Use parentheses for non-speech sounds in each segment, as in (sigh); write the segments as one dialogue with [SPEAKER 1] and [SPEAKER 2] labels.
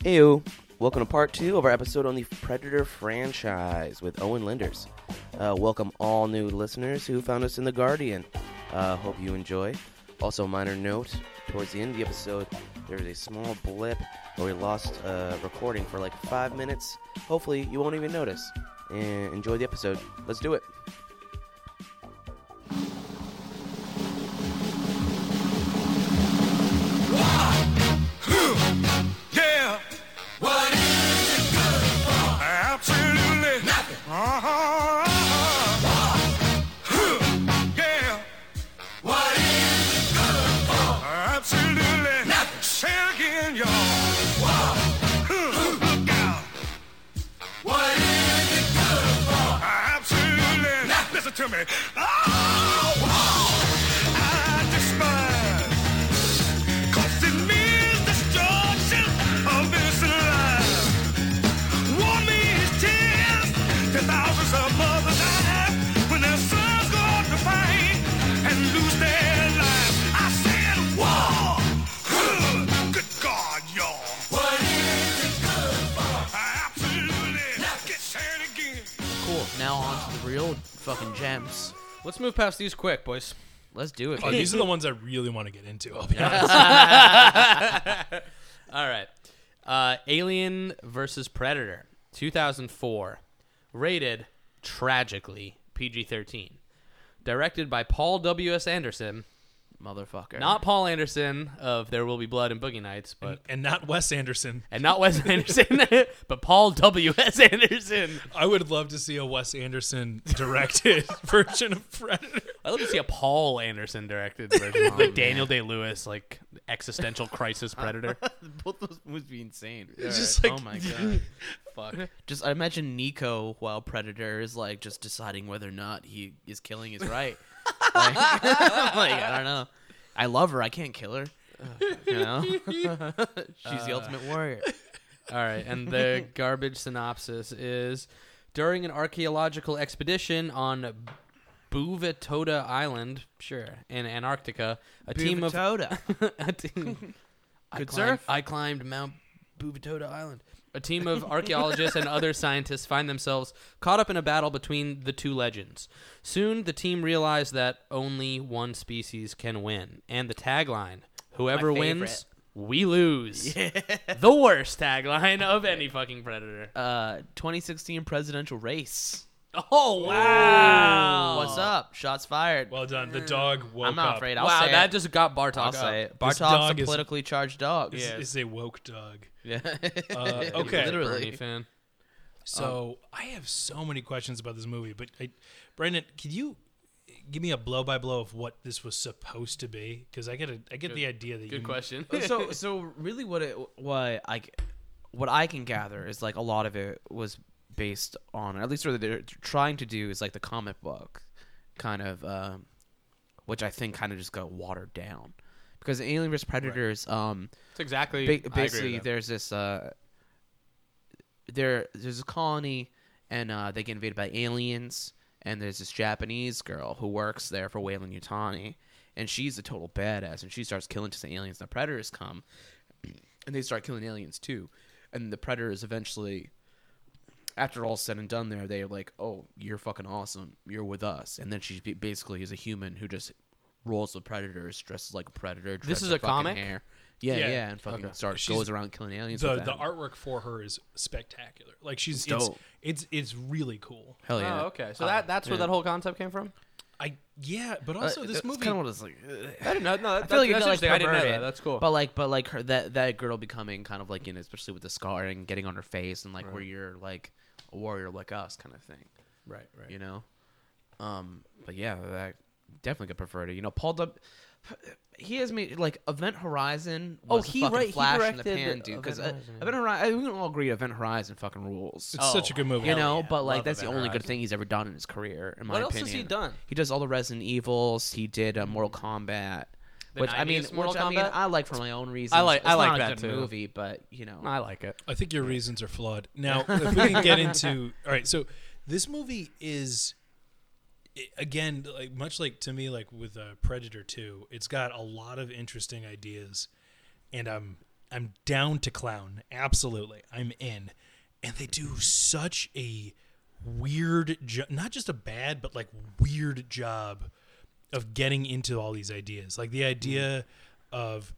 [SPEAKER 1] Heyo. Welcome to part two of our episode on the Predator franchise with Owen Linders. Uh, welcome all new listeners who found us in The Guardian. Uh, hope you enjoy. Also, minor note towards the end of the episode, there was a small blip where we lost uh, recording for like five minutes. Hopefully, you won't even notice. And enjoy the episode. Let's do it.
[SPEAKER 2] Yeah. What is it good for? Absolutely nothing. Uh-huh. Yeah. What is it good for? Absolutely nothing. Say it again, y'all. Huh. Look out. What is it good for? Absolutely nothing. Listen to me. Oh, wow. I despise Cause it means destruction of innocent lives. War means tears that thousands of mothers die when their sons go out to fight and lose their lives. I said war. Huh. Good God, y'all. What is it good for? Absolutely. Get sad again.
[SPEAKER 3] Cool. Now on to the real fucking gems.
[SPEAKER 4] Let's move past these quick, boys.
[SPEAKER 3] Let's do it.
[SPEAKER 5] Oh,
[SPEAKER 3] baby.
[SPEAKER 5] these are
[SPEAKER 4] (laughs)
[SPEAKER 5] the ones I really want to get into. I'll be honest.
[SPEAKER 3] All right. Uh, Alien versus Predator, 2004. Rated, tragically, PG 13. Directed by Paul W.S. Anderson.
[SPEAKER 4] Motherfucker.
[SPEAKER 3] Not Paul Anderson of There Will Be Blood and Boogie Nights, but.
[SPEAKER 5] and not Wes Anderson.
[SPEAKER 3] And not (laughs) Wes Anderson, but Paul W.S. Anderson.
[SPEAKER 5] I would love to see a Wes Anderson
[SPEAKER 4] (laughs)
[SPEAKER 5] directed version of Predator.
[SPEAKER 3] I'd love to see a Paul Anderson directed (laughs) version, like Daniel Day Lewis, like (laughs) existential crisis predator.
[SPEAKER 4] both those movies be insane.
[SPEAKER 5] It's just like
[SPEAKER 4] oh my god. Fuck. Just I imagine Nico while Predator is like just deciding whether or not he is killing is right. like, I'm like, I don't know. I love her. I can't kill her. You know, she's
[SPEAKER 3] Uh,
[SPEAKER 4] the ultimate warrior.
[SPEAKER 3] All right, and the garbage synopsis is during an archaeological expedition on Buvatoda Island, sure, in Antarctica, a (laughs) team of
[SPEAKER 4] Buvatoda.
[SPEAKER 3] (laughs) a
[SPEAKER 4] (laughs)
[SPEAKER 3] team, I
[SPEAKER 4] Good
[SPEAKER 3] climbed,
[SPEAKER 4] surf.
[SPEAKER 3] I climbed Mount Buvatoda Island. A team
[SPEAKER 4] (laughs)
[SPEAKER 3] of archaeologists and other scientists find themselves caught up in a battle between the two legends. Soon, the team realize that only one species can win, and the tagline "Whoever wins, we
[SPEAKER 4] (laughs)
[SPEAKER 3] lose." the worst tagline of any fucking predator.
[SPEAKER 4] Uh, 2016 presidential race.
[SPEAKER 3] Oh wow!
[SPEAKER 4] What's up? Shots fired.
[SPEAKER 5] well done. The dog woke
[SPEAKER 4] I'm not
[SPEAKER 5] up.
[SPEAKER 4] afraid. I'll
[SPEAKER 3] Wow,
[SPEAKER 4] say
[SPEAKER 3] that
[SPEAKER 4] it.
[SPEAKER 3] just got Bartok
[SPEAKER 4] I'll
[SPEAKER 3] up.
[SPEAKER 4] say it.
[SPEAKER 5] This
[SPEAKER 4] Bartov's
[SPEAKER 5] dog
[SPEAKER 4] a
[SPEAKER 5] is-
[SPEAKER 4] politically charged dog.
[SPEAKER 5] This
[SPEAKER 3] Yeah.
[SPEAKER 4] (laughs)
[SPEAKER 5] is a woke dog.
[SPEAKER 4] Yeah.
[SPEAKER 5] Uh,
[SPEAKER 4] (laughs)
[SPEAKER 5] okay.
[SPEAKER 4] Literally.
[SPEAKER 3] Bernie fan.
[SPEAKER 5] So I have so many questions about this movie, but I, Brandon, could you give me a blow by blow of what this was supposed to be? Because I get a, I get the idea that you
[SPEAKER 3] Good question.
[SPEAKER 4] so so really what it what I c- what I can gather is like a lot of it was based on at least what they're trying to do is like the comic book kind of um which I think kind of just got watered down because in Alien vs Predators um
[SPEAKER 3] That's exactly.
[SPEAKER 4] ba- basically there's this uh there there's a colony and uh they get invaded by aliens and there's this Japanese girl who works there for Whalen Utani and she's a total badass and she starts killing just the aliens the predators come (clears throat) and they start killing aliens too and the predators eventually after all said and done there they're like oh you're fucking awesome you're with us and then she be- basically is a human who just rolls with predators dresses like a predator dresses
[SPEAKER 3] is
[SPEAKER 4] her
[SPEAKER 3] a
[SPEAKER 4] fucking
[SPEAKER 3] comic?
[SPEAKER 4] hair. Yeah, yeah,
[SPEAKER 5] Yeah.
[SPEAKER 4] and fucking starts
[SPEAKER 5] She's-
[SPEAKER 4] goes around killing aliens.
[SPEAKER 5] the
[SPEAKER 4] with
[SPEAKER 5] the
[SPEAKER 4] them.
[SPEAKER 5] artwork for her is spectacular. Like she's
[SPEAKER 4] It's
[SPEAKER 5] it's
[SPEAKER 4] dope.
[SPEAKER 5] it's, it's really cool.
[SPEAKER 4] Hell yeah!
[SPEAKER 3] Oh, okay. So that that's where that whole concept came from.
[SPEAKER 5] I yeah, but
[SPEAKER 4] Uh,
[SPEAKER 5] also this
[SPEAKER 4] that's
[SPEAKER 5] movie
[SPEAKER 4] Kind of what it's like.
[SPEAKER 3] I didn't know. No, that,
[SPEAKER 4] I feel like it
[SPEAKER 3] that's
[SPEAKER 4] got, like,
[SPEAKER 3] interesting. I didn't know that.
[SPEAKER 4] perverted.
[SPEAKER 3] That's cool.
[SPEAKER 4] But like, but like her that that girl becoming kind of like you know, especially with the scar and getting on her face and like where you're like a warrior like us kind of thing,
[SPEAKER 3] right, right.
[SPEAKER 4] you know. Um, but yeah, that definitely got preferred. You know, Paul W. He has made like Event Horizon. Was
[SPEAKER 3] Oh, he
[SPEAKER 4] a fucking
[SPEAKER 3] right- he
[SPEAKER 4] flash in the
[SPEAKER 3] directed
[SPEAKER 4] pan, dude.
[SPEAKER 3] Event
[SPEAKER 4] Because
[SPEAKER 3] Horizon, yeah.
[SPEAKER 4] Event Horizon, we can all agree, Event Horizon fucking rules.
[SPEAKER 5] it's such a good movie.
[SPEAKER 4] Oh, you know, but like
[SPEAKER 3] Love
[SPEAKER 4] that's the
[SPEAKER 3] Event
[SPEAKER 4] only good
[SPEAKER 3] Horizon.
[SPEAKER 4] thing he's ever done in his career, in my
[SPEAKER 3] What else
[SPEAKER 4] opinion.
[SPEAKER 3] has he done?
[SPEAKER 4] He does all the Resident Evils. He did uh, Mortal Kombat,
[SPEAKER 3] The
[SPEAKER 4] which I mean,
[SPEAKER 3] 90s Mortal
[SPEAKER 4] which I mean,
[SPEAKER 3] Kombat?
[SPEAKER 4] I like for my own reasons.
[SPEAKER 3] I like-
[SPEAKER 4] it's
[SPEAKER 3] I like
[SPEAKER 4] not a
[SPEAKER 3] that
[SPEAKER 4] good
[SPEAKER 3] too.
[SPEAKER 4] movie, but you know,
[SPEAKER 3] I like it.
[SPEAKER 5] I think your reasons are flawed.
[SPEAKER 4] (laughs)
[SPEAKER 5] Now, if we can get into all right, so this movie is i- again like much like to me like with uh, Predator Two, it's got a lot of interesting ideas, and I'm I'm down to clown. Absolutely. I'm in. And they do such a weird jo- not just a bad but like weird job of getting into all these ideas. Like the idea of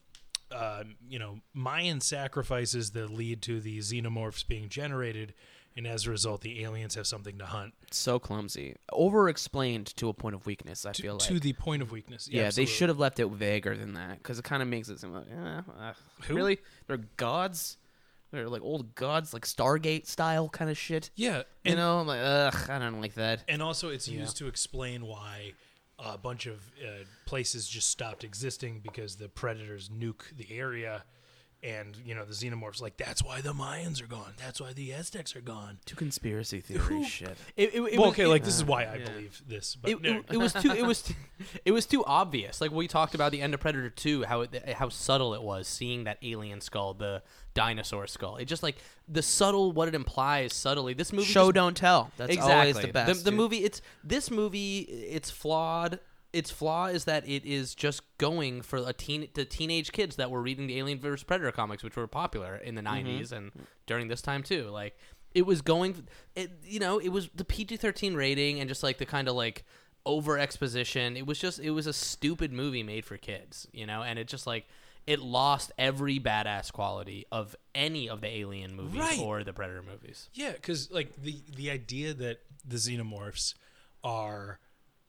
[SPEAKER 5] um, you know, Mayan sacrifices that lead to the xenomorphs being generated, and as a result, the aliens have something to hunt.
[SPEAKER 4] so clumsy, over explained to a point of weakness. I feel like
[SPEAKER 5] to the point of weakness.
[SPEAKER 4] yeah,
[SPEAKER 5] absolutely.
[SPEAKER 4] they should have left it vaguer than that because it kind of makes it seem like eh, uh,
[SPEAKER 5] Who?
[SPEAKER 4] really they're gods, they're like old gods, like Stargate style kind of shit.
[SPEAKER 5] Yeah,
[SPEAKER 4] You
[SPEAKER 5] and
[SPEAKER 4] know, I'm like, ugh, I don't like that.
[SPEAKER 5] and also it's used to explain why a bunch of uh, places just stopped existing because the predators nuke the area, and you know the xenomorphs like that's why the Mayans are gone. That's why the Aztecs are gone.
[SPEAKER 4] To conspiracy theory shit.
[SPEAKER 3] It, it, it
[SPEAKER 5] well,
[SPEAKER 3] was-
[SPEAKER 5] okay,
[SPEAKER 3] it-
[SPEAKER 5] like this is why I believe this, but
[SPEAKER 3] it,
[SPEAKER 5] no,
[SPEAKER 3] it, it was too it was too, it was too obvious. Like we talked about the end of Predator Two, how it, how subtle it was seeing that alien skull, the dinosaur skull. It just like the subtle what it implies subtly. This movie
[SPEAKER 4] Show
[SPEAKER 3] just-
[SPEAKER 4] don't tell. That's always the best.
[SPEAKER 3] The,
[SPEAKER 4] dude.
[SPEAKER 3] movie it's this movie it's flawed. Its flaw is that it is just going for a teen the teenage kids that were reading the Alien vs Predator comics, which were popular in the
[SPEAKER 4] Mm-hmm.
[SPEAKER 3] 90s and during this time too. Like it was going, it, you know, it was the PG thirteen rating and just like the kind of like over exposition. It was just it was a stupid movie made for kids, you know, and it just like. It lost every badass quality of any of the Alien movies
[SPEAKER 5] Right.
[SPEAKER 3] or the Predator movies.
[SPEAKER 5] (laughs) Yeah, because like the the idea that the xenomorphs are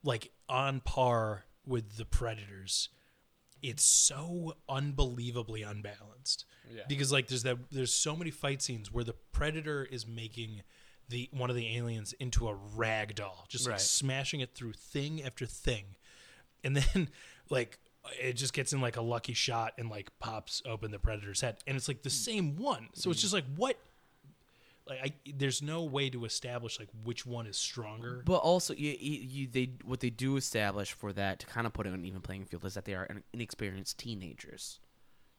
[SPEAKER 5] like on par with the predators, it's so unbelievably unbalanced. Yeah. Because like there's that there's so many fight scenes where the predator is making the one of the aliens into a rag doll, just like
[SPEAKER 3] Right.
[SPEAKER 5] smashing it through thing after thing, and (laughs) then like it just gets in like a lucky shot and like pops open the predator's head, and it's
[SPEAKER 4] Mm.
[SPEAKER 5] like the same one. So it's just like what like I, there's no way to establish like which one is stronger.
[SPEAKER 4] But also, you, you, you, they what they do establish for that to kind of put it on an even playing field is that they are in- inexperienced teenagers.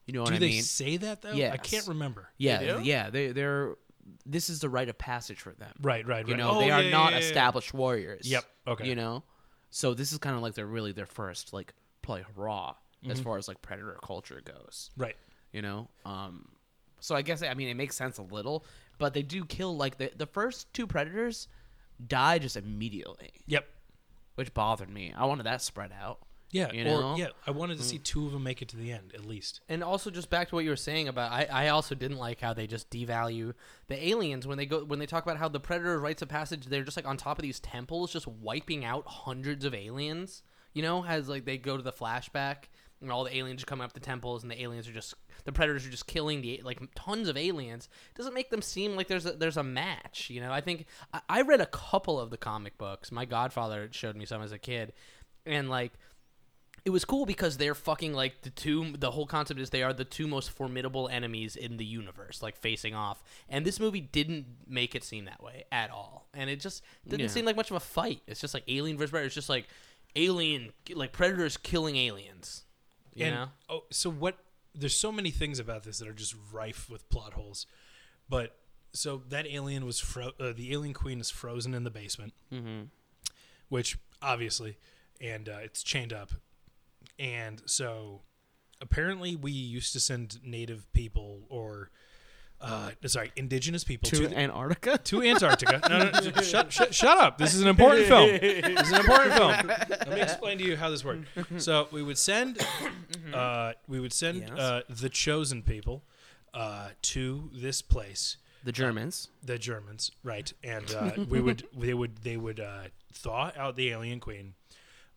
[SPEAKER 4] You know what
[SPEAKER 5] Do
[SPEAKER 4] I
[SPEAKER 5] they
[SPEAKER 4] mean?
[SPEAKER 5] say that though? I can't
[SPEAKER 4] Yes.
[SPEAKER 5] remember.
[SPEAKER 4] yeah,
[SPEAKER 3] do?
[SPEAKER 4] yeah. They they're this is the rite of passage for them.
[SPEAKER 5] Right, right, right.
[SPEAKER 4] You know,
[SPEAKER 5] Oh,
[SPEAKER 4] they are
[SPEAKER 5] yeah,
[SPEAKER 4] not
[SPEAKER 5] yeah, yeah, yeah.
[SPEAKER 4] established warriors.
[SPEAKER 5] Yep, okay.
[SPEAKER 4] You know, so this is kind of like they're really their first like probably hurrah as far as like predator culture goes.
[SPEAKER 5] Right.
[SPEAKER 4] You know, um, so I guess I mean it makes sense a little, but they do kill like the the first two predators die just immediately
[SPEAKER 5] Yep.
[SPEAKER 4] which bothered me. I wanted that spread out.
[SPEAKER 5] Yeah.
[SPEAKER 4] You
[SPEAKER 5] or-
[SPEAKER 4] know?
[SPEAKER 5] yeah. I wanted to see two of them make it to the end at least.
[SPEAKER 3] And also, just back to what you were saying about, I, I also didn't like how they just devalue the aliens when they go when they talk about how the predator rites of passage. They're just like on top of these temples, just wiping out hundreds of aliens. You know, as like they go to the flashback and all the aliens are coming up the temples, and the aliens are just the predators are just killing the like tons of aliens. doesn't make them seem like there's a, there's a match. You know, I think I, I read a couple of the comic books. My godfather showed me some as a kid, and like it was cool because they're fucking like the two the whole concept is they are the two most formidable enemies in the universe like facing off and this movie didn't make it seem that way at all and it just didn't seem like much of a fight it's just like alien versus predator it's just like alien like predators killing aliens you
[SPEAKER 5] and
[SPEAKER 3] know
[SPEAKER 5] oh, so what? There's so many things about this that are just rife with plot holes, but so that alien was fro- uh, the alien queen is frozen in the basement, mm-hmm. which obviously, and uh, it's chained up, and so apparently we used to send native people or uh, sorry, indigenous people to, the-
[SPEAKER 4] (laughs) Antarctica?
[SPEAKER 5] to Antarctica. No, no, sh- shut, shut, shut up. This is an important film. This is an important film. Let me explain to you how this worked. So we would send, uh, we would send uh, the chosen people uh, to this place,
[SPEAKER 4] the Germans.
[SPEAKER 5] the Germans, right? And uh, we would, they would, they would uh, thaw out the alien queen.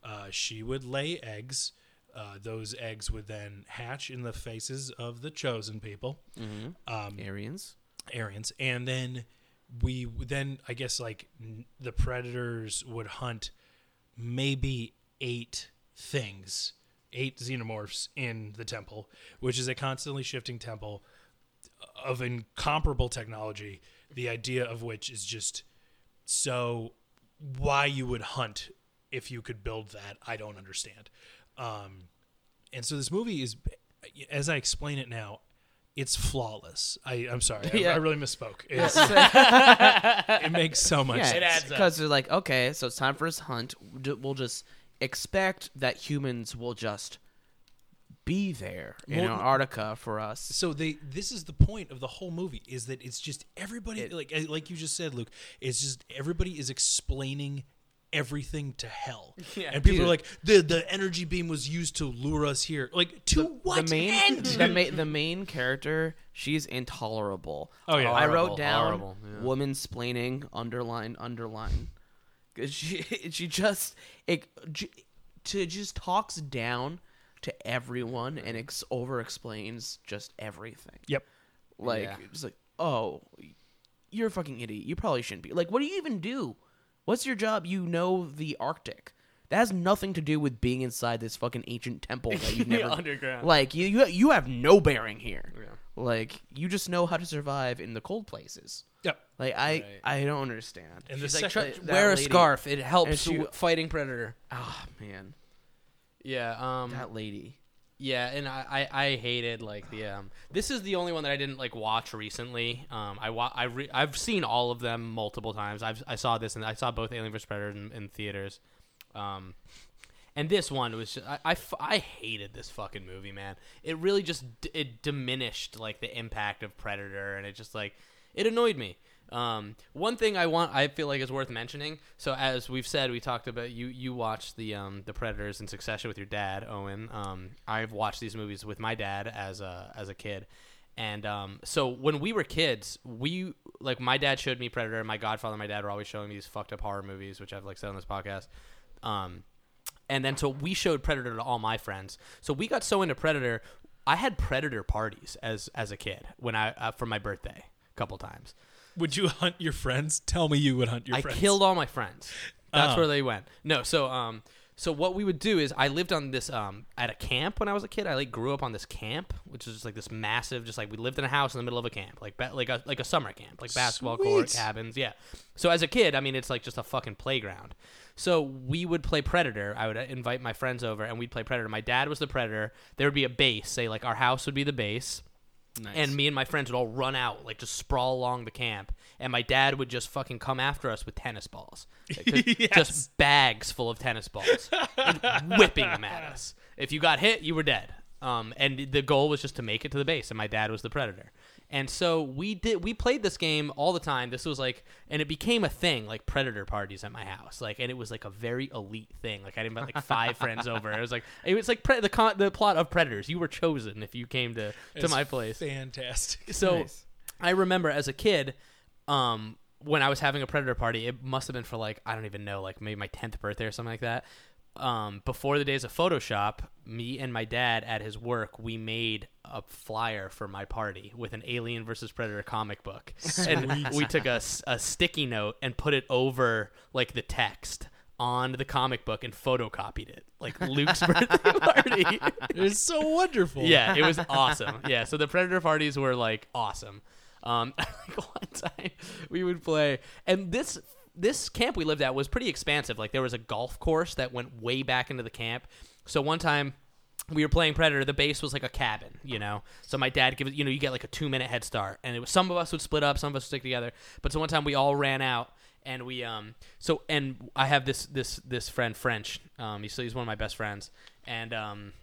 [SPEAKER 5] Uh, she would lay eggs. Uh, those eggs would then hatch in the faces of the chosen people.
[SPEAKER 4] Aryans.
[SPEAKER 5] Arians, and then we then I guess like n- the predators would hunt maybe eight things, eight xenomorphs in the temple, which is a constantly shifting temple of incomparable technology. The idea of which is just so why you would hunt if you could build that, I don't understand. Um, and so this movie is, as I explain it now, it's flawless. I, I'm sorry, I, I really misspoke. It's- (laughs) it makes so much sense.
[SPEAKER 4] Because they're like, okay, so it's time for his hunt. D- We'll just expect that humans will just be there in
[SPEAKER 5] Well,
[SPEAKER 4] Antarctica for us.
[SPEAKER 5] So they this is the point of the whole movie is that it's just everybody like eh, like you just said, Luke. It's just everybody is explaining everything to hell,
[SPEAKER 3] (laughs) Yeah,
[SPEAKER 5] and people
[SPEAKER 4] dude.
[SPEAKER 5] are like the the energy beam was used to lure us here. Like to what
[SPEAKER 4] the main
[SPEAKER 5] end?
[SPEAKER 4] the, ma- the main character she's intolerable
[SPEAKER 5] Oh, yeah.
[SPEAKER 4] i
[SPEAKER 3] Horrible,
[SPEAKER 4] wrote down
[SPEAKER 3] horrible, yeah.
[SPEAKER 4] woman splaining underline underline 'Cause she (laughs) she just it, j- to just talks down to everyone and ex- over explains just everything
[SPEAKER 5] Yep.
[SPEAKER 4] like
[SPEAKER 3] Yeah.
[SPEAKER 4] it's like oh you're a fucking idiot you probably shouldn't be like what do you even do what's your job you know the arctic that has nothing to do with being inside this fucking ancient temple that (laughs) you've
[SPEAKER 3] Yeah,
[SPEAKER 4] never
[SPEAKER 3] underground.
[SPEAKER 4] like you you, you have no bearing here
[SPEAKER 3] Yeah.
[SPEAKER 4] like you just know how to survive in the cold places
[SPEAKER 5] Yep.
[SPEAKER 4] like i i don't understand
[SPEAKER 5] And the
[SPEAKER 4] She's like,
[SPEAKER 5] second-
[SPEAKER 4] "Tr- that
[SPEAKER 3] Wear a
[SPEAKER 4] lady-
[SPEAKER 3] scarf. It
[SPEAKER 4] And
[SPEAKER 3] helps
[SPEAKER 4] she-
[SPEAKER 3] w- fighting predator.
[SPEAKER 4] ah man
[SPEAKER 3] Yeah. Um.
[SPEAKER 4] that lady
[SPEAKER 3] Yeah, and I, I, I hated like the um. This is the only one that I didn't like watch recently. Um, I wa- I re- I've seen all of them multiple times. I've I saw this and I saw both Alien vs Predator in, in theaters. Um, and this one was just, I, I f- I hated this fucking movie, man. It really just d- it diminished like the impact of Predator, and it just like it annoyed me. Um, one thing I want I feel like is worth mentioning. So as we've said, we talked about you you watched the um, the Predators in succession with your dad, Owen. Um, I've watched these movies with my dad as a as a kid. And um, so when we were kids, we like my dad showed me Predator. My godfather, and my dad were always showing me these fucked up horror movies, which I've like said on this podcast. Um, and then so we showed Predator to all my friends. So we got so into Predator, I had Predator parties as as a kid when I uh, for my birthday a couple times.
[SPEAKER 5] Would you hunt your friends? Tell me you would hunt your
[SPEAKER 3] I
[SPEAKER 5] friends.
[SPEAKER 3] killed all my friends. That's
[SPEAKER 5] Oh.
[SPEAKER 3] where they went. No, so um, so what we would do is I lived on this um at a camp when I was a kid. I like grew up on this camp, which is just like this massive, just like we lived in a house in the middle of a camp, like ba- like a like a summer camp, like basketball court,
[SPEAKER 5] Sweet.
[SPEAKER 3] cabins, yeah. So as a kid, I mean, it's like just a fucking playground. So we would play Predator. I would uh, invite my friends over, and we'd play Predator. My dad was the Predator. There would be a base, say like our house would be the base. And me and my friends would all run out, like just sprawl along the camp. And my dad would just fucking come after us with tennis balls. Like, just, just bags full of tennis balls. and whipping them at us. If you got hit, you were dead. Um, and the goal was just to make it to the base. And my dad was the predator. And so we did. We played this game all the time. This was like, and it became a thing, like predator parties at my house. Like, and it was like a very elite thing. Like, I didn't invite like five friends over. It was like, it was like pre- the con- the plot of Predators. You were chosen if you came to to
[SPEAKER 5] That's
[SPEAKER 3] my place.
[SPEAKER 5] Fantastic. (laughs)
[SPEAKER 3] So I remember as a kid, um, when I was having a predator party, it must have been for like I don't even know, like maybe my tenth birthday or something like that. Um, before the days of Photoshop, me and my dad at his work, we made a flyer for my party with an Alien versus Predator comic book, and we took a, s- a sticky note and put it over like the text on the comic book and photocopied it, like Luke's birthday party.
[SPEAKER 5] It's so wonderful.
[SPEAKER 3] Yeah, it was awesome. Yeah, so the predator parties were like awesome. Um, (laughs) like one time we would play, and this this camp we lived at was pretty expansive. Like there was a golf course that went way back into the camp. So one time we were playing Predator. The base was like a cabin, you know. So my dad gives you know you get like a two minute head start, and it was some of us would split up, some of us would stick together. But so one time we all ran out, and we um so and I have this this this friend French. Um, he's he's one of my best friends, and um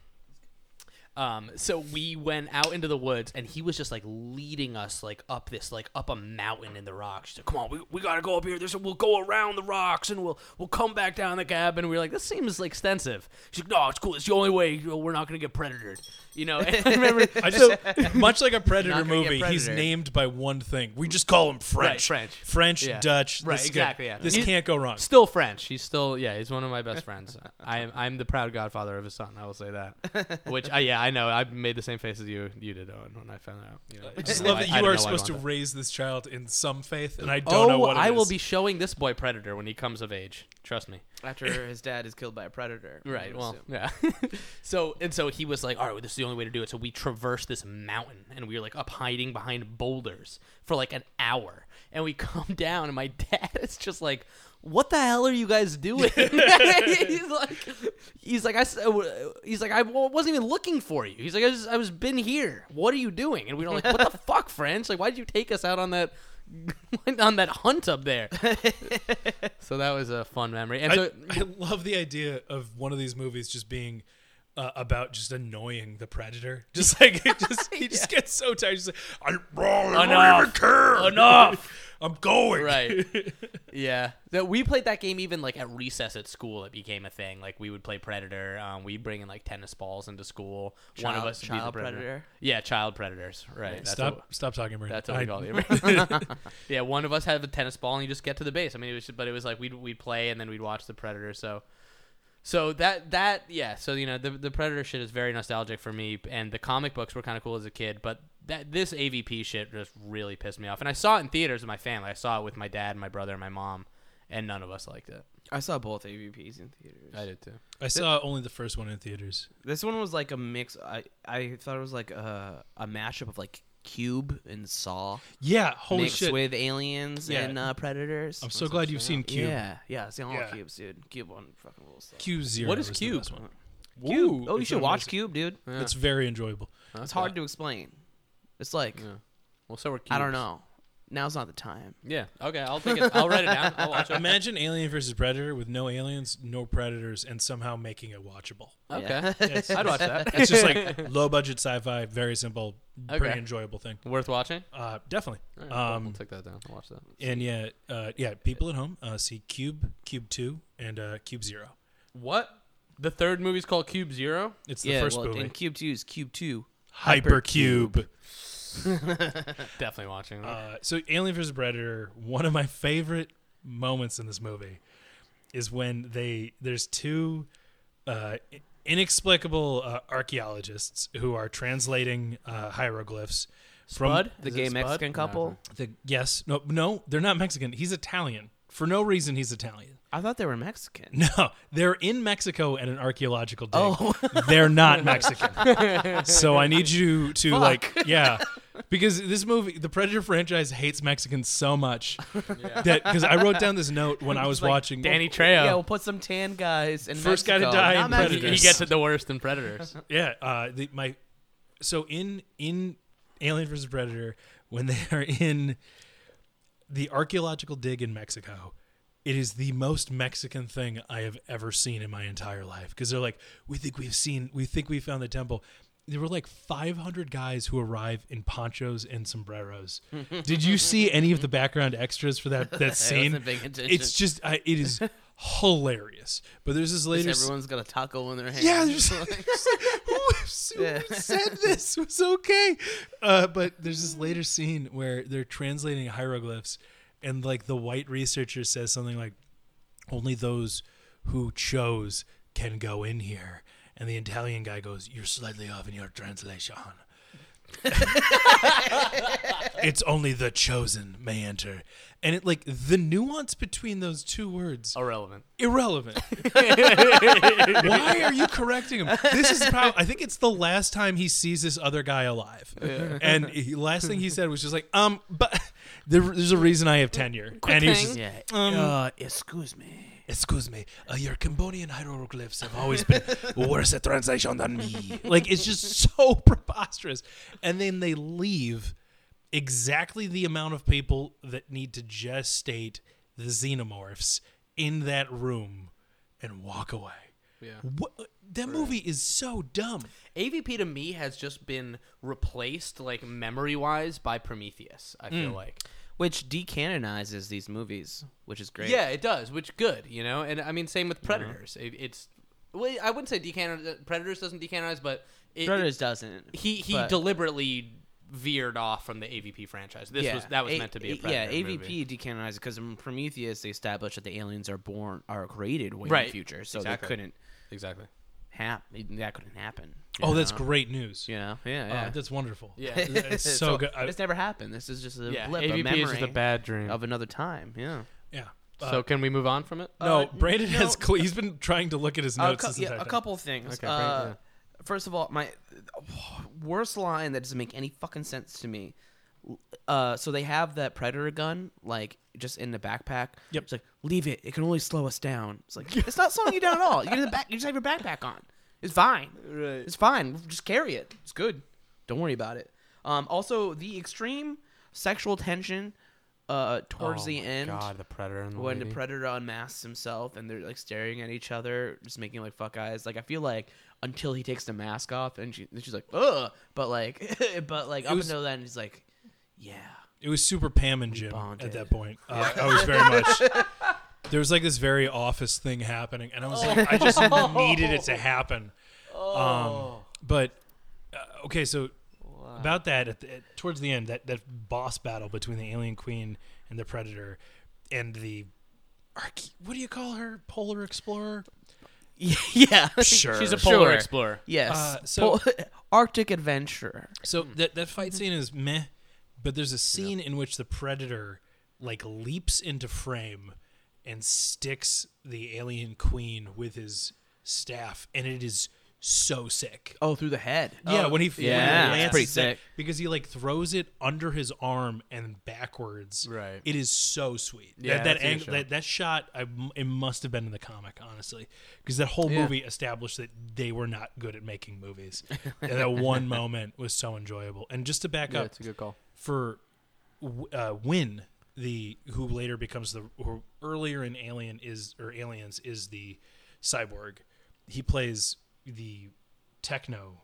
[SPEAKER 3] um, so we went out into the woods, and he was just like leading us like up this like up a mountain in the rocks. He's like, "Come on, we, we gotta go up here. There's we'll go around the rocks, and we'll we'll come back down the cabin." And we were like, "This seems like extensive." She's like, "No, it's cool. It's the only way. You know, we're not gonna get predatored." You know, and I remember (laughs)
[SPEAKER 5] I just much like a predator
[SPEAKER 4] Not gonna get
[SPEAKER 5] movie, he's
[SPEAKER 4] Predator.
[SPEAKER 5] named by one thing. We just call him French,
[SPEAKER 3] French.
[SPEAKER 5] French,
[SPEAKER 3] Yeah.
[SPEAKER 5] Dutch.
[SPEAKER 3] Right,
[SPEAKER 5] this is good.
[SPEAKER 3] exactly, yeah.
[SPEAKER 5] This
[SPEAKER 3] He's-
[SPEAKER 5] can't go wrong.
[SPEAKER 3] still French. He's still yeah. He's one of my best friends. I am I'm the proud godfather of his son. I will say that. Which I, yeah, I know. I made the same face as you you did Owen when I found out. You know,
[SPEAKER 5] I just
[SPEAKER 3] don't
[SPEAKER 5] love
[SPEAKER 3] know
[SPEAKER 5] that
[SPEAKER 3] why- I don't
[SPEAKER 5] you are
[SPEAKER 3] know why I
[SPEAKER 5] supposed
[SPEAKER 3] want
[SPEAKER 5] to
[SPEAKER 3] that.
[SPEAKER 5] raise this child in some faith, and I don't
[SPEAKER 3] oh,
[SPEAKER 5] know what it
[SPEAKER 3] I will
[SPEAKER 5] is.
[SPEAKER 3] be showing this boy Predator when he comes of age. Trust me.
[SPEAKER 4] (laughs) after his dad is killed by a predator I
[SPEAKER 3] Right.
[SPEAKER 4] would
[SPEAKER 3] Well,
[SPEAKER 4] assume.
[SPEAKER 3] yeah. (laughs) so and so he was like, "All right, well, this is the only way to do it." So we traversed this mountain, and we were like up hiding behind boulders for like an hour, and we (laughs) come down, and my dad is just like, "What the hell are you guys
[SPEAKER 4] (laughs)
[SPEAKER 3] doing?" (laughs) he's like, he's like, I, s- uh, he's like, I wa- wasn't even looking for you. He's like, I was, I was been here. What are you doing? And we were like, "What
[SPEAKER 4] (laughs)
[SPEAKER 3] the fuck, French? Like, why did you take us out on that?" (laughs) on that hunt up
[SPEAKER 4] (laughs)
[SPEAKER 3] there so that was a fun memory and
[SPEAKER 5] (laughs) I,
[SPEAKER 3] so
[SPEAKER 5] I love the idea of one of these movies just being uh, about just annoying the predator. (laughs) Just like it
[SPEAKER 3] (laughs)
[SPEAKER 5] just he just gets so tired. He's like, I, I don't even
[SPEAKER 3] Enough.
[SPEAKER 5] care.
[SPEAKER 3] Enough.
[SPEAKER 5] (laughs) I'm going. (laughs)
[SPEAKER 3] Right. yeah. That we played that game even like at recess at school. It became a thing. Like we would play Predator. Um, we bring in like tennis balls into school. One of
[SPEAKER 4] Child-
[SPEAKER 3] us would be the
[SPEAKER 4] child
[SPEAKER 3] predator.
[SPEAKER 4] predator?
[SPEAKER 3] Yeah, child predators. Right. That's
[SPEAKER 5] stop.
[SPEAKER 3] What,
[SPEAKER 5] stop talking, Brandon.
[SPEAKER 3] that's what we
[SPEAKER 5] I-
[SPEAKER 3] call
[SPEAKER 5] (laughs)
[SPEAKER 3] them. yeah, one of us had a tennis ball, and you just get to the base. I mean, it was, but it was like we'd we'd play, and then we'd watch the Predator. So, so that that yeah. So you know, the the Predator shit is very nostalgic for me, and the comic books were kind of cool as a kid, but that this AVP shit just really pissed me off. And I saw it in theaters with my family. I saw it with my dad, my brother, and my mom, and none of us liked it.
[SPEAKER 4] I saw both AVPs in theaters.
[SPEAKER 3] did too.
[SPEAKER 5] I saw only the first one in theaters.
[SPEAKER 4] This one was like a mix. I I thought it was like a a mashup of like Cube and Saw
[SPEAKER 5] Yeah. Holy
[SPEAKER 4] mixed
[SPEAKER 5] shit.
[SPEAKER 4] with Aliens
[SPEAKER 5] Yeah.
[SPEAKER 4] and uh, Predators.
[SPEAKER 5] I'm so glad you've seen Cube.
[SPEAKER 4] Yeah, yeah, it's the only
[SPEAKER 5] Yeah.
[SPEAKER 4] Cubes, dude. Cube one fucking rules. though.
[SPEAKER 5] Cube zero.
[SPEAKER 3] What is
[SPEAKER 5] was the
[SPEAKER 3] Cube?
[SPEAKER 5] best one.
[SPEAKER 4] Cube.
[SPEAKER 5] Woo,
[SPEAKER 4] Oh, you
[SPEAKER 5] it's
[SPEAKER 4] should
[SPEAKER 5] the
[SPEAKER 4] watch
[SPEAKER 5] most-
[SPEAKER 4] Cube, dude.
[SPEAKER 5] It's very enjoyable.
[SPEAKER 4] It's hard to explain. It's like
[SPEAKER 3] Yeah. Well, so we're.
[SPEAKER 4] I don't know. Now's not the time.
[SPEAKER 3] Yeah. Okay. I'll take it. I'll write it down. I'll watch it. (laughs)
[SPEAKER 5] Imagine Alien versus Predator with no aliens, no predators, and somehow making it watchable.
[SPEAKER 3] Okay.
[SPEAKER 5] It's,
[SPEAKER 3] I'd watch that. (laughs)
[SPEAKER 5] it's just like low budget sci-fi, very simple,
[SPEAKER 3] Okay.
[SPEAKER 5] pretty enjoyable thing.
[SPEAKER 3] Worth watching.
[SPEAKER 5] Uh, definitely.
[SPEAKER 3] we'll
[SPEAKER 5] Um,
[SPEAKER 3] take that down. I'll watch that.
[SPEAKER 5] and yeah, uh, yeah. People at home uh, see Cube, Cube Two, and uh, Cube Zero.
[SPEAKER 3] What? The third movie's called Cube Zero.
[SPEAKER 5] It's the
[SPEAKER 4] Yeah,
[SPEAKER 5] first
[SPEAKER 4] well,
[SPEAKER 5] movie.
[SPEAKER 4] and Cube two is Cube two.
[SPEAKER 5] Hypercube.
[SPEAKER 3] Definitely watching. that.
[SPEAKER 5] Uh, so Alien vs Predator. One of my favorite moments in this movie is when they there's two uh, inexplicable uh, archaeologists who are translating uh, hieroglyphs from
[SPEAKER 3] Spud?
[SPEAKER 4] The
[SPEAKER 3] Is it
[SPEAKER 4] gay
[SPEAKER 3] Spud?
[SPEAKER 4] Mexican couple.
[SPEAKER 5] The yes, no, no, they're not Mexican. He's Italian. For no reason, he's Italian.
[SPEAKER 4] I thought they were Mexican.
[SPEAKER 5] (laughs) No, they're in Mexico at an archaeological dig. they're not Mexican. so I need you to like, yeah, because this movie, the Predator franchise, hates Mexicans so much that because I wrote down this note when I was
[SPEAKER 4] like,
[SPEAKER 5] watching
[SPEAKER 3] Danny
[SPEAKER 4] Yeah, we'll
[SPEAKER 3] Trejo.
[SPEAKER 4] put some tan guys in
[SPEAKER 5] First guy to
[SPEAKER 4] Mexico.
[SPEAKER 5] die
[SPEAKER 4] Not
[SPEAKER 5] in
[SPEAKER 4] Mexico.
[SPEAKER 5] Predators.
[SPEAKER 3] he gets it the worst in Predators.
[SPEAKER 5] Yeah, uh, the, my so in in Alien vs Predator when they are in the archaeological dig in Mexico, it is the most Mexican thing I have ever seen in my entire life. Because they're like, we think we've seen, we think we found the temple. There were like 500 guys who arrive in ponchos and
[SPEAKER 4] (laughs)
[SPEAKER 5] sombreros. Did you see any of the background extras for that that scene?
[SPEAKER 4] wasn't paying attention.
[SPEAKER 5] It's just, I, it
[SPEAKER 4] (laughs)
[SPEAKER 5] is hilarious. But there's this lady.
[SPEAKER 4] Everyone's got a taco in their hand.
[SPEAKER 5] Yeah, there's, (laughs) there's like, who, who
[SPEAKER 4] Yeah.
[SPEAKER 5] (laughs) said this was okay? Uh, but there's this later scene where they're translating hieroglyphs, and like the white researcher says something like, "Only those who chose can go in here," and the Italian guy goes, "You're slightly off in your translation." (laughs) it's only the chosen may enter, and it like the nuance between those two words
[SPEAKER 3] (laughs) Irrelevant.
[SPEAKER 5] irrelevant. Why are you correcting him? This is probably, I think it's the last time he sees this other guy alive. And he, last thing he said was just like, um, but (laughs) there, there's a reason I have tenure. and he's
[SPEAKER 3] thing.
[SPEAKER 5] just,
[SPEAKER 4] Yeah.
[SPEAKER 5] Um,
[SPEAKER 4] uh, excuse me.
[SPEAKER 5] excuse me, uh, your Cambodian hieroglyphs have always been worse at translation than me. Like, it's just (laughs) so preposterous. And then they leave exactly the amount of people that need to gestate the xenomorphs in that room and walk away. Yeah. What, uh, that movie is so dumb.
[SPEAKER 3] AVP to me has just been replaced, like memory wise, by Prometheus. I feel like.
[SPEAKER 4] Which decanonizes these movies, which is great.
[SPEAKER 3] Yeah, it does, which good, you know. And I mean, same with Predators. It, it's well, I wouldn't say decanon. Predators doesn't decanonize, but it,
[SPEAKER 4] Predators doesn't.
[SPEAKER 3] he he
[SPEAKER 4] but-
[SPEAKER 3] deliberately veered off from the AVP franchise. This was that was
[SPEAKER 4] A-
[SPEAKER 3] meant to be a
[SPEAKER 4] A-
[SPEAKER 3] Predator
[SPEAKER 4] yeah,
[SPEAKER 3] movie.
[SPEAKER 4] AVP decanonized because in Prometheus they established that the aliens are born are created way in
[SPEAKER 3] Right.
[SPEAKER 4] the future, so
[SPEAKER 3] Exactly.
[SPEAKER 4] they couldn't (laughs)
[SPEAKER 3] Exactly.
[SPEAKER 4] happen. That couldn't happen. you
[SPEAKER 5] Oh, that's
[SPEAKER 4] know?
[SPEAKER 5] great news.
[SPEAKER 4] You know, yeah,
[SPEAKER 3] Oh,
[SPEAKER 5] Uh,
[SPEAKER 4] yeah.
[SPEAKER 5] that's wonderful.
[SPEAKER 3] Yeah.
[SPEAKER 4] (laughs)
[SPEAKER 5] It's so, good. I-
[SPEAKER 4] It's never happened. This is just a
[SPEAKER 3] Yeah,
[SPEAKER 4] blip, a
[SPEAKER 3] AVP
[SPEAKER 4] memory
[SPEAKER 3] is just a bad dream.
[SPEAKER 4] of another time. Yeah.
[SPEAKER 5] yeah.
[SPEAKER 3] so can we move on from it?
[SPEAKER 5] No,
[SPEAKER 4] Uh,
[SPEAKER 5] Brandon
[SPEAKER 4] no.
[SPEAKER 5] has. Cl- he's been trying to look at his
[SPEAKER 4] a,
[SPEAKER 5] notes.
[SPEAKER 4] cou-
[SPEAKER 5] this
[SPEAKER 4] yeah,
[SPEAKER 5] entire
[SPEAKER 4] a
[SPEAKER 5] time.
[SPEAKER 4] couple things.
[SPEAKER 3] Okay, great,
[SPEAKER 4] Uh,
[SPEAKER 3] yeah.
[SPEAKER 4] First of all, my (sighs) worst line that doesn't make any fucking sense to me. Uh, so they have that predator gun, like just in the backpack.
[SPEAKER 5] Yep.
[SPEAKER 4] It's like leave it; it can only slow us down. It's like it's not slowing you down at all. You're in the back. You just have your backpack on. It's fine. Right. It's fine. Just carry it. It's good. Don't worry about it. Um, also, the extreme sexual tension uh, towards the end
[SPEAKER 6] God, the predator and the
[SPEAKER 4] when
[SPEAKER 6] lady.
[SPEAKER 4] the predator unmasks himself and they're like staring at each other, just making like fuck eyes. Like I feel like until he takes the mask off and she, she's like, ugh. But like, (laughs) but like up
[SPEAKER 5] was-
[SPEAKER 4] until then, he's like, yeah.
[SPEAKER 5] It was super Pam and Jim
[SPEAKER 4] bonded.
[SPEAKER 5] at that point. Uh, I was very much. There was like this very office thing happening, and I was like, I just needed it to happen. Um, but uh, okay, so about that at the, at, towards the end, that that boss battle between the alien queen and the predator, and the arche- what do you call her? Polar explorer.
[SPEAKER 4] yeah.
[SPEAKER 5] Sure.
[SPEAKER 3] She's a polar
[SPEAKER 4] Sure.
[SPEAKER 3] explorer.
[SPEAKER 4] Yes.
[SPEAKER 5] Uh, so-
[SPEAKER 4] Pol- (laughs) Arctic adventurer.
[SPEAKER 5] So that that fight scene is meh, but there's a scene in which the predator like leaps into frame and sticks the alien queen with his staff, and it is so sick.
[SPEAKER 4] Oh, through the head.
[SPEAKER 5] yeah, when he when he
[SPEAKER 4] yeah, it's
[SPEAKER 5] lances
[SPEAKER 4] pretty
[SPEAKER 5] that-
[SPEAKER 4] sick.
[SPEAKER 5] because he like throws it under his arm and backwards.
[SPEAKER 6] Right.
[SPEAKER 5] it is so sweet.
[SPEAKER 6] Yeah,
[SPEAKER 5] that that,
[SPEAKER 6] that's a good
[SPEAKER 5] angle,
[SPEAKER 6] shot.
[SPEAKER 5] that that shot, I, it must have been in the comic, honestly, because that whole movie established that they were not good at making movies, (laughs) and that one moment was so enjoyable. And just to back
[SPEAKER 6] yeah,
[SPEAKER 5] up
[SPEAKER 6] it's a good call.
[SPEAKER 5] for w- uh, Win, the who later becomes the who earlier in Alien is or Aliens is the cyborg. He plays the techno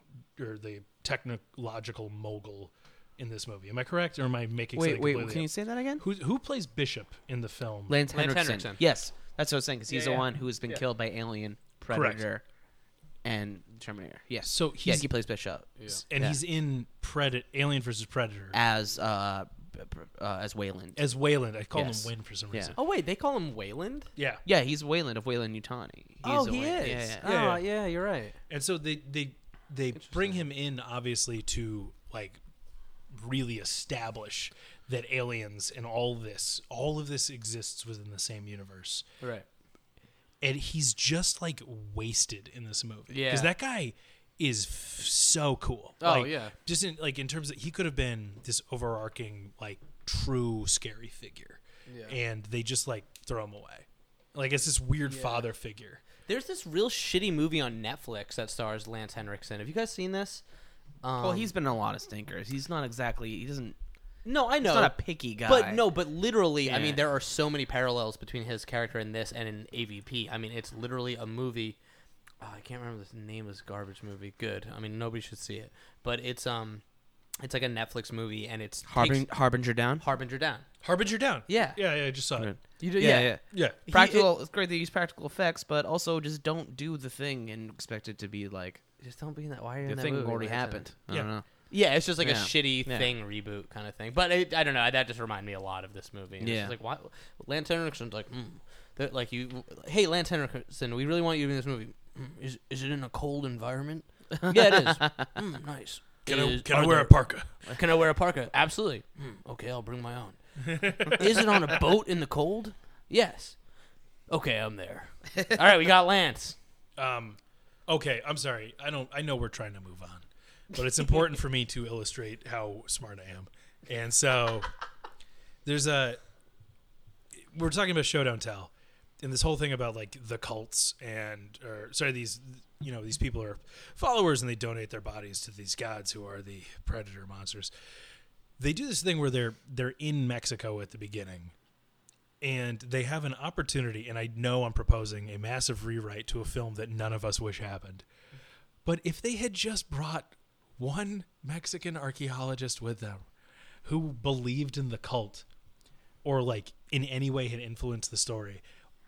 [SPEAKER 5] or the technological mogul in this movie. Am I correct, or am I making
[SPEAKER 4] Wait,
[SPEAKER 5] something
[SPEAKER 4] wait.
[SPEAKER 5] completely
[SPEAKER 4] Can you
[SPEAKER 5] up?
[SPEAKER 4] say that again?
[SPEAKER 5] Who who plays Bishop in the film?
[SPEAKER 4] Lance
[SPEAKER 3] Lance
[SPEAKER 4] Henriksen.
[SPEAKER 3] Henriksen.
[SPEAKER 4] Yes, that's what I was saying because he's
[SPEAKER 5] Yeah,
[SPEAKER 4] the
[SPEAKER 5] yeah.
[SPEAKER 4] one who has been killed by alien, predator, and Terminator. Yes.
[SPEAKER 5] So
[SPEAKER 4] yeah,
[SPEAKER 5] he's-
[SPEAKER 4] he plays Bishop
[SPEAKER 5] and
[SPEAKER 4] Yeah.
[SPEAKER 5] he's in Predator, Alien versus Predator
[SPEAKER 4] as uh, b- b- uh as Wayland.
[SPEAKER 5] as Wayland. I called
[SPEAKER 4] Yes.
[SPEAKER 5] him Win for some
[SPEAKER 4] Yeah. Oh.
[SPEAKER 5] reason.
[SPEAKER 3] Oh wait, they call him Wayland.
[SPEAKER 5] Yeah,
[SPEAKER 4] yeah, he's Wayland of Wayland Utani. He's
[SPEAKER 6] oh,
[SPEAKER 4] a
[SPEAKER 6] he
[SPEAKER 4] Wayland.
[SPEAKER 6] is.
[SPEAKER 4] Yeah,
[SPEAKER 3] Uh,
[SPEAKER 4] yeah.
[SPEAKER 5] Yeah, yeah.
[SPEAKER 6] Oh, yeah, you're right.
[SPEAKER 5] And so they they they bring him in obviously to like really establish that aliens and all this all of this exists within the same universe.
[SPEAKER 6] Right.
[SPEAKER 5] And he's just like wasted in this movie
[SPEAKER 3] Yeah.
[SPEAKER 5] that guy is f- so cool.
[SPEAKER 6] Oh,
[SPEAKER 5] Like,
[SPEAKER 6] yeah.
[SPEAKER 5] just in like in terms of he could have been this overarching like true scary figure, and they just like throw him away. Like it's this weird father figure.
[SPEAKER 3] There's this real shitty movie on Netflix that stars Lance Henriksen. Have you guys seen this? Um,
[SPEAKER 4] Well, he's been in a lot of stinkers. He's not exactly. He doesn't.
[SPEAKER 3] no, I know.
[SPEAKER 4] He's not a picky guy.
[SPEAKER 3] But no, but literally, I
[SPEAKER 4] Yeah.
[SPEAKER 3] mean, there are so many parallels between his character in this and in AVP. I mean, it's literally a movie. Oh, I can't remember the name of this garbage movie. Good. I mean, nobody should see it, but it's um, it's like a Netflix movie, and it's
[SPEAKER 4] Harbin-
[SPEAKER 3] takes-
[SPEAKER 4] Harbinger down.
[SPEAKER 3] Harbinger Down.
[SPEAKER 5] Harbinger down.
[SPEAKER 3] Yeah.
[SPEAKER 5] yeah, yeah. I just saw it.
[SPEAKER 6] You do,
[SPEAKER 4] Yeah, yeah.
[SPEAKER 5] Yeah.
[SPEAKER 4] Practical. it's great that you use practical effects, but also just don't do the thing and expect it to be like
[SPEAKER 3] Just don't be in that. Why are you
[SPEAKER 4] the
[SPEAKER 3] in that
[SPEAKER 4] thing
[SPEAKER 3] movie,
[SPEAKER 4] already
[SPEAKER 3] Lance
[SPEAKER 4] happened.
[SPEAKER 3] Henriksen?
[SPEAKER 4] I
[SPEAKER 5] Yeah.
[SPEAKER 4] don't know.
[SPEAKER 3] Yeah, it's just like a
[SPEAKER 4] Yeah.
[SPEAKER 3] shitty
[SPEAKER 4] Yeah.
[SPEAKER 3] thing reboot kind of thing. But it, I don't know. That just reminded me a lot of this movie. And It's
[SPEAKER 4] Yeah.
[SPEAKER 3] just like why Lance Henriksen's like, mm, They're like you, hey Lance Henriksen, we really want you to be in this movie. Mm, is is it in a cold
[SPEAKER 4] (laughs)
[SPEAKER 3] environment? yeah, it is. Mm, nice.
[SPEAKER 5] Can I,
[SPEAKER 3] Is-
[SPEAKER 5] can I
[SPEAKER 3] are
[SPEAKER 5] wear a
[SPEAKER 3] there-
[SPEAKER 5] parka?
[SPEAKER 3] Can I wear a parka? Absolutely. "Hmm, okay, I'll bring my
[SPEAKER 5] (laughs)
[SPEAKER 3] own. Is it on a boat in the cold? Yes. Okay, I'm there. All right, we got Lance.
[SPEAKER 5] Um, okay, I'm sorry. I don't. I know we're trying to move on, but it's important for me to illustrate how smart I am. And so, there's a. We're talking about show don't tell, and this whole thing about like the cults and or sorry these you know these people are followers and they donate their bodies to these gods who are the predator monsters. They do this thing where they're they're in Mexico at the beginning, and they have an opportunity and i know i'm proposing a massive rewrite to a film that none of us wish happened but if they had just brought one mexican archaeologist with them who believed in the cult or like in any way had influenced the story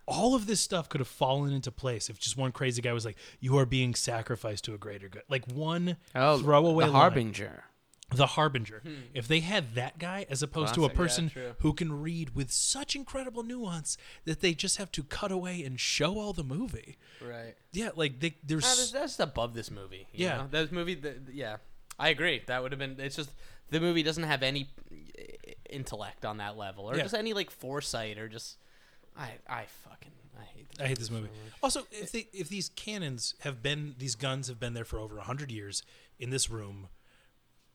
[SPEAKER 5] all of this stuff could have fallen into place if just one crazy guy was like you are being sacrificed to a greater good like one throwaway
[SPEAKER 4] Oh,
[SPEAKER 5] line
[SPEAKER 4] the Harbinger.
[SPEAKER 5] the harbinger if they had that guy as opposed to a
[SPEAKER 4] Classic.
[SPEAKER 5] person who can read with such incredible nuance that they just have to cut away and show all the movie
[SPEAKER 3] Right.
[SPEAKER 5] yeah like they
[SPEAKER 3] Nah, that's,
[SPEAKER 5] there's
[SPEAKER 3] that's above this movie. you
[SPEAKER 5] Yeah.
[SPEAKER 3] know? that movie. th yeah, I agree. That would have been. It's just the movie doesn't have any i- intellect on that level, or
[SPEAKER 5] Yeah.
[SPEAKER 3] just any like foresight, or just I I fucking I hate. This
[SPEAKER 5] i hate this movie also if they if these cannons have been these guns have been there for over 100 years in this room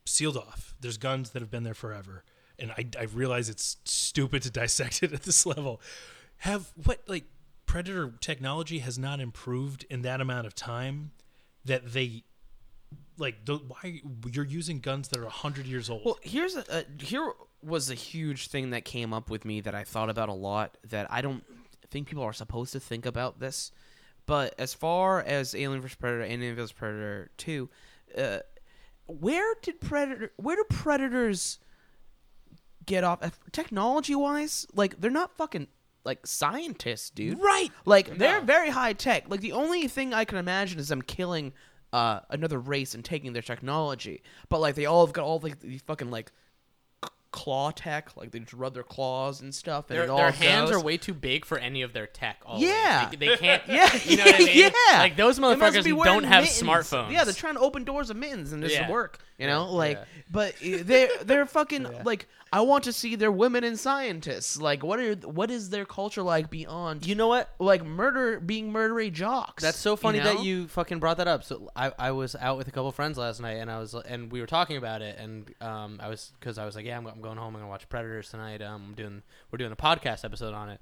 [SPEAKER 5] sealed off there's guns that have been there forever and i, I realize it's stupid to dissect (laughs) it at this level have what like predator technology has not improved in that amount of time that they like the, why you're using guns that are 100 years old
[SPEAKER 4] Well, here's a, a here was a huge thing that came up with me that I thought about a lot that I don't think people are supposed to think about this. But as far as Alien vs Predator and Alien vs Predator Two, uh, where did Predator? Where do Predators get off? Technology wise, like they're not fucking like scientists, dude.
[SPEAKER 5] Right.
[SPEAKER 4] Like they're very high tech. Like the only thing I can imagine is them killing uh, another race and taking their technology. But like they all have got all like these fucking like c- claw tech. Like they just rub their claws and stuff. And
[SPEAKER 3] Their,
[SPEAKER 4] it all
[SPEAKER 3] their hands
[SPEAKER 4] goes.
[SPEAKER 3] are way too big for any of their tech. Always.
[SPEAKER 4] Yeah.
[SPEAKER 3] They, they can't.
[SPEAKER 4] Yeah,
[SPEAKER 3] (laughs) You know what
[SPEAKER 4] (laughs)
[SPEAKER 3] I mean?
[SPEAKER 4] yeah.
[SPEAKER 3] Like those
[SPEAKER 4] They must
[SPEAKER 3] motherfuckers
[SPEAKER 4] be
[SPEAKER 3] who
[SPEAKER 4] wearing
[SPEAKER 3] don't have
[SPEAKER 4] mittens.
[SPEAKER 3] smartphones.
[SPEAKER 4] Yeah, they're trying to open doors of mittens and it doesn't
[SPEAKER 3] Yeah.
[SPEAKER 4] work. You know, like, but i- they're
[SPEAKER 3] (laughs)
[SPEAKER 4] they're fucking like. I want to see their women and scientists. Like, what are what is their culture like beyond?
[SPEAKER 3] You know what?
[SPEAKER 4] like murder being murdery jocks.
[SPEAKER 3] That's so funny
[SPEAKER 4] know?
[SPEAKER 3] that you fucking brought that up. So I, I was out with a couple friends last night, and I was and we were talking about it, and um, I was because I was like, yeah, I'm, I'm going home. I'm gonna watch Predators tonight. Um, I'm doing we're doing a podcast episode on it,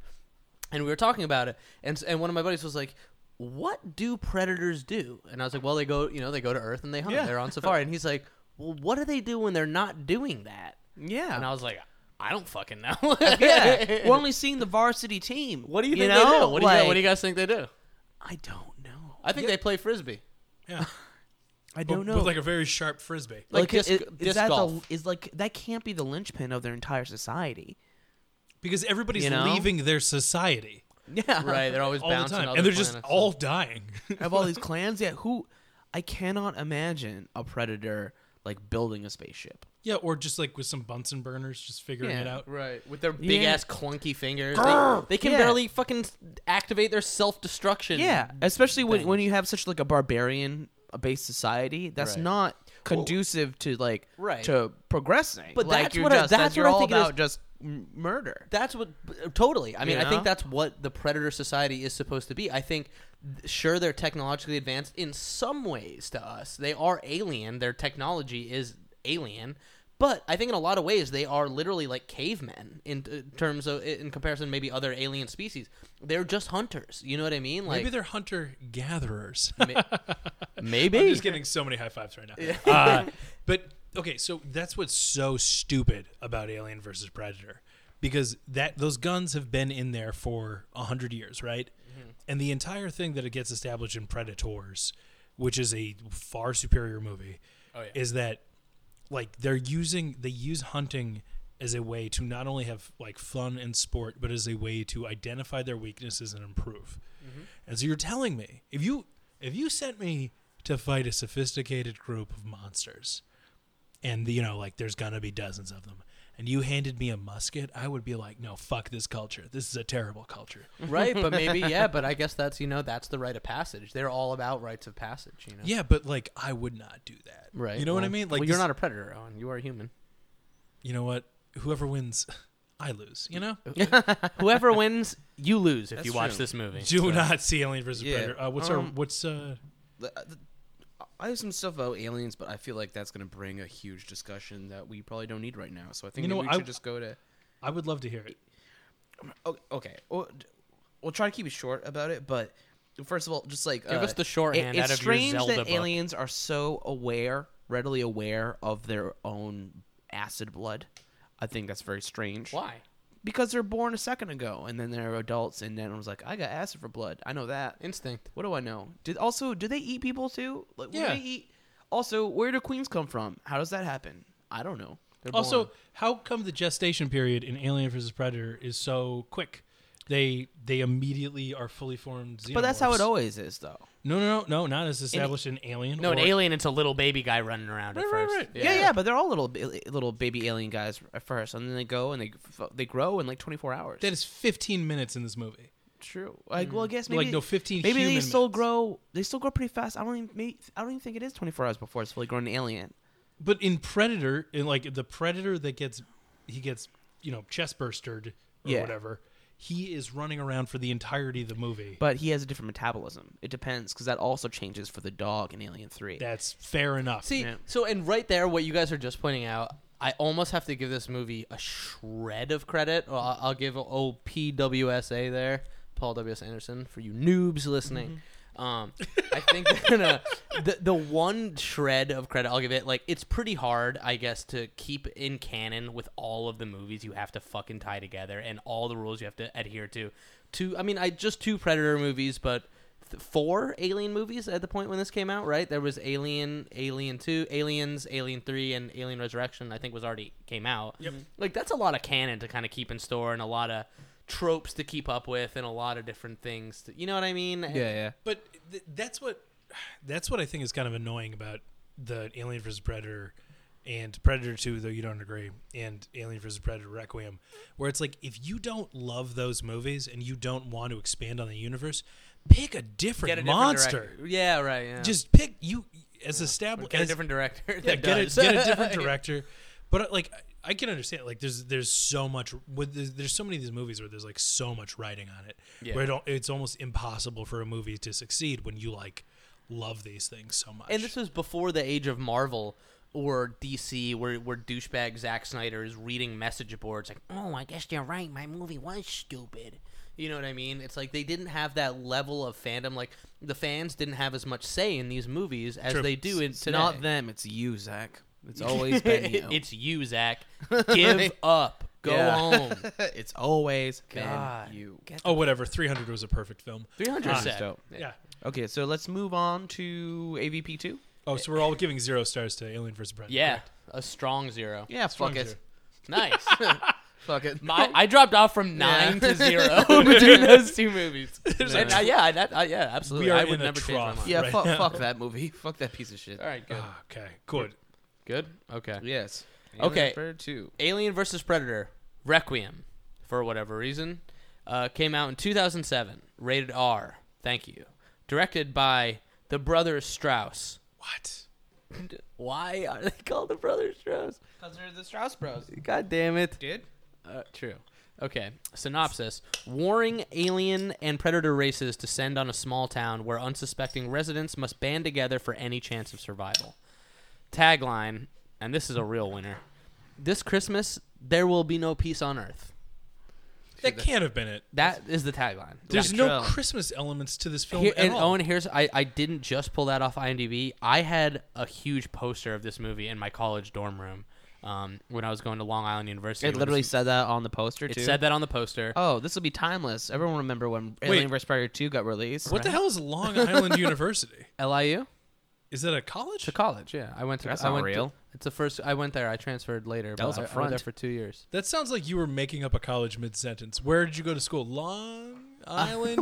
[SPEAKER 3] and we were talking about it, and s- and one of my buddies was like. What do predators do? And I was like, well, they go, you know, they go to Earth and they hunt. They're (laughs) on safari. And he's like, well, what do they do when they're not doing that?
[SPEAKER 4] Yeah.
[SPEAKER 3] And I was like, I don't fucking know.
[SPEAKER 4] (laughs)
[SPEAKER 3] (laughs)
[SPEAKER 4] yeah. We're only seeing the varsity team.
[SPEAKER 3] what do you
[SPEAKER 4] You
[SPEAKER 3] think they
[SPEAKER 4] know,
[SPEAKER 3] do? What do you, what
[SPEAKER 4] like-
[SPEAKER 3] do you guys think they do?
[SPEAKER 4] I don't know.
[SPEAKER 3] I think they play frisbee.
[SPEAKER 5] yeah
[SPEAKER 4] I
[SPEAKER 5] but,
[SPEAKER 4] don't know.
[SPEAKER 5] but like a very sharp frisbee
[SPEAKER 3] like
[SPEAKER 4] i-
[SPEAKER 3] disc-
[SPEAKER 4] is
[SPEAKER 3] disc
[SPEAKER 4] that
[SPEAKER 3] golf.
[SPEAKER 4] The, is like that can't be the linchpin of their
[SPEAKER 3] (laughs)
[SPEAKER 4] entire society.
[SPEAKER 5] because everybody's
[SPEAKER 4] You know?
[SPEAKER 5] leaving their society
[SPEAKER 4] Yeah.
[SPEAKER 3] Right, they're always
[SPEAKER 5] (laughs) all the
[SPEAKER 3] bouncing.
[SPEAKER 5] time
[SPEAKER 3] other
[SPEAKER 5] and they're just
[SPEAKER 3] planets.
[SPEAKER 5] all dying (laughs)
[SPEAKER 4] Of all these clans, yeah. Who? I cannot imagine a predator like building a spaceship.
[SPEAKER 5] yeah or just like with some bunsen burners just figuring it
[SPEAKER 4] Yeah.
[SPEAKER 5] out
[SPEAKER 3] right with their big
[SPEAKER 4] Yeah.
[SPEAKER 3] ass clunky fingers. They, they can
[SPEAKER 4] Yeah.
[SPEAKER 3] barely fucking activate their self destruction.
[SPEAKER 4] Yeah, especially when, when you have such like a barbarian uh, based society. That's
[SPEAKER 3] Right.
[SPEAKER 4] not conducive to like
[SPEAKER 3] Right.
[SPEAKER 4] to progressing.
[SPEAKER 3] But
[SPEAKER 4] like,
[SPEAKER 3] that's
[SPEAKER 4] you're
[SPEAKER 3] what I-
[SPEAKER 4] just,
[SPEAKER 3] that's
[SPEAKER 4] you're
[SPEAKER 3] what I
[SPEAKER 4] all
[SPEAKER 3] think it is.
[SPEAKER 4] about just m- murder.
[SPEAKER 3] That's what totally. I mean, I
[SPEAKER 4] Yeah.
[SPEAKER 3] think that's what the predator society is supposed to be. I think th- sure they're technologically advanced in some ways to us. They are alien. Their technology is alien. But I think in a lot of ways they are literally like cavemen in t- terms of in comparison to maybe other alien species. They're just hunters. You know what I mean? Like
[SPEAKER 5] maybe they're hunter gatherers
[SPEAKER 3] maybe
[SPEAKER 5] I'm just getting so many high fives right now. Uh, but okay, so that's what's so stupid about Alien versus Predator, because that those guns have been in there for a hundred years, right? And the entire thing that it gets established in Predators, which is a far superior movie, is that like they're using they use hunting as a way to not only have like fun and sport but as a way to identify their weaknesses and improve
[SPEAKER 3] Mm-hmm.
[SPEAKER 5] and so you're telling me if you if you sent me to fight a sophisticated group of monsters and you know like there's gonna be dozens of them and you handed me a musket i would be like no fuck this culture this is a terrible culture
[SPEAKER 3] right but (laughs) maybe yeah but i guess that's you know that's the rite of passage they're all about rites of passage you know
[SPEAKER 5] yeah but like i would not do that
[SPEAKER 3] right
[SPEAKER 5] you know what i
[SPEAKER 3] Well-
[SPEAKER 5] mean like
[SPEAKER 3] well, you're
[SPEAKER 5] this-
[SPEAKER 3] not a predator owen you are a human
[SPEAKER 5] you know what whoever wins i lose you know
[SPEAKER 3] (laughs) whoever wins you lose if
[SPEAKER 4] That's
[SPEAKER 3] you watch
[SPEAKER 4] true.
[SPEAKER 3] this movie
[SPEAKER 5] do not see alien versus
[SPEAKER 4] Yeah.
[SPEAKER 5] predator uh, what's our
[SPEAKER 4] Um,
[SPEAKER 5] what's uh
[SPEAKER 4] the- the- I have some stuff about aliens, but I feel like that's going to bring a huge discussion that we probably don't need right now. So I think
[SPEAKER 5] You know
[SPEAKER 4] maybe
[SPEAKER 5] what,
[SPEAKER 4] we
[SPEAKER 5] I-
[SPEAKER 4] should just go to.
[SPEAKER 5] I would love to hear it.
[SPEAKER 4] o- Okay, we'll, we'll try to keep it short about it, but first of all, just like uh,
[SPEAKER 3] Give us the shorthand
[SPEAKER 4] it-
[SPEAKER 3] out
[SPEAKER 4] It's
[SPEAKER 3] of your
[SPEAKER 4] strange
[SPEAKER 3] Zelda
[SPEAKER 4] that
[SPEAKER 3] book.
[SPEAKER 4] aliens are so aware, readily aware of their own acid blood. I think that's very strange.
[SPEAKER 3] why
[SPEAKER 4] Because they're born a second ago, and then they're adults, and then I was like, I got acid for blood. I know that.
[SPEAKER 3] instinct
[SPEAKER 4] What do I know? Did also do they eat people too? Like, what
[SPEAKER 5] Yeah.
[SPEAKER 4] do they eat? Also, where do queens come from? How does that happen? I don't know. They're
[SPEAKER 5] Also,
[SPEAKER 4] born.
[SPEAKER 5] how come the gestation period in Alien versus Predator is so quick? They they immediately are fully formed xenomorphs.
[SPEAKER 4] but that's how it always is, though.
[SPEAKER 5] No, no, no, no, not as established in Alien.
[SPEAKER 3] no an
[SPEAKER 5] or-
[SPEAKER 3] alien it's a little baby guy running around
[SPEAKER 5] Right,
[SPEAKER 3] at
[SPEAKER 5] right,
[SPEAKER 3] first
[SPEAKER 5] right.
[SPEAKER 4] Yeah, yeah. but they're all little ba- little baby alien guys at first, and then they go and they f- they grow in like 24 hours.
[SPEAKER 5] That is 15 minutes in this movie.
[SPEAKER 4] true. Like,
[SPEAKER 3] Mm.
[SPEAKER 4] well, I guess maybe
[SPEAKER 5] Like, no, 15
[SPEAKER 4] Maybe they
[SPEAKER 5] human
[SPEAKER 4] still
[SPEAKER 5] minutes.
[SPEAKER 4] grow. They still grow pretty fast. I don't even. Maybe, I don't even think it is 24 hours before it's fully grown alien.
[SPEAKER 5] But in Predator, in like the Predator that gets he gets, you know, chest burstered or
[SPEAKER 4] Yeah.
[SPEAKER 5] whatever, he is running around for the entirety of the movie.
[SPEAKER 4] But he has a different metabolism. It depends because that also changes for the dog in Alien Three.
[SPEAKER 5] that's fair enough.
[SPEAKER 3] See,
[SPEAKER 4] Yeah.
[SPEAKER 3] so and right there, what you guys are just pointing out, I almost have to give this movie a shred of credit. Well, I- I'll give old PWSA there, Paul W S Anderson, for you noobs listening. Um, I think that, uh, the the one shred of credit I'll give it, like it's pretty hard, I guess, to keep in canon with all of the movies you have to fucking tie together and all the rules you have to adhere to. Two, I mean, I just two Predator movies, but th- four Alien movies at the point when this came out, right? There was Alien, Alien Two, Aliens, Alien Three, and Alien Resurrection. I think was already came out.
[SPEAKER 5] Mm-hmm.
[SPEAKER 3] Yep. Like that's a lot of canon to kind of keep in store and a lot of tropes to keep up with and a lot of different things. To, you know what I mean? And-
[SPEAKER 4] Yeah, yeah.
[SPEAKER 5] But th- that's what that's what I think is kind of annoying about the Alien vs Predator and Predator 2 though you don't agree and Alien vs Predator Requiem where it's like if you don't love those movies and you don't want to expand on the universe pick a different
[SPEAKER 3] Get a different
[SPEAKER 5] monster
[SPEAKER 3] direct- Yeah, right. Yeah.
[SPEAKER 5] just pick you as established
[SPEAKER 3] get a different director.
[SPEAKER 5] (laughs)
[SPEAKER 3] That
[SPEAKER 5] yeah, get a,
[SPEAKER 3] does. (laughs)
[SPEAKER 5] get a different director. But uh, like, I- I can understand. Like, there's there's so much. With there's, there's so many of these movies where there's like so much writing on it,
[SPEAKER 3] Yeah.
[SPEAKER 5] where it, al- it's almost impossible for a movie to succeed when you like love these things so much.
[SPEAKER 3] and this was before the age of Marvel or DC, where where douchebag Zack Snyder is reading message boards like, "Oh, I guess you're right. My movie was stupid." You know what I mean? It's like they didn't have that level of fandom. Like the fans didn't have as much say in these movies as
[SPEAKER 5] True.
[SPEAKER 3] they do in
[SPEAKER 4] It's
[SPEAKER 3] today. (laughs)
[SPEAKER 4] not them. It's you, Zach. It's always been you.
[SPEAKER 3] it's you, (laughs) Zach. Give up. Go
[SPEAKER 4] Yeah.
[SPEAKER 3] home. (laughs)
[SPEAKER 4] it's always
[SPEAKER 3] God.
[SPEAKER 4] been you.
[SPEAKER 5] oh, whatever. 300 was a perfect film.
[SPEAKER 3] Three hundred
[SPEAKER 5] Ah,
[SPEAKER 3] set.
[SPEAKER 4] dope.
[SPEAKER 5] Yeah.
[SPEAKER 4] Okay, so let's move on to AVP two.
[SPEAKER 5] Oh, so we're all giving zero stars to Alien vs Predator.
[SPEAKER 3] Yeah, a strong zero.
[SPEAKER 4] Yeah, fuck it.
[SPEAKER 5] zero.
[SPEAKER 3] Nice.
[SPEAKER 4] Fuck (laughs)
[SPEAKER 3] (laughs)
[SPEAKER 4] it.
[SPEAKER 3] My, I dropped off from nine
[SPEAKER 4] (laughs)
[SPEAKER 3] (laughs) to zero between those two (laughs) movies. And, uh, yeah, that, uh, yeah, absolutely.
[SPEAKER 5] We are
[SPEAKER 3] I would
[SPEAKER 5] in a
[SPEAKER 3] never change my
[SPEAKER 5] trough.
[SPEAKER 3] mind.
[SPEAKER 4] yeah,
[SPEAKER 5] Right
[SPEAKER 4] fuck,
[SPEAKER 5] now.
[SPEAKER 4] fuck that movie. (laughs) Fuck that piece of shit.
[SPEAKER 3] All right, good.
[SPEAKER 5] Ah, okay. Good.
[SPEAKER 3] Good. Okay.
[SPEAKER 4] Yes.
[SPEAKER 3] Okay.
[SPEAKER 4] Predator two.
[SPEAKER 3] Alien versus Predator, Requiem, for whatever reason, uh, came out in 2007, rated R. Thank you. Directed by the brothers Strauss.
[SPEAKER 5] What?
[SPEAKER 3] Why are they (laughs) called the brothers Strauss?
[SPEAKER 4] Because they're the Strauss Bros.
[SPEAKER 3] God damn it.
[SPEAKER 4] Did?
[SPEAKER 3] Uh, true. Okay. Synopsis: Warring alien and predator races descend on a small town where unsuspecting residents must band together for any chance of survival. Tagline, and this is a real winner: This Christmas there will be no peace on earth.
[SPEAKER 5] That can't have been it.
[SPEAKER 3] That is the tagline.
[SPEAKER 5] There's
[SPEAKER 4] Yeah.
[SPEAKER 5] no
[SPEAKER 4] Trailer.
[SPEAKER 5] Christmas elements to this film
[SPEAKER 3] Here-
[SPEAKER 5] at
[SPEAKER 3] and
[SPEAKER 5] all.
[SPEAKER 3] Owen, here's I, I didn't just pull that off IMDb. I had a huge poster of this movie in my college dorm room um, when I was going to Long Island University.
[SPEAKER 4] It
[SPEAKER 3] when
[SPEAKER 4] literally
[SPEAKER 3] this-
[SPEAKER 4] said that on the poster
[SPEAKER 3] it
[SPEAKER 4] too.
[SPEAKER 3] said that on the poster.
[SPEAKER 4] Oh, this will be timeless. Everyone remember when Alien vs Predator two got released?
[SPEAKER 5] what the hell is
[SPEAKER 3] (laughs)
[SPEAKER 5] Long Island University?
[SPEAKER 3] LIU.
[SPEAKER 5] Is that a college?
[SPEAKER 3] to college. Yeah, I went to.
[SPEAKER 4] That's
[SPEAKER 3] I
[SPEAKER 4] not
[SPEAKER 3] went
[SPEAKER 4] real.
[SPEAKER 3] To, it's the first I went there. I transferred later. but
[SPEAKER 4] was a
[SPEAKER 3] I- I,
[SPEAKER 4] front.
[SPEAKER 3] was there for two years.
[SPEAKER 5] That sounds like you were making up a college mid sentence. Where did you go to
[SPEAKER 3] (laughs)
[SPEAKER 5] school? Long Island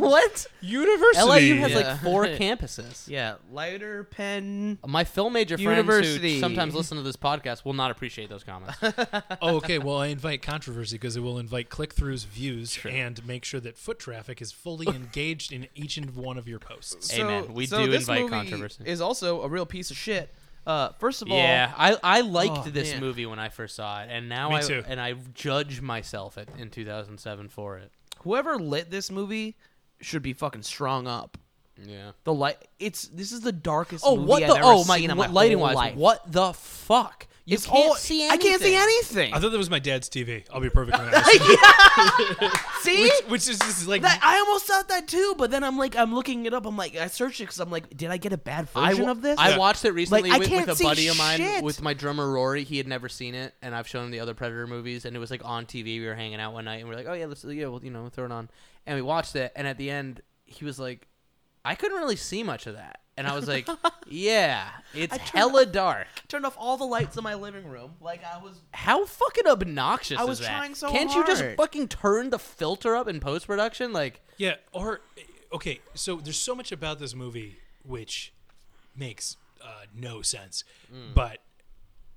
[SPEAKER 3] (laughs) What?
[SPEAKER 5] University.
[SPEAKER 3] LIU has
[SPEAKER 4] Yeah. (laughs)
[SPEAKER 3] like four campuses.
[SPEAKER 4] Yeah, lighter pen.
[SPEAKER 3] My film major friends
[SPEAKER 4] University.
[SPEAKER 3] who sometimes listen to this podcast will not appreciate those (laughs) comments.
[SPEAKER 5] (laughs) oh, okay. Well, I invite controversy because it will invite click throughs, views, and make sure that foot traffic is
[SPEAKER 3] (laughs)
[SPEAKER 5] fully engaged in each and one of your posts.
[SPEAKER 3] Amen. We do
[SPEAKER 4] this
[SPEAKER 3] invite
[SPEAKER 4] movie
[SPEAKER 3] controversy.
[SPEAKER 4] Is also a real piece of shit. Uh, first of all,
[SPEAKER 3] yeah, I, I liked
[SPEAKER 4] Oh,
[SPEAKER 3] this
[SPEAKER 4] man.
[SPEAKER 3] movie when I first saw it, and now
[SPEAKER 5] Me
[SPEAKER 3] I
[SPEAKER 5] too.
[SPEAKER 3] and I judge myself at, in 2007 for it.
[SPEAKER 4] whoever lit this movie should be fucking strung up.
[SPEAKER 3] Yeah.
[SPEAKER 4] The light, it's this is the darkest.
[SPEAKER 3] Oh
[SPEAKER 4] movie
[SPEAKER 3] what
[SPEAKER 4] I've
[SPEAKER 3] the
[SPEAKER 4] ever
[SPEAKER 3] oh my,
[SPEAKER 4] seen in
[SPEAKER 3] what
[SPEAKER 4] my
[SPEAKER 3] lighting
[SPEAKER 4] whole
[SPEAKER 3] wise
[SPEAKER 4] life.
[SPEAKER 3] what the fuck you
[SPEAKER 4] It's
[SPEAKER 3] can't
[SPEAKER 4] all-
[SPEAKER 3] see
[SPEAKER 4] I
[SPEAKER 3] anything
[SPEAKER 4] can't see anything.
[SPEAKER 5] I thought that was my dad's TV. I'll
[SPEAKER 3] (laughs)
[SPEAKER 5] be perfectly honest.
[SPEAKER 4] see,
[SPEAKER 5] which, which is just like
[SPEAKER 4] That- I almost thought that too, but then I'm like, I'm looking it up. I'm like, I searched it because I'm like, did I get a bad
[SPEAKER 3] I
[SPEAKER 4] version
[SPEAKER 3] wa-
[SPEAKER 4] of this?
[SPEAKER 3] I
[SPEAKER 5] Yeah.
[SPEAKER 3] watched it recently
[SPEAKER 4] I
[SPEAKER 3] with,
[SPEAKER 4] can't
[SPEAKER 3] with a
[SPEAKER 4] see
[SPEAKER 3] buddy of mine,
[SPEAKER 4] shit.
[SPEAKER 3] with my drummer Rory. He had never seen it, and I've shown him the other Predator movies, and it was like on TV. We were hanging out one night, and we are like, "Oh yeah, let's yeah, well you know throw it on," and we watched it. And at the end, he was like, "I couldn't really see much of that," and I was
[SPEAKER 4] (laughs)
[SPEAKER 3] like, "Yeah, it's hella dark.
[SPEAKER 4] turned off all the lights in my living room. Like I was
[SPEAKER 3] How fucking obnoxious
[SPEAKER 4] I was
[SPEAKER 3] is that?
[SPEAKER 4] trying so
[SPEAKER 3] Can't you just
[SPEAKER 4] hard.
[SPEAKER 3] fucking turn the filter up in post production? Like,
[SPEAKER 5] Yeah, or okay, so there's so much about this movie which makes uh, no sense,
[SPEAKER 3] Mm.
[SPEAKER 5] but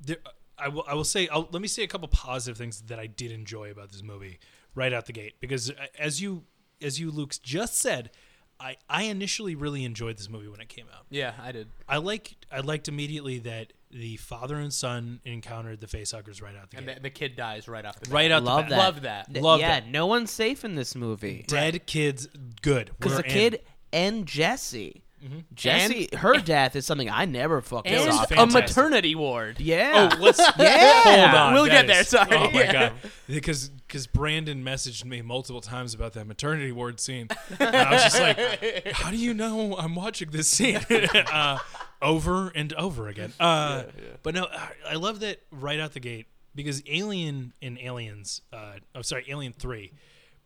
[SPEAKER 5] there, I will I will say I'll, let me say a couple positive things that I did enjoy about this movie right out the gate because uh, as you as you Luke's just said, I I initially really enjoyed this movie when it came out.
[SPEAKER 3] yeah, I did.
[SPEAKER 5] I like I liked immediately that the father and son encountered the facehuggers right out the
[SPEAKER 3] And
[SPEAKER 5] gate.
[SPEAKER 3] the, the kid dies right off the bat.
[SPEAKER 5] right out
[SPEAKER 4] love
[SPEAKER 5] the
[SPEAKER 4] that.
[SPEAKER 5] bat.
[SPEAKER 3] Love that.
[SPEAKER 4] Th-
[SPEAKER 5] Love
[SPEAKER 4] yeah,
[SPEAKER 5] that.
[SPEAKER 4] no one's safe in this movie
[SPEAKER 5] Dead kids, good.
[SPEAKER 4] because
[SPEAKER 5] We're
[SPEAKER 4] the
[SPEAKER 5] in.
[SPEAKER 4] kid and Jesse Jesse, her death is something I never fucking
[SPEAKER 5] That was
[SPEAKER 4] saw.
[SPEAKER 5] And-
[SPEAKER 3] a
[SPEAKER 5] fantastic.
[SPEAKER 3] maternity ward.
[SPEAKER 4] Yeah.
[SPEAKER 5] Oh, let's
[SPEAKER 3] (laughs)
[SPEAKER 4] Yeah.
[SPEAKER 5] hold on.
[SPEAKER 3] We'll
[SPEAKER 5] that
[SPEAKER 3] get there,
[SPEAKER 5] is-
[SPEAKER 3] sorry.
[SPEAKER 5] Oh my
[SPEAKER 3] Yeah.
[SPEAKER 5] god, because because Brandon messaged me multiple times about that maternity ward scene, and I was just
[SPEAKER 3] (laughs)
[SPEAKER 5] like, "How do you know I'm watching this scene?" (laughs) uh, over and over again. Uh, But no, I- I love that right out the gate because Alien and Aliens, uh, oh sorry, Alien Three,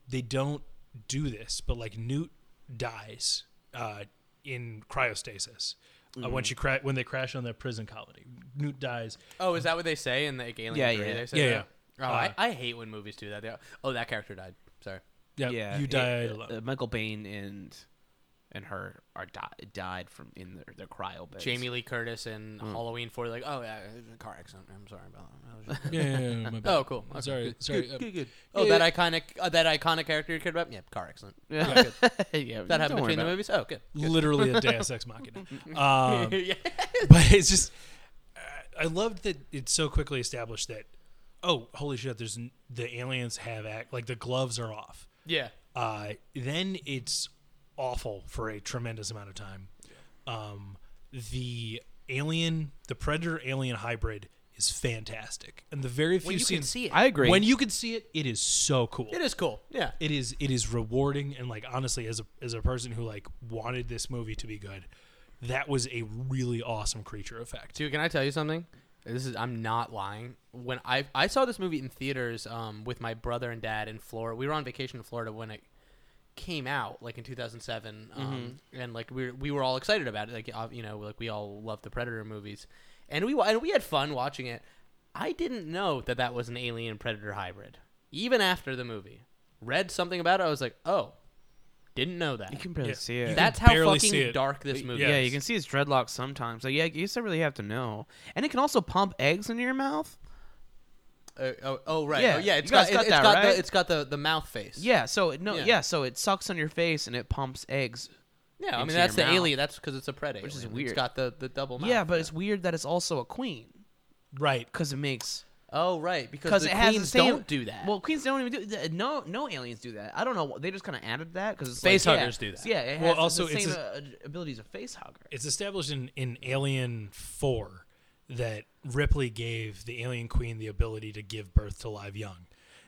[SPEAKER 5] they don't do this, but like Newt dies uh, in cryostasis. Uh, once
[SPEAKER 3] Mm-hmm.
[SPEAKER 5] you cra- when they crash on that prison colony, Newt dies.
[SPEAKER 3] Oh, is that what they say in the like, Alien
[SPEAKER 4] Yeah,
[SPEAKER 3] 3?
[SPEAKER 4] yeah.
[SPEAKER 3] They say
[SPEAKER 5] Yeah,
[SPEAKER 3] that?
[SPEAKER 5] yeah.
[SPEAKER 3] Oh,
[SPEAKER 5] Uh,
[SPEAKER 3] I, I hate when movies do that. They, oh, that character died. Sorry.
[SPEAKER 5] Yeah,
[SPEAKER 4] yeah.
[SPEAKER 5] you
[SPEAKER 4] it-
[SPEAKER 5] died
[SPEAKER 4] uh,
[SPEAKER 5] alone.
[SPEAKER 4] uh, Michael Bain and and her are di- died from in their, their cryo beds.
[SPEAKER 3] Jamie Lee Curtis in Halloween 4, like, oh, yeah, it was a car accident. I'm sorry about that. that. was
[SPEAKER 5] (laughs)
[SPEAKER 3] just-
[SPEAKER 5] yeah, yeah, yeah, my bad.
[SPEAKER 3] oh, cool. Okay,
[SPEAKER 5] Sorry,
[SPEAKER 3] good,
[SPEAKER 5] sorry.
[SPEAKER 3] Good,
[SPEAKER 5] uh,
[SPEAKER 3] good, good. Oh,
[SPEAKER 5] yeah,
[SPEAKER 3] that iconic uh, that iconic character you cared about? Yeah, car accident.
[SPEAKER 4] (laughs) yeah, (laughs)
[SPEAKER 3] That happened between the movies? Oh, good.
[SPEAKER 5] (laughs) literally
[SPEAKER 3] (laughs)
[SPEAKER 5] a Deus Ex Machina. Um,
[SPEAKER 3] yeah.
[SPEAKER 5] but it's just, I I loved that it's so quickly established that, oh, holy shit, there's n- the aliens have act like the gloves are off.
[SPEAKER 3] Yeah.
[SPEAKER 5] Uh, then it's awful for a tremendous amount of time. Um, the alien, the predator alien hybrid is fantastic, and the very few
[SPEAKER 3] When you
[SPEAKER 5] scenes
[SPEAKER 3] can see it.
[SPEAKER 4] I agree.
[SPEAKER 5] when you can see it, it is so cool.
[SPEAKER 3] it is cool. Yeah.
[SPEAKER 5] it is it is rewarding and like honestly as a as a person who like wanted this movie to be good that was a really awesome creature effect
[SPEAKER 3] Dude, can I tell you something? This is I'm not lying. When I I saw this movie in theaters um, with my brother and dad in Florida. We were on vacation in Florida when it came out, like in 2007, um,
[SPEAKER 4] Mm-hmm.
[SPEAKER 3] and like we were, we were all excited about it. Like uh, you know, like we all love the Predator movies, and we wa- and we had fun watching it. I didn't know that that was an alien predator hybrid. Even after the movie, read something about it. I was like, oh, didn't know that.
[SPEAKER 4] you can barely
[SPEAKER 5] Yeah.
[SPEAKER 4] see it.
[SPEAKER 3] That's how
[SPEAKER 5] barely see
[SPEAKER 3] fucking
[SPEAKER 5] it.
[SPEAKER 3] dark this movie.
[SPEAKER 5] Yeah.
[SPEAKER 4] yeah,
[SPEAKER 3] is.
[SPEAKER 4] you can see his dreadlocks sometimes. Like, yeah, you still really have to know. And it can also pump eggs into your mouth.
[SPEAKER 3] Uh, oh, oh, right.
[SPEAKER 4] Yeah,
[SPEAKER 3] Oh, yeah. It's
[SPEAKER 4] you
[SPEAKER 3] got,
[SPEAKER 4] guys
[SPEAKER 3] it,
[SPEAKER 4] got
[SPEAKER 3] has
[SPEAKER 4] that,
[SPEAKER 3] got
[SPEAKER 4] right?
[SPEAKER 3] the it's got the, the mouth face.
[SPEAKER 4] Yeah, so it, no,
[SPEAKER 3] Yeah.
[SPEAKER 4] yeah. so it sucks on your face and it pumps eggs.
[SPEAKER 3] yeah. I mean,
[SPEAKER 4] into
[SPEAKER 3] that's the
[SPEAKER 4] your mouth.
[SPEAKER 3] alien. That's because it's a pred alien.
[SPEAKER 4] Which is
[SPEAKER 3] It's
[SPEAKER 4] weird.
[SPEAKER 3] got the, the double mouth.
[SPEAKER 4] yeah, but it's weird that it's also a queen
[SPEAKER 5] right
[SPEAKER 4] because it makes
[SPEAKER 3] oh right because
[SPEAKER 4] because
[SPEAKER 3] the
[SPEAKER 4] it has the
[SPEAKER 3] queens
[SPEAKER 4] same,
[SPEAKER 3] don't do that.
[SPEAKER 4] Well, queens don't even do th- no no aliens do that. I don't know. They just kind of added that because
[SPEAKER 3] Face
[SPEAKER 4] like,
[SPEAKER 3] huggers
[SPEAKER 4] yeah,
[SPEAKER 3] do that.
[SPEAKER 4] Yeah, it has
[SPEAKER 5] Well,
[SPEAKER 4] the
[SPEAKER 5] also, it's
[SPEAKER 4] same
[SPEAKER 5] a-
[SPEAKER 4] uh, abilities of face hugger.
[SPEAKER 5] it's established in in alien 4 that ripley gave the alien queen the ability to give birth to live young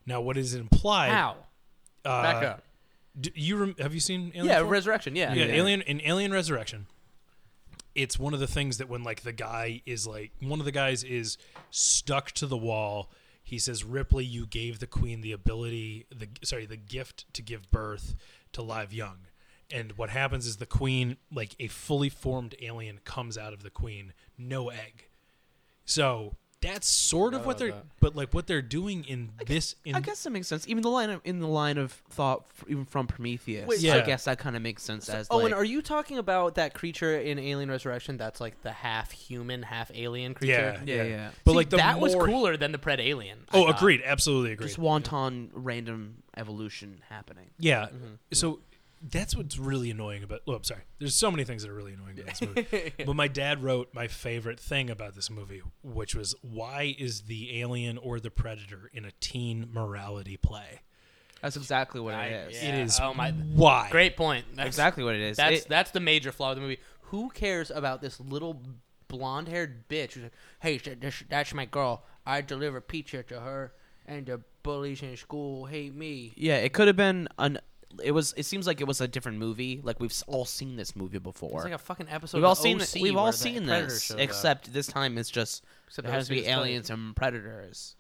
[SPEAKER 5] now what is implied
[SPEAKER 3] how? Back up.
[SPEAKER 5] do you rem- have you seen alien
[SPEAKER 3] Yeah,
[SPEAKER 5] 4?
[SPEAKER 3] resurrection. Yeah.
[SPEAKER 5] yeah, Alien in Alien Resurrection. It's one of the things that when like the guy is like one of the guys is stuck to the wall. He says, "Ripley, you gave the queen the ability, the sorry, the gift to give birth to live young." And what happens is the queen, like a fully formed alien, comes out of the queen, no egg. So that's sort of what they're, but like what they're doing in this. In,
[SPEAKER 4] I guess that makes sense. Even the line of, in the line of thought, f- even from Prometheus,
[SPEAKER 3] Wait,
[SPEAKER 5] Yeah.
[SPEAKER 4] I guess that kind of makes sense as
[SPEAKER 3] Oh,
[SPEAKER 4] like,
[SPEAKER 3] and are you talking about that creature in Alien Resurrection? That's like the half human, half alien creature.
[SPEAKER 5] yeah,
[SPEAKER 4] yeah, yeah.
[SPEAKER 5] But
[SPEAKER 3] See,
[SPEAKER 5] like the
[SPEAKER 3] that was
[SPEAKER 5] more-
[SPEAKER 3] cooler than the pred alien. I
[SPEAKER 5] Oh,
[SPEAKER 3] thought.
[SPEAKER 5] agreed, absolutely agreed.
[SPEAKER 4] just wanton random evolution happening.
[SPEAKER 5] Yeah.
[SPEAKER 3] Mm-hmm.
[SPEAKER 5] So that's what's really annoying about. Oh, I'm sorry. There's so many things that are really annoying about this
[SPEAKER 3] (laughs)
[SPEAKER 5] movie. But my dad wrote my favorite thing about this movie, which was why is the alien or the predator in a teen morality play?
[SPEAKER 4] That's exactly what
[SPEAKER 3] I-
[SPEAKER 4] it is.
[SPEAKER 3] yeah.
[SPEAKER 5] It is
[SPEAKER 3] Oh, my-
[SPEAKER 5] why.
[SPEAKER 3] Great point. That's,
[SPEAKER 4] Exactly what it is.
[SPEAKER 3] That's
[SPEAKER 4] It-
[SPEAKER 3] that's the major flaw of the movie. Who cares about this little blonde haired bitch who's like, hey, sh- that's- that's my girl. I deliver pizza to her, and the bullies in school hate me.
[SPEAKER 4] yeah, it could have been an. It was. It seems like it was a different movie. Like we've s- all seen this movie before.
[SPEAKER 3] It's like a fucking episode.
[SPEAKER 4] we've all
[SPEAKER 3] of
[SPEAKER 4] seen.
[SPEAKER 3] OC
[SPEAKER 4] it. We've
[SPEAKER 3] where
[SPEAKER 4] all
[SPEAKER 3] the
[SPEAKER 4] seen
[SPEAKER 3] Predator
[SPEAKER 4] this,
[SPEAKER 3] shows up.
[SPEAKER 4] except this time it's just.
[SPEAKER 3] Except
[SPEAKER 4] it has to
[SPEAKER 3] OC
[SPEAKER 4] be
[SPEAKER 3] was played.
[SPEAKER 4] aliens and predators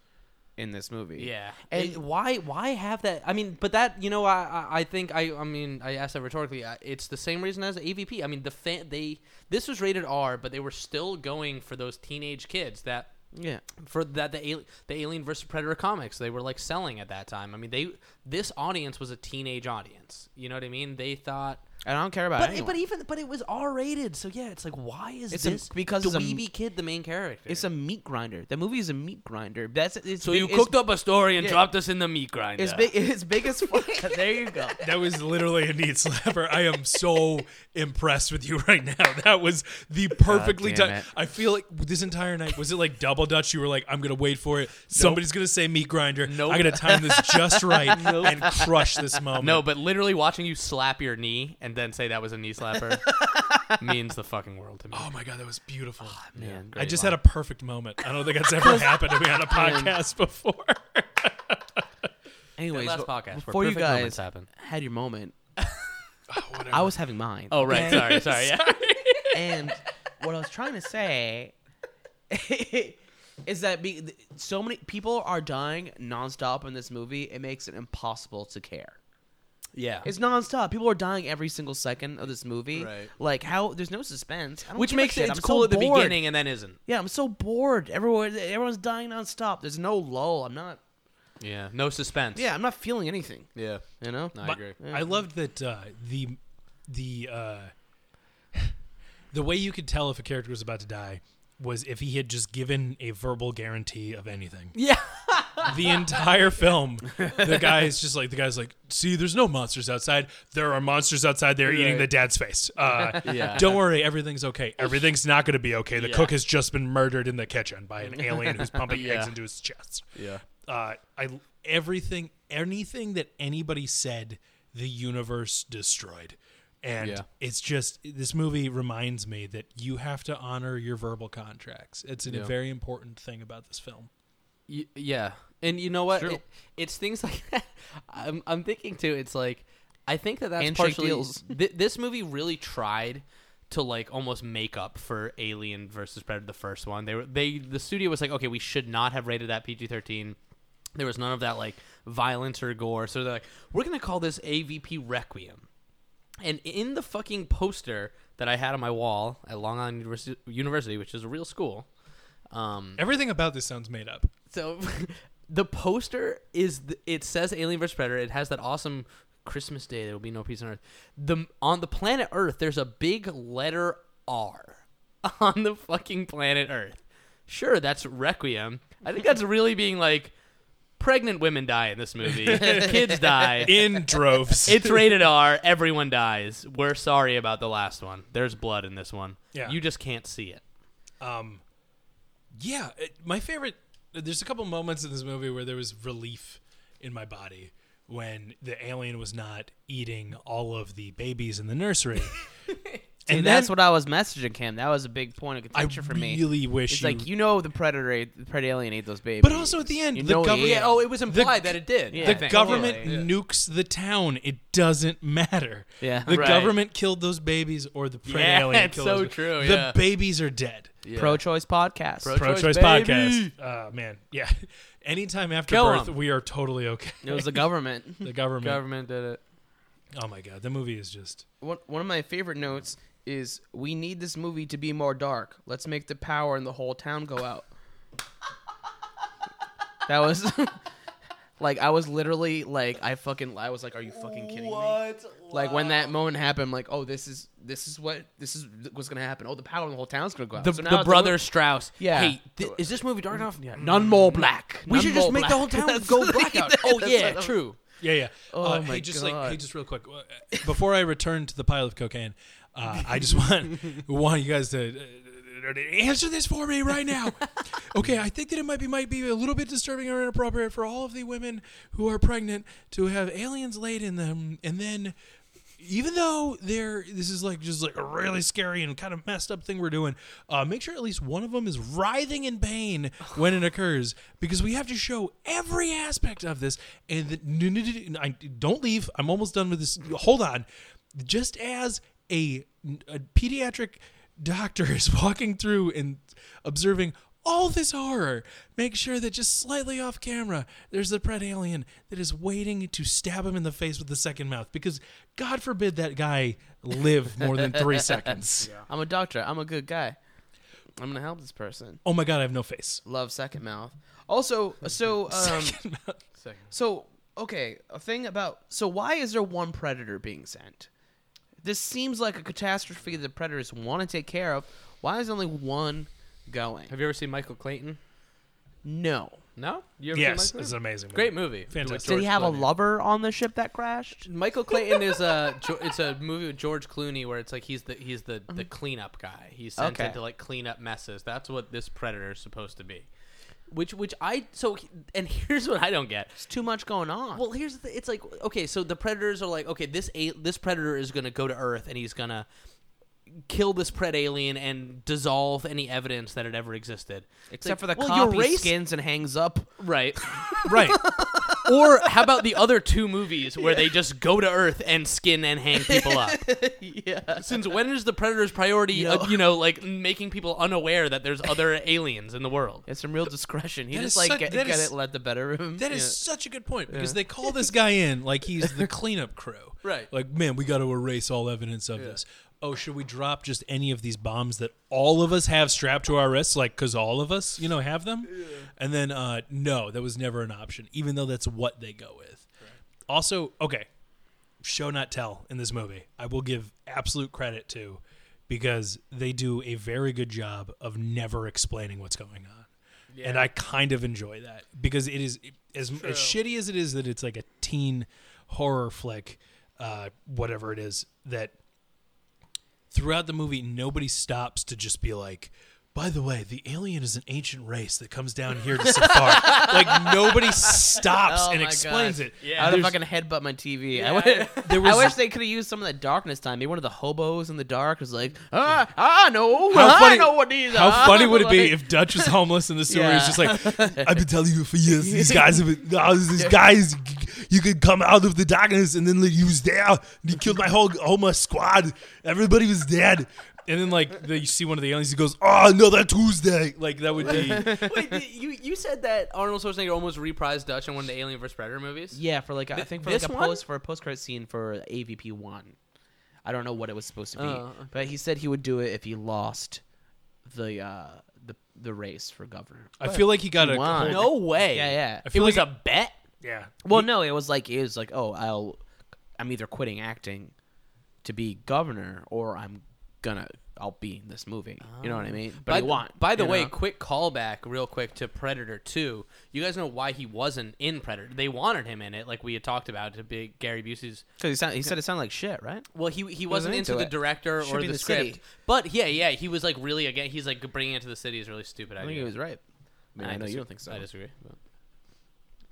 [SPEAKER 4] in this movie.
[SPEAKER 3] Yeah,
[SPEAKER 4] and
[SPEAKER 3] and why why have that? I mean, but that you know, I I, I think I I mean I asked that rhetorically. I- It's the same reason as AVP. I mean, the fan they this was rated R, but they were still going for those teenage kids that
[SPEAKER 4] yeah,
[SPEAKER 3] for that the Ali- the Alien versus Predator comics they were like selling at that time. I mean, they this audience was a teenage audience. You know what I mean? They thought.
[SPEAKER 4] and I don't care about.
[SPEAKER 3] But,
[SPEAKER 4] anyone.
[SPEAKER 3] but even but it was R rated, so yeah, it's like why is
[SPEAKER 4] It's a-
[SPEAKER 3] this
[SPEAKER 4] because it's a-
[SPEAKER 3] dweeby kid the main character?
[SPEAKER 4] It's a meat grinder. The movie is a meat grinder. That's it's
[SPEAKER 3] so
[SPEAKER 4] big-
[SPEAKER 3] you
[SPEAKER 4] it's-
[SPEAKER 3] cooked up a story and
[SPEAKER 4] yeah.
[SPEAKER 3] dropped us in the meat grinder.
[SPEAKER 4] It's big. It's
[SPEAKER 3] (laughs)
[SPEAKER 4] big (laughs) as fuck. there you go.
[SPEAKER 5] That was literally a neat slapper. I am so impressed with you right now. That was the perfectly
[SPEAKER 4] damn
[SPEAKER 5] done.
[SPEAKER 4] it.
[SPEAKER 5] I feel like this entire night was it like double dutch? You were like, I'm gonna wait for it. Somebody's gonna say meat grinder. No,
[SPEAKER 4] (laughs)
[SPEAKER 5] I'm gonna time this just right and crush this moment.
[SPEAKER 3] No, but literally watching you slap your knee and and then say that was a knee
[SPEAKER 4] (laughs)
[SPEAKER 3] slapper means the fucking world to me.
[SPEAKER 5] Oh my god, that was beautiful.
[SPEAKER 4] Ah, man,
[SPEAKER 5] I just had a perfect moment. I don't think that's
[SPEAKER 4] (laughs)
[SPEAKER 5] ever happened to me on a podcast before.
[SPEAKER 4] Anyways,
[SPEAKER 3] last
[SPEAKER 4] be-
[SPEAKER 3] podcast where
[SPEAKER 4] before you
[SPEAKER 3] perfect moments
[SPEAKER 4] guys
[SPEAKER 3] happen.
[SPEAKER 4] had
[SPEAKER 3] (laughs)
[SPEAKER 4] your moment,
[SPEAKER 5] whatever.
[SPEAKER 4] I was having mine.
[SPEAKER 3] Oh right, sorry, sorry. Yeah.
[SPEAKER 4] (laughs) and what I was trying to say (laughs) is that be, th- so many people are dying nonstop in this movie. It makes it impossible to care.
[SPEAKER 3] yeah.
[SPEAKER 4] It's nonstop. People are dying every single second of this movie.
[SPEAKER 3] Right.
[SPEAKER 4] Like how there's no suspense, I don't
[SPEAKER 3] Which
[SPEAKER 4] give a
[SPEAKER 3] makes
[SPEAKER 4] shit.
[SPEAKER 3] it it's
[SPEAKER 4] I'm so
[SPEAKER 3] cool at the
[SPEAKER 4] bored.
[SPEAKER 3] beginning and then isn't.
[SPEAKER 4] Yeah, I'm so bored. Everyone, everyone's dying nonstop. There's no lull. I'm not.
[SPEAKER 3] Yeah. No suspense.
[SPEAKER 4] Yeah, I'm not feeling anything.
[SPEAKER 3] Yeah.
[SPEAKER 4] You know.
[SPEAKER 3] No, I
[SPEAKER 5] But
[SPEAKER 3] agree.
[SPEAKER 5] I loved that uh, the the uh, the way you could tell if a character was about to die was if he had just given a verbal guarantee of anything.
[SPEAKER 3] (laughs) Yeah.
[SPEAKER 5] The entire film, the guy's just like the guy's like, "See, there's no monsters outside. There are monsters outside. They're eating
[SPEAKER 3] Right.
[SPEAKER 5] the dad's face. Uh,
[SPEAKER 3] (laughs) Yeah.
[SPEAKER 5] Don't worry, everything's okay. Everything's not going to be okay. The cook has just been murdered in the kitchen by an alien who's pumping
[SPEAKER 3] (laughs)
[SPEAKER 5] eggs
[SPEAKER 3] Yeah.
[SPEAKER 5] into his chest."
[SPEAKER 3] Yeah.
[SPEAKER 5] uh, I everything anything that anybody said the universe destroyed and
[SPEAKER 3] Yeah.
[SPEAKER 5] it's just this movie reminds me that you have to honor your verbal contracts it's an- a
[SPEAKER 3] Yeah.
[SPEAKER 5] very important thing about this film
[SPEAKER 3] Y- yeah, and you know what?
[SPEAKER 5] true.
[SPEAKER 3] It, it's things
[SPEAKER 4] (laughs)
[SPEAKER 3] like that. I'm I'm thinking too. It's like I think that that's
[SPEAKER 4] Handshake
[SPEAKER 3] partially
[SPEAKER 4] deals.
[SPEAKER 3] (laughs) thi- this movie really tried to like almost make up for Alien versus Predator the first one. They were they the studio was like, okay, we should not have rated that PG-13. There was none of that like violence or gore. So they're like, we're gonna call this AVP Requiem. And in the fucking poster that I had on my wall at Long Island University, University which is a real school, um,
[SPEAKER 5] everything about this sounds made up
[SPEAKER 3] so (laughs) the poster is th- it says Alien vs Predator. It has that awesome Christmas day. There will be no peace on Earth. The on the planet Earth, there's a big letter R (laughs) on the fucking planet Earth. Sure, that's Requiem. I think (laughs) that's really being like pregnant women die in this (laughs) movie. Kids die.
[SPEAKER 5] (laughs) in
[SPEAKER 3] (laughs)
[SPEAKER 5] droves
[SPEAKER 3] It's rated R. Everyone dies. We're sorry about the last one. There's blood in this one.
[SPEAKER 5] Yeah.
[SPEAKER 3] You just can't see it.
[SPEAKER 5] yeah it- my favorite there's a couple moments in this movie where there was relief in my body when the alien was not eating all of the babies in the
[SPEAKER 4] (laughs)
[SPEAKER 5] nursery
[SPEAKER 4] And
[SPEAKER 5] And
[SPEAKER 4] that's
[SPEAKER 5] then-
[SPEAKER 4] what I was messaging Cam. That was a big point of
[SPEAKER 5] I
[SPEAKER 4] contention for me.
[SPEAKER 5] really wish
[SPEAKER 4] It's
[SPEAKER 5] you,
[SPEAKER 4] like you know the predator, ate- the predator alien ate those babies.
[SPEAKER 5] But also at the end,
[SPEAKER 4] You
[SPEAKER 5] the
[SPEAKER 4] know he
[SPEAKER 5] government-
[SPEAKER 4] ate
[SPEAKER 5] Yeah,
[SPEAKER 4] them.
[SPEAKER 5] oh,
[SPEAKER 3] it was
[SPEAKER 5] implied that
[SPEAKER 3] it did.
[SPEAKER 4] Yeah. I
[SPEAKER 5] the
[SPEAKER 4] think.
[SPEAKER 5] government
[SPEAKER 4] Yeah.
[SPEAKER 5] nukes the town. It doesn't matter.
[SPEAKER 4] Yeah.
[SPEAKER 5] the
[SPEAKER 4] Right.
[SPEAKER 5] government killed those babies, or the prey
[SPEAKER 3] Yeah,
[SPEAKER 5] alien
[SPEAKER 3] it's
[SPEAKER 5] killed
[SPEAKER 3] so
[SPEAKER 5] those ba-
[SPEAKER 3] true,
[SPEAKER 5] The
[SPEAKER 3] yeah.
[SPEAKER 5] babies are dead.
[SPEAKER 4] pro-choice podcast.
[SPEAKER 5] Pro-choice
[SPEAKER 3] baby.
[SPEAKER 5] podcast. Uh, man, yeah. (laughs) Anytime after
[SPEAKER 3] Kill
[SPEAKER 5] birth,
[SPEAKER 3] 'em.
[SPEAKER 5] we are totally okay.
[SPEAKER 4] it was the government.
[SPEAKER 5] The government.
[SPEAKER 3] Government did it.
[SPEAKER 5] Oh my god, the movie is just.
[SPEAKER 4] one, one of my favorite notes is we need this movie to be more dark. Let's make the power in the whole town go out. that was (laughs) like I was literally like I fucking I was like are you fucking kidding me? Like when that moment happened I'm like oh this is this is what this is what's going to happen. Oh the power in the whole town's going to go out.
[SPEAKER 3] the,
[SPEAKER 4] So now
[SPEAKER 3] the
[SPEAKER 4] it's a
[SPEAKER 3] brother
[SPEAKER 4] mo-
[SPEAKER 3] Strauss.
[SPEAKER 4] Yeah.
[SPEAKER 3] Hey, thi- is this movie dark enough? Yeah.
[SPEAKER 4] none more black.
[SPEAKER 3] We
[SPEAKER 4] None
[SPEAKER 3] should
[SPEAKER 4] more
[SPEAKER 3] just make the whole
[SPEAKER 4] black.
[SPEAKER 3] (laughs) town
[SPEAKER 4] (laughs) That's
[SPEAKER 3] go
[SPEAKER 4] what he
[SPEAKER 3] blackout.
[SPEAKER 4] did.
[SPEAKER 3] Oh
[SPEAKER 4] That's
[SPEAKER 3] yeah,
[SPEAKER 4] what I was-
[SPEAKER 3] true.
[SPEAKER 5] Yeah, yeah. Oh uh,
[SPEAKER 4] my
[SPEAKER 5] hey, just like
[SPEAKER 4] God.
[SPEAKER 5] hey, just real quick. uh, Before I return to the pile of cocaine, uh, I just (laughs) want want you guys to uh, answer this for me right
[SPEAKER 4] (laughs)
[SPEAKER 5] now. Okay, I think that it might be might be a little bit disturbing or inappropriate for all of the women who are pregnant to have aliens laid in them, and then. Even though they're, this is like just like a really scary and kind of messed up thing we're doing. Uh, make sure at least one of them is writhing in pain when it occurs, because we have to show every aspect of this. And that, no, no, no, no, I, don't leave. I'm almost done with this. Hold on. Just as a, a pediatric doctor is (laughs) walking through and observing all this horror. Make sure that just slightly off camera, there's the pred alien that is waiting to stab him in the face with the second mouth because God forbid that guy live more than (laughs) three seconds.
[SPEAKER 4] I'm a doctor. I'm a good guy. I'm going to help this person.
[SPEAKER 5] Oh my God, I have no face.
[SPEAKER 4] Love second mouth. Also,
[SPEAKER 3] (laughs)
[SPEAKER 4] so um, so okay, a thing about so why is there one predator being sent? This seems like a catastrophe the predators want to take care of. Why is only one going?
[SPEAKER 3] Have you ever seen Michael Clayton?
[SPEAKER 4] No.
[SPEAKER 3] No. You ever
[SPEAKER 5] Yes,
[SPEAKER 3] seen Michael
[SPEAKER 5] it's
[SPEAKER 3] Clayton?
[SPEAKER 5] an amazing movie.
[SPEAKER 3] Great movie.
[SPEAKER 5] Fantastic.
[SPEAKER 4] Did he have
[SPEAKER 3] Clooney.
[SPEAKER 4] a lover on the ship that crashed?
[SPEAKER 3] Michael Clayton is a Jo- it's a movie with George Clooney where it's like he's the he's the the cleanup guy. He's sent
[SPEAKER 4] Okay.
[SPEAKER 3] in to like clean up messes. That's what this predator is supposed to be. which which I so and (laughs) here's what I don't get.
[SPEAKER 4] It's too much going on.
[SPEAKER 3] Well, here's the, it's like okay, so the predators are like okay, this a- this predator is gonna go to Earth and he's gonna kill this pred alien and dissolve any evidence that it ever existed, It's
[SPEAKER 4] Except for the
[SPEAKER 3] like, well, your
[SPEAKER 4] cop he
[SPEAKER 3] race-
[SPEAKER 4] skins and hangs up.
[SPEAKER 3] (laughs) right?
[SPEAKER 5] Right.
[SPEAKER 3] or how about the other two movies where they just go to Earth and skin and hang people (laughs) up?
[SPEAKER 4] yeah.
[SPEAKER 3] Since when is the predator's priority, uh,
[SPEAKER 4] Yo.
[SPEAKER 3] you know, like making people unaware that there's other aliens in the world?
[SPEAKER 4] It's some real discretion. He
[SPEAKER 5] That
[SPEAKER 4] just
[SPEAKER 5] is
[SPEAKER 4] like
[SPEAKER 5] such-
[SPEAKER 4] get,
[SPEAKER 5] that
[SPEAKER 4] get
[SPEAKER 5] is-
[SPEAKER 4] it, let the better of him.
[SPEAKER 5] That is such a good point because they call this guy in like he's the cleanup crew.
[SPEAKER 3] Right.
[SPEAKER 5] Like, man, we got to erase all evidence of this. Oh, should we drop just any of these bombs that all of us have strapped to our wrists? Like, because all of us, you know, have them? And then, uh, no, that was never an option, even though that's what they go with. Also, okay, show not tell in this movie. I will give absolute credit to because they do a very good job of never explaining what's going on. And I kind of enjoy that because it is as, as shitty as it is that it's like a teen horror flick, uh, whatever it is, that throughout the movie, nobody stops to just be like, by the way, the alien is an ancient race that comes down here to
[SPEAKER 4] (laughs)
[SPEAKER 5] Safar. like, nobody stops
[SPEAKER 4] Oh
[SPEAKER 5] and
[SPEAKER 4] my
[SPEAKER 5] explains
[SPEAKER 4] gosh.
[SPEAKER 5] it.
[SPEAKER 4] I would
[SPEAKER 5] There's-
[SPEAKER 4] have fucking headbutt my TV. I, wish,
[SPEAKER 5] (laughs) There
[SPEAKER 4] I
[SPEAKER 5] was-
[SPEAKER 4] wish they could have used some of that darkness time. Maybe one of the hobos in the dark was like, ah, I know,
[SPEAKER 5] How
[SPEAKER 4] I
[SPEAKER 5] funny-
[SPEAKER 4] know what these
[SPEAKER 5] How
[SPEAKER 4] are. (laughs)
[SPEAKER 5] funny would it be
[SPEAKER 4] Like-
[SPEAKER 5] if Dutch was homeless in the sewer?
[SPEAKER 4] Yeah.
[SPEAKER 5] He's just like, I've been telling you for years,
[SPEAKER 4] (laughs)
[SPEAKER 5] these guys, have been, all these guys, you could come out of the darkness, and then like, you was there, and you killed my whole homeless squad. Everybody was dead. And then like the, you see one of the aliens, he goes, "Oh, another Tuesday!" Like that would
[SPEAKER 4] (laughs)
[SPEAKER 5] be.
[SPEAKER 3] Wait, y- you you said that Arnold Schwarzenegger almost reprised Dutch in one of the Alien vs Predator movies?
[SPEAKER 4] Yeah, for like a- I think for
[SPEAKER 3] this
[SPEAKER 4] like a
[SPEAKER 3] one?
[SPEAKER 4] post for a post credit scene for AVP one. I don't know what it was supposed to be,
[SPEAKER 3] Oh, okay.
[SPEAKER 4] but he said he would do it if he lost the uh, the the race for governor.
[SPEAKER 5] I feel like he got a. cold-
[SPEAKER 4] Why?
[SPEAKER 3] No way.
[SPEAKER 4] Yeah, yeah.
[SPEAKER 5] I
[SPEAKER 3] It
[SPEAKER 5] feel
[SPEAKER 3] was
[SPEAKER 5] like
[SPEAKER 3] a bet.
[SPEAKER 5] yeah.
[SPEAKER 4] Well, no, it was like it was like oh, I'll I'm either quitting acting to be governor or I'm gonna I'll be in this movie. You know what I mean? But
[SPEAKER 3] by
[SPEAKER 4] I
[SPEAKER 3] the,
[SPEAKER 4] want.
[SPEAKER 3] By the
[SPEAKER 4] you
[SPEAKER 3] way,
[SPEAKER 4] know?
[SPEAKER 3] quick callback, real quick to Predator Two. You guys know why he wasn't in Predator? They wanted him in it, like we had talked about, to be Gary Busey's.
[SPEAKER 4] 'Cause he, sound, he said it sounded like shit, right?
[SPEAKER 3] Well, he he wasn't
[SPEAKER 4] into
[SPEAKER 3] into the
[SPEAKER 4] it.
[SPEAKER 3] director
[SPEAKER 4] Should
[SPEAKER 3] or
[SPEAKER 4] be
[SPEAKER 3] the,
[SPEAKER 4] the
[SPEAKER 3] script,
[SPEAKER 4] city.
[SPEAKER 3] but yeah, yeah, he was like really again. He's like bringing it to the city is a really stupid
[SPEAKER 4] I
[SPEAKER 3] idea.
[SPEAKER 4] think he was right. I, mean, I, know you don't think so.
[SPEAKER 3] I disagree. But,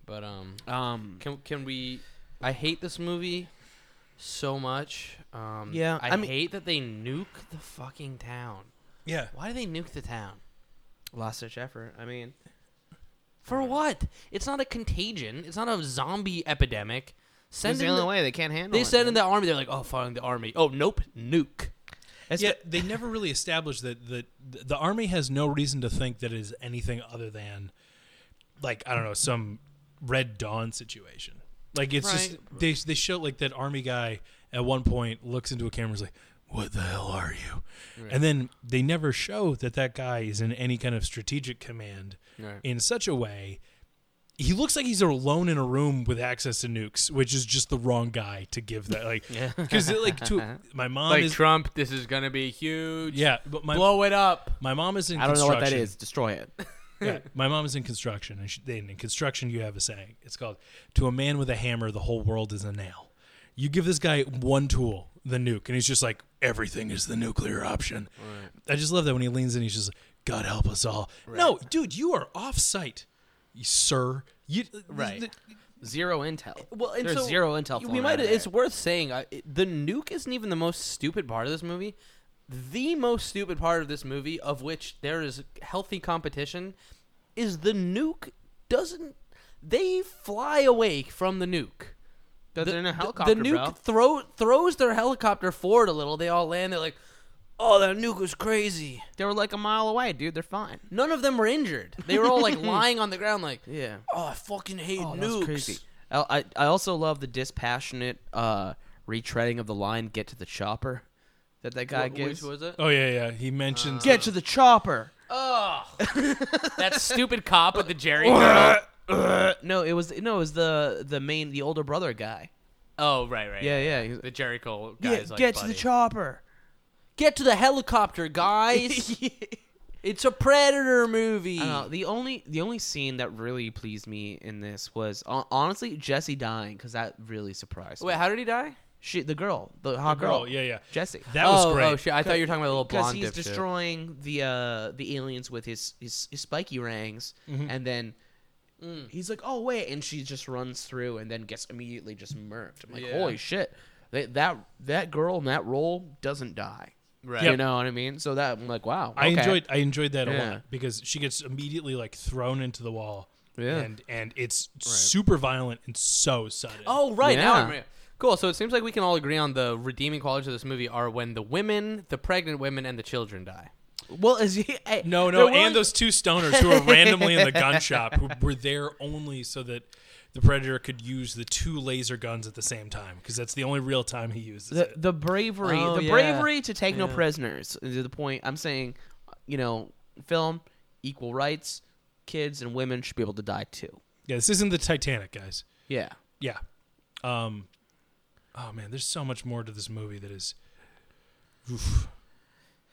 [SPEAKER 3] but um,
[SPEAKER 4] um,
[SPEAKER 3] can can we? I hate this movie so much. Um,
[SPEAKER 4] Yeah,
[SPEAKER 3] I,
[SPEAKER 4] I mean-
[SPEAKER 3] hate that they nuke the fucking town.
[SPEAKER 5] Yeah.
[SPEAKER 3] Why do they nuke the town?
[SPEAKER 4] lost such effort. I mean,
[SPEAKER 3] For what? It's not a contagion. It's not a zombie epidemic. Send
[SPEAKER 4] it's the
[SPEAKER 3] in
[SPEAKER 4] only
[SPEAKER 3] the-
[SPEAKER 4] way they can't handle.
[SPEAKER 3] They
[SPEAKER 4] it,
[SPEAKER 3] send
[SPEAKER 4] man.
[SPEAKER 3] in the army. They're like, oh, following the army. Oh, nope, nuke.
[SPEAKER 4] It's
[SPEAKER 5] Yeah, they never really established that that th- the army has no reason to think that it is anything other than, like I don't know, some Red Dawn situation. Like it's just
[SPEAKER 3] Right.
[SPEAKER 5] they they show like that army guy at one point looks into a camera and is like, "What the hell are you?" And then they never show that that guy is in any kind of strategic command
[SPEAKER 3] Right.
[SPEAKER 5] in such a way. He looks like he's alone in a room with access to nukes, which is just the wrong guy to give that. Like, because like
[SPEAKER 3] (laughs)
[SPEAKER 5] to my mom
[SPEAKER 3] Like
[SPEAKER 5] is
[SPEAKER 3] Trump, this is gonna be huge.
[SPEAKER 5] yeah, but my
[SPEAKER 3] blow it up.
[SPEAKER 5] my mom is in.
[SPEAKER 4] I don't know what that
[SPEAKER 5] construction.
[SPEAKER 4] is. Destroy it.
[SPEAKER 5] Yeah, my mom is in construction, and, she, and in construction, you have a saying. It's called "To a man with a hammer, the whole world is a nail." You give this guy one tool, the nuke, and he's just like, "Everything is the nuclear option." I just love that when he leans in, he's just, "God help us all." No, dude, you are off site, sir. You,
[SPEAKER 3] Right.
[SPEAKER 4] Zero intel.
[SPEAKER 3] Well, and
[SPEAKER 4] There's
[SPEAKER 3] so
[SPEAKER 4] zero intel.
[SPEAKER 3] We
[SPEAKER 4] flown
[SPEAKER 3] might.
[SPEAKER 4] out of
[SPEAKER 3] It's
[SPEAKER 4] there.
[SPEAKER 3] worth saying uh, it- the nuke isn't even the most stupid part of this movie. The most stupid part of this movie, of which there is healthy competition, is the nuke doesn't. They fly away from the nuke.
[SPEAKER 4] But they're in a
[SPEAKER 3] the-
[SPEAKER 4] helicopter,
[SPEAKER 3] The nuke
[SPEAKER 4] bro.
[SPEAKER 3] throw throws their helicopter forward a little. They all land. They're like, "Oh, that nuke was crazy."
[SPEAKER 4] They were like a mile away, dude. They're fine.
[SPEAKER 3] None of them were injured. They were all like (laughs) lying on the ground, like,
[SPEAKER 4] Yeah.
[SPEAKER 3] "Oh, I fucking hate
[SPEAKER 4] Oh,
[SPEAKER 3] nukes."
[SPEAKER 4] I, I I also love the dispassionate uh, retreading of the line. Get to the chopper. That that guy
[SPEAKER 3] Wh-
[SPEAKER 4] gives.
[SPEAKER 3] Which was it?
[SPEAKER 5] Oh yeah, yeah. He
[SPEAKER 3] Uh,
[SPEAKER 5] mentions
[SPEAKER 4] Get to the chopper.
[SPEAKER 3] Oh, that stupid cop with the (laughs) Jerry. curl.
[SPEAKER 4] No, it was no, it was the the main the older brother guy.
[SPEAKER 3] oh, right, right.
[SPEAKER 4] Yeah, yeah. he was-
[SPEAKER 3] The Jerry Cole
[SPEAKER 4] Yeah,
[SPEAKER 3] guy's like,
[SPEAKER 4] get to
[SPEAKER 3] buddy.
[SPEAKER 4] the chopper.
[SPEAKER 3] get to the helicopter, guys. (laughs) it's a predator movie.
[SPEAKER 4] I don't know, the only the only scene that really pleased me in this was hon- honestly Jesse dying because that really surprised me.
[SPEAKER 3] Wait, how did he die?
[SPEAKER 4] She, the girl, the hot
[SPEAKER 5] girl, yeah, yeah.
[SPEAKER 4] Jessie.
[SPEAKER 5] That was
[SPEAKER 3] oh,
[SPEAKER 5] great.
[SPEAKER 3] Oh shit! I thought you were talking about the little
[SPEAKER 4] because
[SPEAKER 3] blonde.
[SPEAKER 4] he's
[SPEAKER 3] dipshit.
[SPEAKER 4] destroying the uh, the aliens with his his, his spiky rings,
[SPEAKER 3] Mm-hmm.
[SPEAKER 4] and then he's like, "Oh wait!" and she just runs through and then gets immediately just murked. I'm like,
[SPEAKER 3] Yeah.
[SPEAKER 4] "Holy shit!" That that that girl in that role doesn't die.
[SPEAKER 3] Right.
[SPEAKER 4] You know what I mean? So that I'm like, "Wow."
[SPEAKER 5] I
[SPEAKER 4] okay.
[SPEAKER 5] enjoyed I enjoyed that a
[SPEAKER 4] Yeah.
[SPEAKER 5] lot because she gets immediately like thrown into the wall.
[SPEAKER 4] Yeah.
[SPEAKER 5] And and it's super violent and so sudden.
[SPEAKER 3] Oh right now
[SPEAKER 4] Yeah.
[SPEAKER 3] I'm re- cool. So it seems like we can all agree on the redeeming qualities of this movie are when the women, the pregnant women, and the children die.
[SPEAKER 4] Well, is he? eh, I-
[SPEAKER 5] No,
[SPEAKER 4] they're
[SPEAKER 5] no,
[SPEAKER 4] willing-
[SPEAKER 5] and those two stoners who were randomly in the gun shop who were there only so that the predator could use the two laser guns at the same time because that's the only real time he uses
[SPEAKER 4] the
[SPEAKER 5] it.
[SPEAKER 4] the bravery,
[SPEAKER 3] Oh,
[SPEAKER 4] the
[SPEAKER 3] yeah.
[SPEAKER 4] bravery to take no prisoners. To the point, I'm saying, you know, film equal rights. Kids and women should be able to die too.
[SPEAKER 5] Yeah, this isn't the Titanic, guys.
[SPEAKER 4] Yeah.
[SPEAKER 5] Yeah. Um. Oh man, there's so much more to this movie that is. Oof.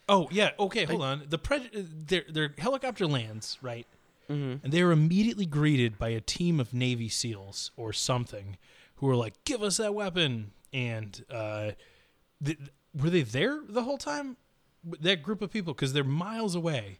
[SPEAKER 5] Oh yeah. Okay, hold on. The pred- their their helicopter lands right,
[SPEAKER 4] Mm-hmm.
[SPEAKER 5] and they are immediately greeted by a team of Navy SEALs or something, who are like, "Give us that weapon!" And uh, th- were they there the whole time? That group of people, because they're miles away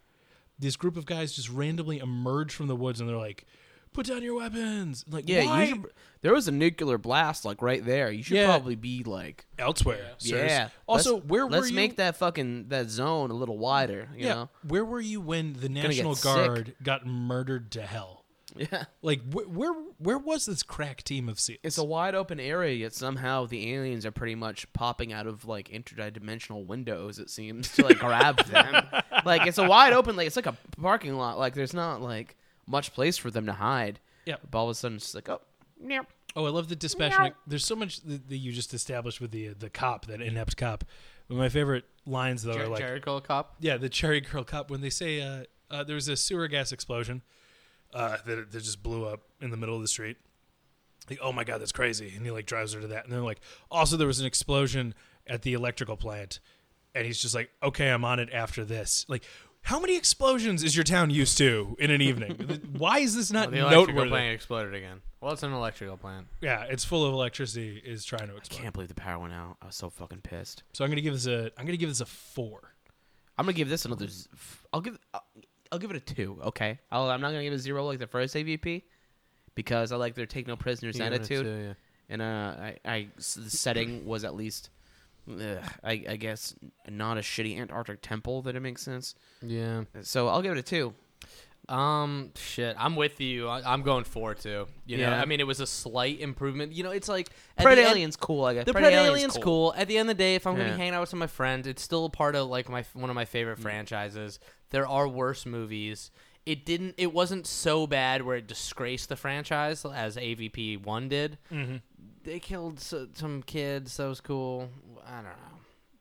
[SPEAKER 5] this group of guys just randomly emerge from the woods and they're like, "Put down your weapons!" Like,
[SPEAKER 4] Yeah,
[SPEAKER 5] why?
[SPEAKER 4] you should, there was a nuclear blast like right there. You should
[SPEAKER 5] Yeah.
[SPEAKER 4] probably be like,
[SPEAKER 5] elsewhere. sirs.
[SPEAKER 4] yeah.
[SPEAKER 5] Also,
[SPEAKER 4] let's,
[SPEAKER 5] where
[SPEAKER 4] let's
[SPEAKER 5] were you?
[SPEAKER 4] make that fucking that zone a little wider. You
[SPEAKER 5] yeah.
[SPEAKER 4] know.
[SPEAKER 5] Where were you when the
[SPEAKER 4] get
[SPEAKER 5] National
[SPEAKER 4] sick.
[SPEAKER 5] Guard got murdered to hell?
[SPEAKER 4] Yeah.
[SPEAKER 5] Like, wh- where where was this crack team of seals?
[SPEAKER 4] It's a wide open area, yet somehow the aliens are pretty much popping out of like interdimensional windows. It seems to like (laughs) grab them. Like it's a wide open, like it's like a parking lot. Like there's not like much place for them to hide.
[SPEAKER 5] Yeah.
[SPEAKER 4] But all of a sudden, it's just like, oh, yeah.
[SPEAKER 5] Oh, I love the dispassionate. There's so much that, that you just established with the the cop, that inept cop. One of my favorite lines though
[SPEAKER 3] Jer-
[SPEAKER 5] are like,
[SPEAKER 3] Jericho cop.
[SPEAKER 5] yeah, the cherry girl cup. When they say uh, uh, there was a sewer gas explosion uh, that that just blew up in the middle of the street. Like, oh my god, that's crazy! And he like drives her to that, and then like also there was an explosion at the electrical plant, and he's just like, okay, I'm on it after this. Like, how many explosions is your town used to in an
[SPEAKER 3] (laughs)
[SPEAKER 5] evening? Why is this not
[SPEAKER 3] The electrical
[SPEAKER 5] noteworthy?
[SPEAKER 3] plant exploded again. Well, it's an electrical plant.
[SPEAKER 5] Yeah, it's full of electricity. Is trying to explode.
[SPEAKER 4] Can't believe the power went out. I was so fucking pissed.
[SPEAKER 5] So I'm gonna give this a I'm gonna give this a four.
[SPEAKER 4] I'm gonna give this another. z- f- I'll give. I'll, I'll give it a two. Okay. I'll, I'm not gonna give it a zero like the first AVP, because I like their take no prisoners
[SPEAKER 3] You give it a
[SPEAKER 4] attitude,
[SPEAKER 3] two, yeah.
[SPEAKER 4] and uh, I, I s- the setting was at least, ugh, I, I guess, not a shitty Antarctic temple that it makes sense.
[SPEAKER 3] Yeah.
[SPEAKER 4] So I'll give it a two.
[SPEAKER 3] Um. Shit. I'm with you. I, I'm going four too. You know.
[SPEAKER 4] Yeah.
[SPEAKER 3] I mean, it was a slight improvement. You know, it's like at
[SPEAKER 4] Pred
[SPEAKER 3] the end-
[SPEAKER 4] aliens cool. I guess
[SPEAKER 3] The
[SPEAKER 4] Pred
[SPEAKER 3] Predator Alien's cool. At the end of the day, if I'm gonna
[SPEAKER 4] Yeah.
[SPEAKER 3] be hanging out with some of my friends, it's still a part of like my one of my
[SPEAKER 5] Mm.
[SPEAKER 3] favorite franchises. There are worse movies. It didn't. It wasn't so bad where it disgraced the franchise as AVP one did.
[SPEAKER 5] Mm-hmm.
[SPEAKER 3] They killed s some kids. That was cool. I don't know.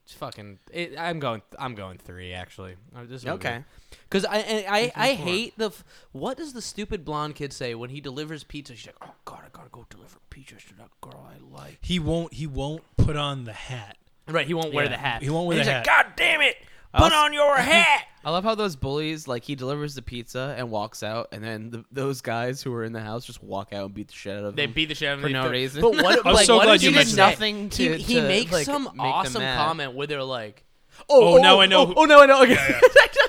[SPEAKER 3] It's fucking. It, I'm going. I'm going three actually. Uh, This movie.
[SPEAKER 4] Okay.
[SPEAKER 3] Because I and I, I hate the f- what does the stupid blonde kid say when he delivers pizza? She's like, oh god, I gotta go deliver pizza to that girl I like.
[SPEAKER 5] He won't he won't put on the hat.
[SPEAKER 3] Right, he won't wear the hat.
[SPEAKER 5] He won't wear
[SPEAKER 3] And
[SPEAKER 5] the
[SPEAKER 3] he's
[SPEAKER 5] hat.
[SPEAKER 3] Like, God damn it! Put on your hat.
[SPEAKER 4] I love how those bullies like he delivers the pizza and walks out, and then the, those guys who are in the house just walk out and beat the shit out of
[SPEAKER 3] They
[SPEAKER 4] him.
[SPEAKER 3] beat the shit out of him
[SPEAKER 4] For no
[SPEAKER 3] They-
[SPEAKER 4] reason.
[SPEAKER 3] But
[SPEAKER 5] (laughs)
[SPEAKER 3] what?
[SPEAKER 5] I'm
[SPEAKER 3] like,
[SPEAKER 5] so
[SPEAKER 3] what
[SPEAKER 5] glad
[SPEAKER 3] did
[SPEAKER 5] you
[SPEAKER 3] he
[SPEAKER 5] mentioned
[SPEAKER 3] say?
[SPEAKER 5] that.
[SPEAKER 4] Nothing
[SPEAKER 3] He,
[SPEAKER 4] to-
[SPEAKER 3] he
[SPEAKER 4] to,
[SPEAKER 3] makes
[SPEAKER 4] like,
[SPEAKER 3] some
[SPEAKER 4] make them
[SPEAKER 3] awesome
[SPEAKER 4] mad.
[SPEAKER 3] comment where they're like,
[SPEAKER 5] Oh, now I know
[SPEAKER 3] Oh,
[SPEAKER 5] who-
[SPEAKER 3] oh, now I know. Okay.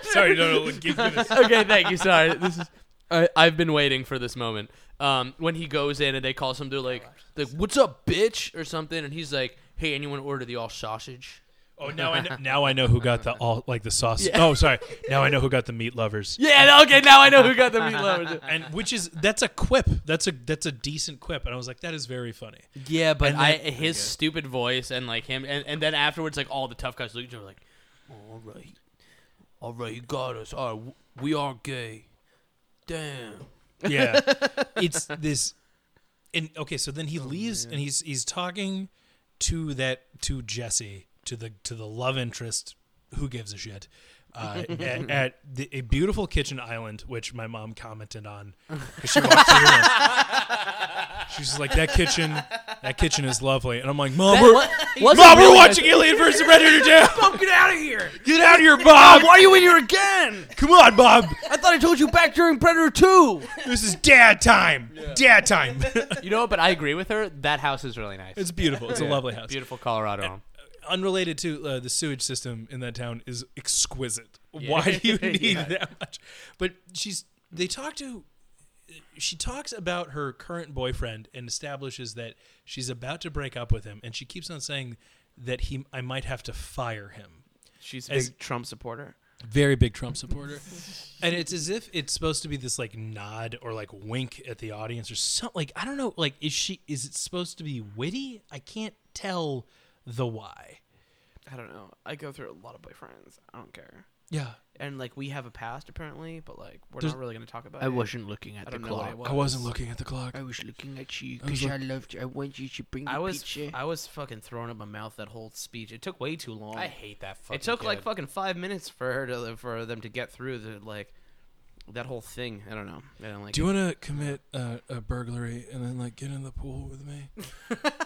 [SPEAKER 5] Sorry, no, no, give me this.
[SPEAKER 3] okay, thank you. Sorry, this is. I, I've been waiting for this moment. Um, when he goes in and they call him, they're like, like, "What's up, bitch?" or something, and he's like, "Hey, anyone order the all sausage?"
[SPEAKER 5] Oh, now I know, now I know who got the all like the sauce. Oh, sorry. Now I know who got the meat lovers.
[SPEAKER 3] Yeah. Okay, now I know who got the meatloaf.
[SPEAKER 5] And which is that's a quip. That's a that's a decent quip. And I was like, that is
[SPEAKER 3] (laughs)
[SPEAKER 5] very funny.
[SPEAKER 3] (laughs) Yeah, but
[SPEAKER 5] And
[SPEAKER 3] I
[SPEAKER 5] then-
[SPEAKER 3] his stupid voice and like him, and, and then afterwards, like all the tough guys look at each other like, all right, all right, you got us. All right, w- we are gay. Damn.
[SPEAKER 5] Yeah, it's this. And okay, so then
[SPEAKER 4] Oh,
[SPEAKER 5] he leaves and he's he's talking to that to Jesse to the to the love interest. Who gives a shit?
[SPEAKER 4] (laughs)
[SPEAKER 5] Uh, at at the, a beautiful kitchen island, which my
[SPEAKER 4] (laughs)
[SPEAKER 5] mom commented on because she walked through. and She's just like that kitchen that kitchen is lovely. And I'm like, Mom,
[SPEAKER 3] That-
[SPEAKER 5] we're,
[SPEAKER 3] what-
[SPEAKER 4] (laughs)
[SPEAKER 3] wasn't
[SPEAKER 5] Mom, we're
[SPEAKER 3] really-
[SPEAKER 5] watching Alien versus Predator now.
[SPEAKER 4] Bob, get out of here!
[SPEAKER 5] Get out of here, Bob.
[SPEAKER 4] Why are you in here again?
[SPEAKER 5] Come on, Bob.
[SPEAKER 4] I thought I told you back during Predator 2.
[SPEAKER 5] This is dad time. Dad
[SPEAKER 4] (laughs)
[SPEAKER 5] time.
[SPEAKER 3] You know, what, but I agree with her. That house is really nice.
[SPEAKER 5] it's beautiful. It's a lovely house.
[SPEAKER 3] Beautiful Colorado. home.
[SPEAKER 5] Unrelated to uh, the sewage system in that town is exquisite. Why do you need that much? But she's. They talk to. She talks about her current boyfriend and establishes that she's about to break up with him, and she keeps on saying that he. I might have to fire him.
[SPEAKER 4] She's a
[SPEAKER 5] As-
[SPEAKER 4] big Trump supporter.
[SPEAKER 5] very big Trump supporter. (laughs) and it's as if it's supposed to be this like nod or like wink at the audience or something. Like I don't know. Like is she? Is it supposed to be witty? I can't tell the why.
[SPEAKER 4] I don't know. I go through a lot of boyfriends. I don't care.
[SPEAKER 5] Yeah,
[SPEAKER 4] And like we have a past apparently, but like we're
[SPEAKER 5] There's-
[SPEAKER 4] not really gonna talk about
[SPEAKER 6] I
[SPEAKER 4] it.
[SPEAKER 6] wasn't looking at
[SPEAKER 4] I
[SPEAKER 6] the
[SPEAKER 4] don't know what
[SPEAKER 6] clock.
[SPEAKER 4] it
[SPEAKER 5] I
[SPEAKER 4] was.
[SPEAKER 5] wasn't looking at the clock.
[SPEAKER 6] I was looking at you
[SPEAKER 5] was
[SPEAKER 6] because I, loved you. I wanted you to bring the
[SPEAKER 4] I was
[SPEAKER 6] picture.
[SPEAKER 4] I was fucking throwing up my mouth that whole speech. It took way too long.
[SPEAKER 3] I hate that. Fucking
[SPEAKER 4] it took like
[SPEAKER 3] kid.
[SPEAKER 4] fucking five minutes for her to for them to get through the like that whole thing. I don't know. I don't like.
[SPEAKER 5] Do you
[SPEAKER 4] it.
[SPEAKER 5] want to commit a, a burglary and then like get in the pool with (laughs) me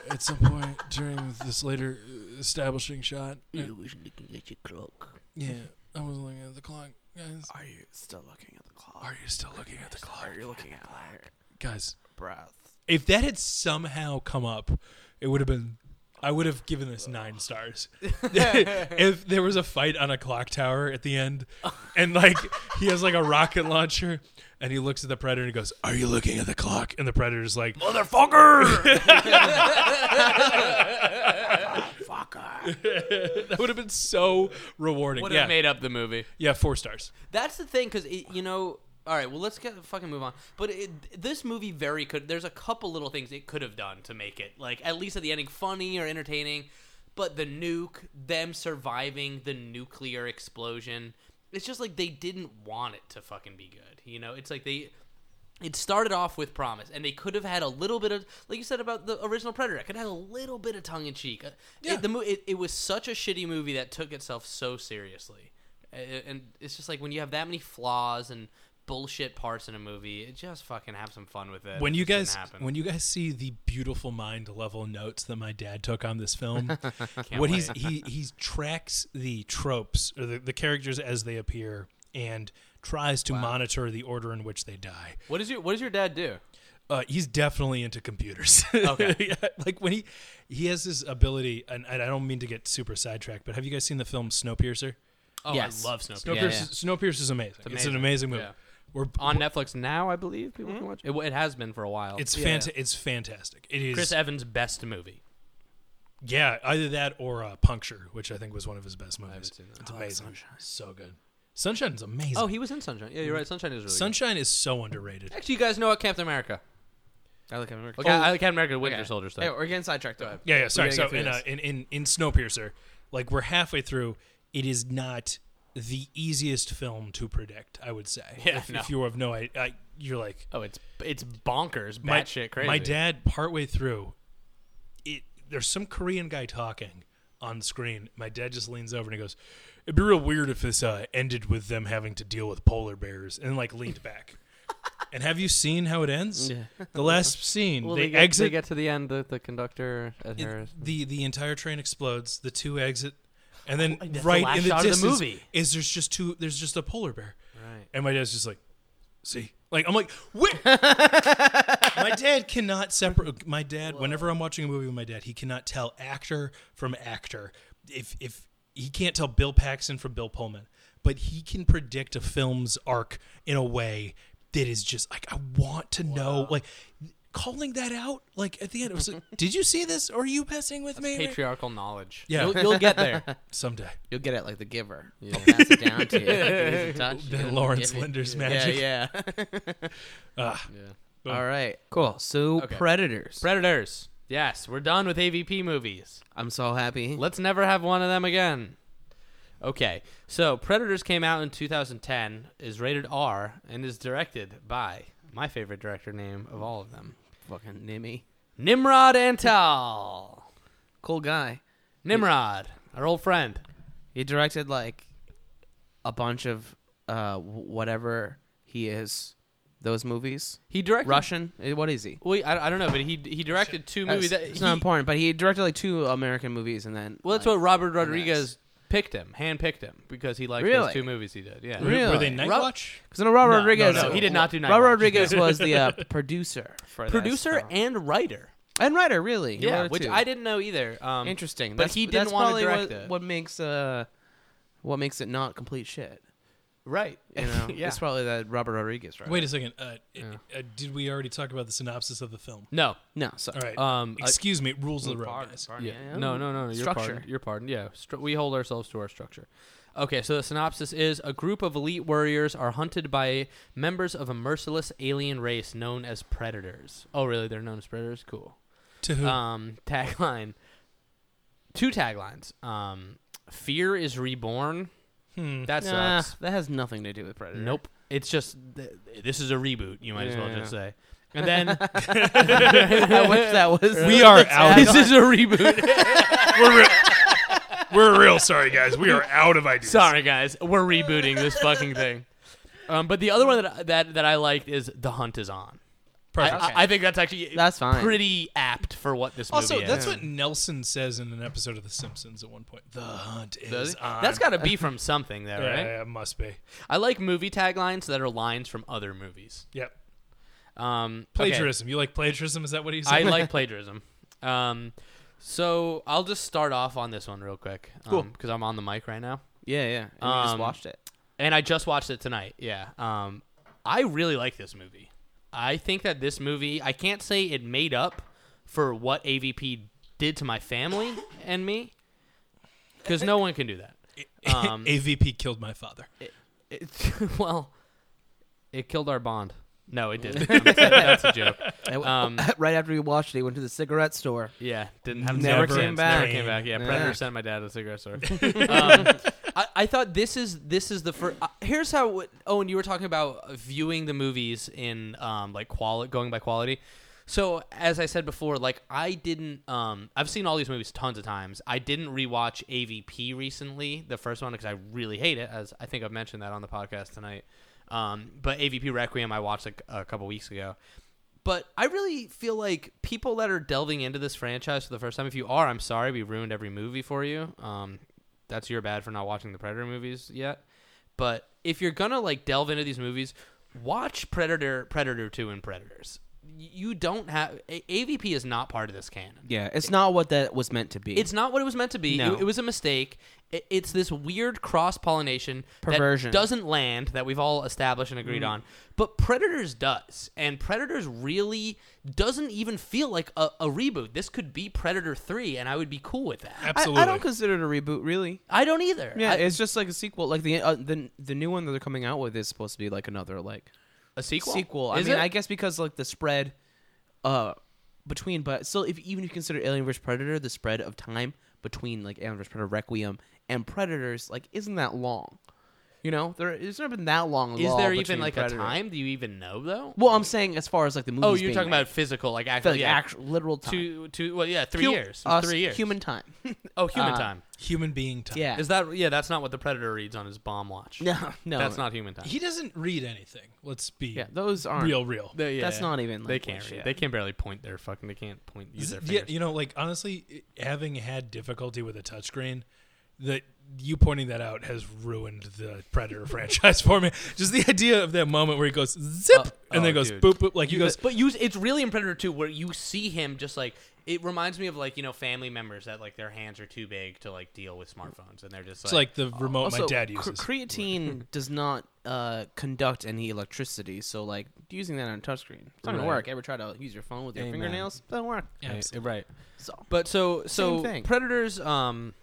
[SPEAKER 5] at some point during this later establishing (laughs) shot?
[SPEAKER 6] I was looking at your clock.
[SPEAKER 5] Yeah, I was looking at the clock, guys.
[SPEAKER 4] Are you still looking at the clock?
[SPEAKER 5] Are you still looking at the clock,
[SPEAKER 4] Are you looking at like
[SPEAKER 5] guys?
[SPEAKER 4] breath?
[SPEAKER 5] if that had somehow come up, it would have been. I would have given this
[SPEAKER 3] (laughs)
[SPEAKER 5] nine stars. (laughs) if there was a fight on a clock tower at the end, and like he has like a rocket launcher, and he looks at the predator and he goes, "Are you looking at the clock?" And the predator's like, (laughs) "Motherfucker!"
[SPEAKER 6] Fucker.
[SPEAKER 5] (laughs) that would have been so rewarding.
[SPEAKER 3] Would have
[SPEAKER 5] Yeah,
[SPEAKER 3] made up the movie.
[SPEAKER 5] yeah, four stars.
[SPEAKER 3] That's the thing, because you know. All right, well, let's get fucking move on. But it, this movie very could. There's a couple little things it could have done to make it like at least at the ending funny or entertaining. But the nuke, them surviving the nuclear explosion, it's just like they didn't want it to fucking be good. You know, it's like they. It started off with promise, and they could have had a little bit of, like you said about the original Predator, it could have had a little bit of tongue in cheek. Yeah. It, the mo- it, it was such a shitty movie that took itself so seriously, A- a- and it's just like when you have that many flaws and bullshit parts in a movie, it just fucking have some fun with it.
[SPEAKER 5] when
[SPEAKER 3] It
[SPEAKER 5] you
[SPEAKER 3] just didn't
[SPEAKER 5] guys
[SPEAKER 3] happen.
[SPEAKER 5] when you guys see the beautiful mind level notes that my dad took on
[SPEAKER 3] (laughs)
[SPEAKER 5] this film what he's he he tracks the tropes or the, the characters as they appear and tries to monitor the order in which they die
[SPEAKER 3] what is your what does your dad do?
[SPEAKER 5] uh, he's definitely into computers
[SPEAKER 3] Okay.
[SPEAKER 5] (laughs) Yeah, like when he he has this ability and, and i don't mean to get super sidetracked but have you guys seen the film snowpiercer
[SPEAKER 3] Oh,
[SPEAKER 4] Yes.
[SPEAKER 3] I love Snow.
[SPEAKER 5] snowpiercer,
[SPEAKER 3] Piercer.
[SPEAKER 5] snowpiercer is amazing. it's an
[SPEAKER 3] amazing.
[SPEAKER 5] amazing movie
[SPEAKER 3] Yeah.
[SPEAKER 5] we're
[SPEAKER 3] on Netflix now, I believe
[SPEAKER 5] Hmm?
[SPEAKER 3] people can watch it. It, it has been for a while.
[SPEAKER 5] it's
[SPEAKER 4] Yeah.
[SPEAKER 5] fanta- it's fantastic it is
[SPEAKER 3] Chris Evans' best movie.
[SPEAKER 5] Yeah, either that or uh, Puncture, which I think was one of his best movies.
[SPEAKER 3] seen that.
[SPEAKER 5] It's amazing. So good. Sunshine's amazing.
[SPEAKER 3] Oh, he was in Sunshine. Yeah, you're right. Sunshine is really good.
[SPEAKER 5] Sunshine is so underrated.
[SPEAKER 3] Actually, you guys know what Captain America.
[SPEAKER 4] I look at
[SPEAKER 5] Oh.
[SPEAKER 4] America.
[SPEAKER 3] Okay, I like Captain America Winter Soldier stuff.
[SPEAKER 4] Hey, we're getting sidetracked. Go ahead.
[SPEAKER 5] Yeah, yeah. Sorry.
[SPEAKER 4] gotta
[SPEAKER 5] So
[SPEAKER 4] get through
[SPEAKER 5] in, uh,
[SPEAKER 4] this.
[SPEAKER 5] in in in Snowpiercer, like we're halfway through. It is not the easiest film to predict. I would say.
[SPEAKER 3] Yeah,
[SPEAKER 5] if,
[SPEAKER 3] no.
[SPEAKER 5] if you have no, I, I you're like
[SPEAKER 3] oh, it's it's bonkers,
[SPEAKER 5] my
[SPEAKER 3] batshit crazy.
[SPEAKER 5] My dad partway through, it there's some Korean guy talking on screen. My dad just leans over and he goes, "It'd be real weird if this uh, ended with them having to deal with polar bears," and like leaned
[SPEAKER 3] (laughs)
[SPEAKER 5] back. and have you seen how it ends? The last scene,
[SPEAKER 3] Well,
[SPEAKER 5] they,
[SPEAKER 3] they, get,
[SPEAKER 5] exit.
[SPEAKER 3] they get to the end. The, the conductor at
[SPEAKER 5] it-
[SPEAKER 3] her.
[SPEAKER 5] the the entire train explodes. The two exit, and then
[SPEAKER 3] Oh, that's the
[SPEAKER 5] right
[SPEAKER 3] last
[SPEAKER 5] in the
[SPEAKER 3] shot of the
[SPEAKER 5] distance
[SPEAKER 3] movie.
[SPEAKER 5] is there's just two. There's just a polar bear.
[SPEAKER 3] Right.
[SPEAKER 5] And my dad's just like, see, like I'm like, wait.
[SPEAKER 3] (laughs)
[SPEAKER 5] my dad cannot separate. My dad, whenever I'm watching a movie with my dad, he cannot tell actor from actor. If if he can't tell Bill Paxton from Bill Pullman, but he can predict a film's arc in a way that is just like I want to know, like. Calling that out, like at the end, it was like, "Did you see this? Or are you messing with me?"
[SPEAKER 3] Patriarchal knowledge.
[SPEAKER 5] Yeah.
[SPEAKER 3] You'll, you'll get (laughs) there.
[SPEAKER 5] (laughs) Someday,
[SPEAKER 4] You'll get it like the giver. I'll pass it down to you.
[SPEAKER 5] (laughs)
[SPEAKER 4] If you. touch it,
[SPEAKER 5] the
[SPEAKER 4] you'll
[SPEAKER 5] Lawrence
[SPEAKER 4] get it.
[SPEAKER 5] Linder's
[SPEAKER 4] Yeah,
[SPEAKER 5] magic. (laughs)
[SPEAKER 4] yeah. (laughs)
[SPEAKER 5] Ah.
[SPEAKER 4] All right. Cool. So predators.
[SPEAKER 3] Predators. Yes, we're done with AVP movies.
[SPEAKER 4] I'm so happy.
[SPEAKER 3] Let's never have one of them again. Okay, so Predators came out in 2010, is rated R, and is directed by my favorite director name of all of them,
[SPEAKER 4] Fucking Nimmy.
[SPEAKER 3] Nimrod (laughs) Antal.
[SPEAKER 4] Cool guy.
[SPEAKER 3] Nimrod, our old friend.
[SPEAKER 4] He directed like a bunch of uh wh- whatever he is those movies?
[SPEAKER 3] He directed.
[SPEAKER 4] Russian? Eh, What is he?
[SPEAKER 3] Wait, I, I don't know, but he he directed two movies. That,
[SPEAKER 4] it's
[SPEAKER 3] he-
[SPEAKER 4] not important, but he directed like two American movies, and then
[SPEAKER 3] Well, that's
[SPEAKER 4] like,
[SPEAKER 3] what Robert Rodriguez picked him, hand picked him because he liked
[SPEAKER 4] Really?
[SPEAKER 3] those two movies he did. Yeah.
[SPEAKER 5] Were- Were they
[SPEAKER 4] Really?
[SPEAKER 5] Night
[SPEAKER 3] Rob-
[SPEAKER 5] Watch?
[SPEAKER 4] Because no, Robert
[SPEAKER 5] No, no,
[SPEAKER 4] Rodriguez.
[SPEAKER 3] no, he did not do Night
[SPEAKER 4] Robert
[SPEAKER 3] Watch. (laughs)
[SPEAKER 4] Rodriguez was the uh, producer for this
[SPEAKER 3] Producer
[SPEAKER 4] film.
[SPEAKER 3] and writer.
[SPEAKER 4] and writer, really. He
[SPEAKER 3] Yeah,
[SPEAKER 4] wrote
[SPEAKER 3] which
[SPEAKER 4] two.
[SPEAKER 3] I didn't know either. Um,
[SPEAKER 4] Interesting,
[SPEAKER 3] but
[SPEAKER 4] That's-
[SPEAKER 3] he didn't
[SPEAKER 4] that's
[SPEAKER 3] want to
[SPEAKER 4] probably
[SPEAKER 3] direct
[SPEAKER 4] what,
[SPEAKER 3] it.
[SPEAKER 4] What makes uh, what makes it not complete shit?
[SPEAKER 3] right? (laughs)
[SPEAKER 4] You know,
[SPEAKER 3] yeah.
[SPEAKER 4] it's probably that Robert Rodriguez, right?
[SPEAKER 5] Wait a second. Uh, uh, did we already talk about the synopsis of the film?
[SPEAKER 3] no.
[SPEAKER 4] no, sorry.
[SPEAKER 5] All right.
[SPEAKER 3] Um, I-
[SPEAKER 5] Excuse me. Rules of the road.
[SPEAKER 4] Pardon,
[SPEAKER 5] guys.
[SPEAKER 4] pardon,
[SPEAKER 3] Yeah.
[SPEAKER 4] yeah.
[SPEAKER 3] No, no, no, no. You're
[SPEAKER 4] Structure.
[SPEAKER 3] pardoned. You're pardoned. Yeah. Stru- we hold ourselves to our structure. Okay, so the synopsis is a group of elite warriors are hunted by members of a merciless alien race known as predators. Oh, really? They're known as predators? Cool.
[SPEAKER 5] To who?
[SPEAKER 3] Um, tagline. Two taglines. Um, Fear is reborn.
[SPEAKER 5] Hmm.
[SPEAKER 3] That
[SPEAKER 4] Nah,
[SPEAKER 3] sucks.
[SPEAKER 4] that has nothing to do with Predator.
[SPEAKER 3] Nope. It's just th- this is a reboot. You might as well
[SPEAKER 4] Yeah.
[SPEAKER 3] just say. And then
[SPEAKER 4] (laughs) I
[SPEAKER 3] (laughs)
[SPEAKER 4] wish that was.
[SPEAKER 5] We
[SPEAKER 4] (laughs)
[SPEAKER 5] are out.
[SPEAKER 3] this is a reboot.
[SPEAKER 5] we're, re- we're real sorry, guys. We are out of
[SPEAKER 3] (laughs)
[SPEAKER 5] ideas.
[SPEAKER 3] Sorry guys, we're rebooting this fucking thing. Um, but the other one that I- that that I liked is The Hunt is on. I,
[SPEAKER 5] Perfect.
[SPEAKER 3] I- I think that's actually
[SPEAKER 4] That's fine.
[SPEAKER 3] Pretty apt for what this
[SPEAKER 5] Also,
[SPEAKER 3] movie
[SPEAKER 5] that's
[SPEAKER 3] is.
[SPEAKER 5] what Nelson says in an episode of The Simpsons at one point. The hunt is on.
[SPEAKER 3] that's got to be from something, though,
[SPEAKER 5] yeah,
[SPEAKER 3] right?
[SPEAKER 5] yeah, it must be.
[SPEAKER 3] I like movie taglines that are lines from other movies.
[SPEAKER 5] Yep.
[SPEAKER 3] Um, okay.
[SPEAKER 5] Plagiarism. You like plagiarism? Is that what he's?
[SPEAKER 3] (laughs) I
[SPEAKER 5] (laughs)
[SPEAKER 3] like plagiarism. Um, so I'll just start off on this one real quick. Cool. Because I'm on the mic right now.
[SPEAKER 4] Yeah, yeah. And we just
[SPEAKER 3] Um,
[SPEAKER 4] watched it.
[SPEAKER 3] And I just watched it tonight. Yeah. Um, I really like this movie. I think that this movie, I can't say it made up for what AVP did to my family and me, because no one can do that. um,
[SPEAKER 5] AVP killed my father.
[SPEAKER 3] It, (laughs) well, it killed our bond. No, it (laughs) didn't. That's a joke. Um,
[SPEAKER 4] (laughs) right after we watched it, he went to the cigarette store.
[SPEAKER 3] Yeah, didn't have never
[SPEAKER 4] Never came
[SPEAKER 3] came back.
[SPEAKER 5] back.
[SPEAKER 3] Never came back. Yeah,
[SPEAKER 4] Yeah.
[SPEAKER 3] Predator sent my dad to the cigarette store. um, I, I thought this is this is the first. Uh, here's how it- Owen, you were talking about viewing the movies in um, like quality, going by quality. So as I said before, like I didn't. Um, I've seen all these movies tons of times. I didn't rewatch AVP recently, the first one, because I really hate it. As I think I've mentioned that on the podcast tonight. Um, but AVP Requiem, I watched like a couple weeks ago but I really feel like people that are delving into this franchise for the first time, if you are, I'm sorry, we ruined every movie for you. Um, that's your bad for not watching the Predator movies yet. But if you're gonna like delve into these movies, watch Predator, Predator Two, and Predators. Y- You don't have A- AVP is not part of this canon.
[SPEAKER 4] Yeah, it's not what that was meant to be.
[SPEAKER 3] It's not what it was meant to be.
[SPEAKER 4] No.
[SPEAKER 3] It, it was a mistake. It, it's this weird cross pollination
[SPEAKER 4] Perversion. Mm.
[SPEAKER 3] that doesn't land that we've all established and agreed on. But Predators does, and Predators really doesn't even feel like a, a reboot. This could be Predator three, and I would be cool with that.
[SPEAKER 4] I,
[SPEAKER 5] Absolutely.
[SPEAKER 4] I don't consider it a reboot, really.
[SPEAKER 3] I don't either.
[SPEAKER 4] Yeah,
[SPEAKER 3] I-
[SPEAKER 4] it's just like a sequel. Like the uh, the the new one that they're coming out with is supposed to be like another like
[SPEAKER 3] a sequel.
[SPEAKER 4] sequel.
[SPEAKER 3] Is
[SPEAKER 4] I mean,
[SPEAKER 3] it?
[SPEAKER 4] I guess because like the spread, uh, between but still, if even if you consider Alien vs Predator, the spread of time between like Alien vs Predator Requiem and Predators like isn't that long. You know, there it's never been that long.
[SPEAKER 3] is
[SPEAKER 4] lull
[SPEAKER 3] there even
[SPEAKER 4] between
[SPEAKER 3] like
[SPEAKER 4] Predator-
[SPEAKER 3] a time? Do you even know though?
[SPEAKER 4] Well, I'm saying as far as like the movies.
[SPEAKER 3] Oh, you're
[SPEAKER 4] being
[SPEAKER 3] talking
[SPEAKER 4] made.
[SPEAKER 3] about physical, like
[SPEAKER 4] I
[SPEAKER 3] actually
[SPEAKER 4] feel like
[SPEAKER 3] yeah.
[SPEAKER 4] actual literal time.
[SPEAKER 3] two, two, well, yeah, three
[SPEAKER 4] Hu-
[SPEAKER 3] years, It's
[SPEAKER 4] us,
[SPEAKER 3] three years.
[SPEAKER 4] Human time.
[SPEAKER 3] oh, human
[SPEAKER 4] uh,
[SPEAKER 3] time.
[SPEAKER 5] Human being time.
[SPEAKER 3] (laughs)
[SPEAKER 4] yeah.
[SPEAKER 3] Is that yeah? That's not what the Predator reads on his bomb watch.
[SPEAKER 4] no, no.
[SPEAKER 3] that's not human time.
[SPEAKER 5] He doesn't read anything. Let's be
[SPEAKER 4] Yeah, those aren't
[SPEAKER 5] real, real.
[SPEAKER 3] They-
[SPEAKER 4] That's not even,
[SPEAKER 3] they
[SPEAKER 4] like,
[SPEAKER 3] can't
[SPEAKER 4] what
[SPEAKER 3] read.
[SPEAKER 4] shit.
[SPEAKER 3] They can barely point their fucking. They can't point use their
[SPEAKER 5] yeah,
[SPEAKER 3] fingers.
[SPEAKER 5] you know, like honestly, it- having had difficulty with a touchscreen, that you pointing that out has ruined the
[SPEAKER 3] (laughs)
[SPEAKER 5] Predator franchise for me. Just the idea of that moment where he goes zip and
[SPEAKER 3] oh,
[SPEAKER 5] then goes
[SPEAKER 3] dude.
[SPEAKER 5] boop boop, like he goes.
[SPEAKER 3] but use it's really in Predator Two where you see him just like it reminds me of like you know family members that like their hands are too big to like deal with smartphones and they're just like,
[SPEAKER 5] It's like the remote
[SPEAKER 4] Also,
[SPEAKER 5] my dad
[SPEAKER 4] cre-
[SPEAKER 5] uses. (laughs)
[SPEAKER 4] creatine does not uh, conduct any electricity, so like using that on a touchscreen, it's not gonna
[SPEAKER 3] Right.
[SPEAKER 4] work. Ever try to use your phone with your
[SPEAKER 3] Amen.
[SPEAKER 4] fingernails? Doesn't work.
[SPEAKER 5] Absolutely.
[SPEAKER 3] right.
[SPEAKER 4] So
[SPEAKER 3] But so so
[SPEAKER 4] Same thing.
[SPEAKER 3] Predators um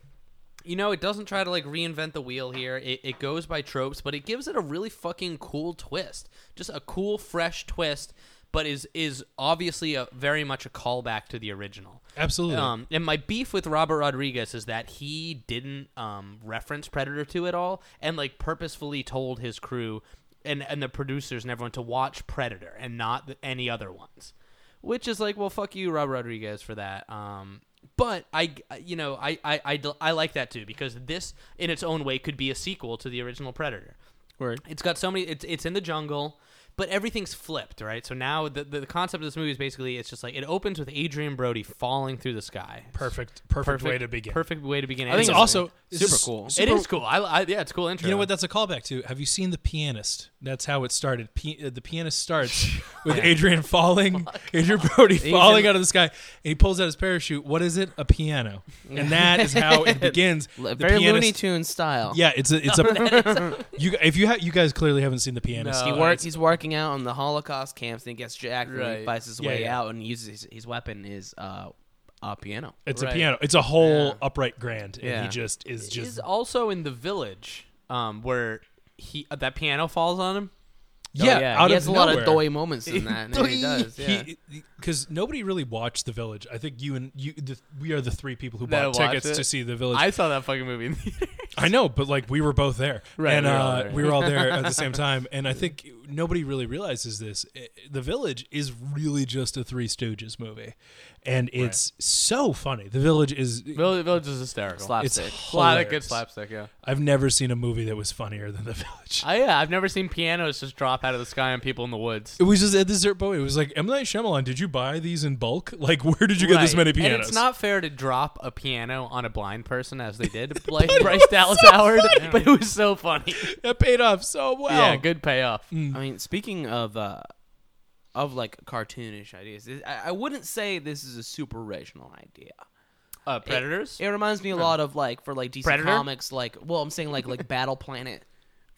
[SPEAKER 3] you know it doesn't try to like reinvent the wheel here. It it goes by tropes, but it gives it a really fucking cool twist. Just a cool fresh twist but is is obviously a very much a callback to the original.
[SPEAKER 5] Absolutely.
[SPEAKER 3] Um, and my beef with Robert Rodriguez is that he didn't um, reference Predator 2 at all and like purposefully told his crew and, and the producers and everyone to watch Predator and not the, any other ones. Which is like, well, fuck you, Robert Rodriguez, for that. Um, but I, you know, I, I, I, d- I like that too because this in its own way could be a sequel to the original Predator.
[SPEAKER 4] word.
[SPEAKER 3] It's got so many. It's it's in the jungle. but everything's flipped, right? So now the, the the concept of this movie is basically it's just like it opens with Adrian Brody falling through the sky.
[SPEAKER 5] Perfect, perfect, way to begin.
[SPEAKER 3] Perfect way to begin.
[SPEAKER 5] I think it's
[SPEAKER 3] anything.
[SPEAKER 5] also
[SPEAKER 4] Super
[SPEAKER 5] this is
[SPEAKER 4] cool. It
[SPEAKER 3] it
[SPEAKER 5] super-
[SPEAKER 3] is cool. I, I yeah, it's a cool intro.
[SPEAKER 5] You know what? That's a callback to. Have you seen The Pianist? That's how it started. P- uh, the Pianist
[SPEAKER 4] (laughs)
[SPEAKER 5] starts with Adrian falling, Adrian Brody falling out of the sky, and he pulls out his parachute. What is it? A piano, and that is how
[SPEAKER 4] (laughs)
[SPEAKER 5] it begins.
[SPEAKER 4] L-
[SPEAKER 5] The
[SPEAKER 4] Very Looney
[SPEAKER 5] Pianist-
[SPEAKER 4] Tunes style.
[SPEAKER 5] Yeah, it's a, it's
[SPEAKER 4] (laughs)
[SPEAKER 5] a. you if you ha- you guys clearly haven't seen The Pianist.
[SPEAKER 4] He
[SPEAKER 3] No. Oh,
[SPEAKER 4] works. He's working out on the Holocaust camps, and he gets jacked, and he
[SPEAKER 3] Right.
[SPEAKER 4] fights his
[SPEAKER 5] Yeah,
[SPEAKER 4] way
[SPEAKER 5] yeah.
[SPEAKER 4] out, and uses his, his weapon is uh, a piano.
[SPEAKER 5] It's a
[SPEAKER 3] Right.
[SPEAKER 5] piano. It's a whole upright grand, and
[SPEAKER 4] Yeah.
[SPEAKER 5] he just is just
[SPEAKER 3] He's also in the village, um, where he uh, that piano falls on him.
[SPEAKER 5] yeah,
[SPEAKER 4] Oh,
[SPEAKER 5] out
[SPEAKER 4] he
[SPEAKER 5] of
[SPEAKER 4] has a lot
[SPEAKER 5] nowhere.
[SPEAKER 4] of doy moments in
[SPEAKER 5] (laughs)
[SPEAKER 4] that. and he does. Yeah.
[SPEAKER 5] because nobody really watched The Village. I think you and you, the, we are the three people who
[SPEAKER 3] That
[SPEAKER 5] bought
[SPEAKER 3] watched
[SPEAKER 5] tickets
[SPEAKER 3] it.
[SPEAKER 5] to see The Village.
[SPEAKER 3] I saw that fucking movie. In the (laughs)
[SPEAKER 5] I know, but like we were both there,
[SPEAKER 3] Right,
[SPEAKER 5] and
[SPEAKER 3] we were all
[SPEAKER 5] uh,
[SPEAKER 3] there.
[SPEAKER 5] we were all
[SPEAKER 3] (laughs)
[SPEAKER 5] there at the same time. And I think nobody really realizes this. I- The Village is really just a Three Stooges movie, and it's so funny. The Village is.
[SPEAKER 3] village, village is hysterical.
[SPEAKER 5] It's
[SPEAKER 4] Slapstick.
[SPEAKER 3] A lot of good
[SPEAKER 5] hilarious.
[SPEAKER 3] slapstick. Yeah.
[SPEAKER 5] I've never seen a movie that was funnier than The (laughs) Village.
[SPEAKER 3] Oh yeah, I've never seen pianos just drop out of the sky on people in the woods.
[SPEAKER 5] it was just at the dessert boy. It was like M Night Shyamalan. Did you buy these in bulk? (laughs) Like, where did you get this
[SPEAKER 3] Right.
[SPEAKER 5] many pianos?
[SPEAKER 3] And it's not fair to drop a piano on a blind person as they (laughs) did, like Bryce Dallas Howard. But it was so funny. Oh.
[SPEAKER 5] that paid off so well.
[SPEAKER 3] Yeah, good payoff.
[SPEAKER 4] I mean, speaking of uh, of like cartoonish ideas, it- I, I wouldn't say this is a super original idea.
[SPEAKER 3] Uh, predators.
[SPEAKER 4] It reminds me a lot of like for like DC
[SPEAKER 3] Predator?
[SPEAKER 4] Comics, like well, I'm saying like
[SPEAKER 3] (laughs)
[SPEAKER 4] like Battle Planet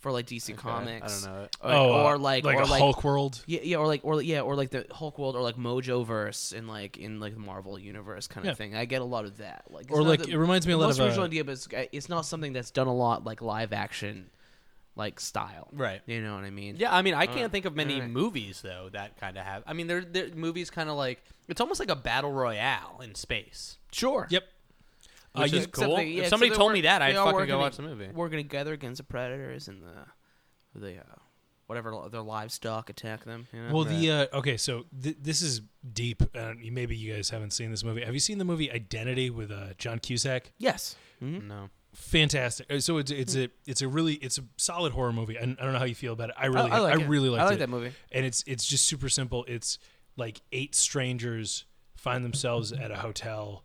[SPEAKER 4] for like DC Comics.
[SPEAKER 3] I don't know it.
[SPEAKER 4] Or,
[SPEAKER 5] Oh, uh,
[SPEAKER 4] or like,
[SPEAKER 5] like
[SPEAKER 4] or
[SPEAKER 5] a
[SPEAKER 4] like
[SPEAKER 5] Hulk World.
[SPEAKER 4] Yeah, yeah, or like, or yeah, or like the Hulk world, or like Mojo verse, and like in like the Marvel universe kind of
[SPEAKER 5] Yeah.
[SPEAKER 4] thing. I get a lot of that. Like, it's
[SPEAKER 5] Or
[SPEAKER 4] not
[SPEAKER 5] like,
[SPEAKER 4] the-
[SPEAKER 5] it reminds me a
[SPEAKER 4] the
[SPEAKER 5] lot
[SPEAKER 4] most
[SPEAKER 5] of, uh,
[SPEAKER 4] original idea, but it's, it's not something that's done a lot like live action, like style.
[SPEAKER 3] Right.
[SPEAKER 4] You know what I mean?
[SPEAKER 3] Yeah, I mean, I can't think of many
[SPEAKER 4] Alright.
[SPEAKER 3] movies though that kind of have. I mean, there there movies kind of like it's almost like a battle royale in space.
[SPEAKER 4] Sure.
[SPEAKER 5] Yep. Uh,
[SPEAKER 3] Which
[SPEAKER 5] you-
[SPEAKER 3] is
[SPEAKER 4] Except
[SPEAKER 3] cool.
[SPEAKER 4] they- yeah,
[SPEAKER 3] if
[SPEAKER 4] except
[SPEAKER 3] somebody
[SPEAKER 4] they
[SPEAKER 3] told
[SPEAKER 4] work-
[SPEAKER 3] me that, I'd
[SPEAKER 4] they all
[SPEAKER 3] fucking
[SPEAKER 4] work
[SPEAKER 3] go
[SPEAKER 4] in-
[SPEAKER 3] watch the movie.
[SPEAKER 4] Working together against the predators and the the uh, whatever their livestock attack them. You know?
[SPEAKER 5] Well, the uh, okay, so th- this is deep. Uh, you- maybe you guys haven't seen this movie. Have you seen the movie Identity with uh, John Cusack?
[SPEAKER 4] yes.
[SPEAKER 3] No,
[SPEAKER 5] Fantastic. Uh, So it's it's
[SPEAKER 4] Hmm.
[SPEAKER 5] a it's a really it's a solid horror movie. And I don't know how you feel about it. I really
[SPEAKER 4] Oh, I like it.
[SPEAKER 5] really
[SPEAKER 4] I
[SPEAKER 5] liked
[SPEAKER 4] like
[SPEAKER 5] it.
[SPEAKER 4] that movie.
[SPEAKER 5] And it's it's just super simple. It's like eight strangers find themselves at a hotel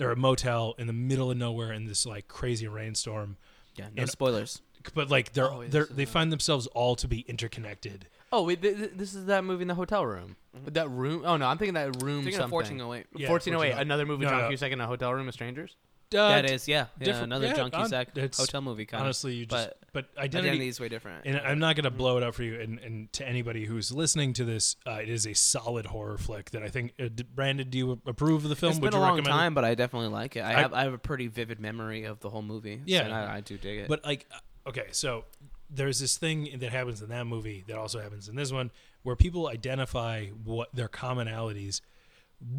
[SPEAKER 5] or a motel in the middle of nowhere in this like crazy rainstorm.
[SPEAKER 4] Yeah. No
[SPEAKER 5] And-
[SPEAKER 4] spoilers.
[SPEAKER 5] But like they're
[SPEAKER 4] Oh,
[SPEAKER 5] they're they find themselves all to be interconnected.
[SPEAKER 3] Oh, wait, th- th- this is that movie in the hotel room. That room? Oh no, I'm thinking that room.
[SPEAKER 4] Mm-hmm. Thinking of
[SPEAKER 3] something.
[SPEAKER 4] 1408.
[SPEAKER 5] Yeah,
[SPEAKER 3] 1408,
[SPEAKER 5] 1408.
[SPEAKER 3] another movie
[SPEAKER 5] No,
[SPEAKER 3] John
[SPEAKER 5] no.
[SPEAKER 3] Cusack in a hotel room with strangers.
[SPEAKER 5] Uh,
[SPEAKER 4] that is, yeah, yeah
[SPEAKER 5] different-
[SPEAKER 4] another
[SPEAKER 5] yeah,
[SPEAKER 4] John
[SPEAKER 5] I'm-
[SPEAKER 4] Cusack
[SPEAKER 5] it's-
[SPEAKER 4] hotel movie. Kind
[SPEAKER 5] Honestly, you just
[SPEAKER 4] but
[SPEAKER 5] but,
[SPEAKER 4] identity
[SPEAKER 5] identity
[SPEAKER 4] is way different.
[SPEAKER 5] and I'm not going to blow it up for you. And, and to anybody who's listening to this, uh, it is a solid horror flick that I think. Uh, d- Brandon, do you approve of the film?
[SPEAKER 4] It's
[SPEAKER 5] Would
[SPEAKER 4] been a
[SPEAKER 5] you
[SPEAKER 4] long
[SPEAKER 5] recommend it?
[SPEAKER 4] time, but I definitely like it. I,
[SPEAKER 5] I-
[SPEAKER 4] have I have a pretty vivid memory of the whole movie.
[SPEAKER 5] Yeah.
[SPEAKER 4] and I, I do dig it.
[SPEAKER 5] But like, uh, okay, so there's this thing that happens in that movie that also happens in this one, where people identify what their commonalities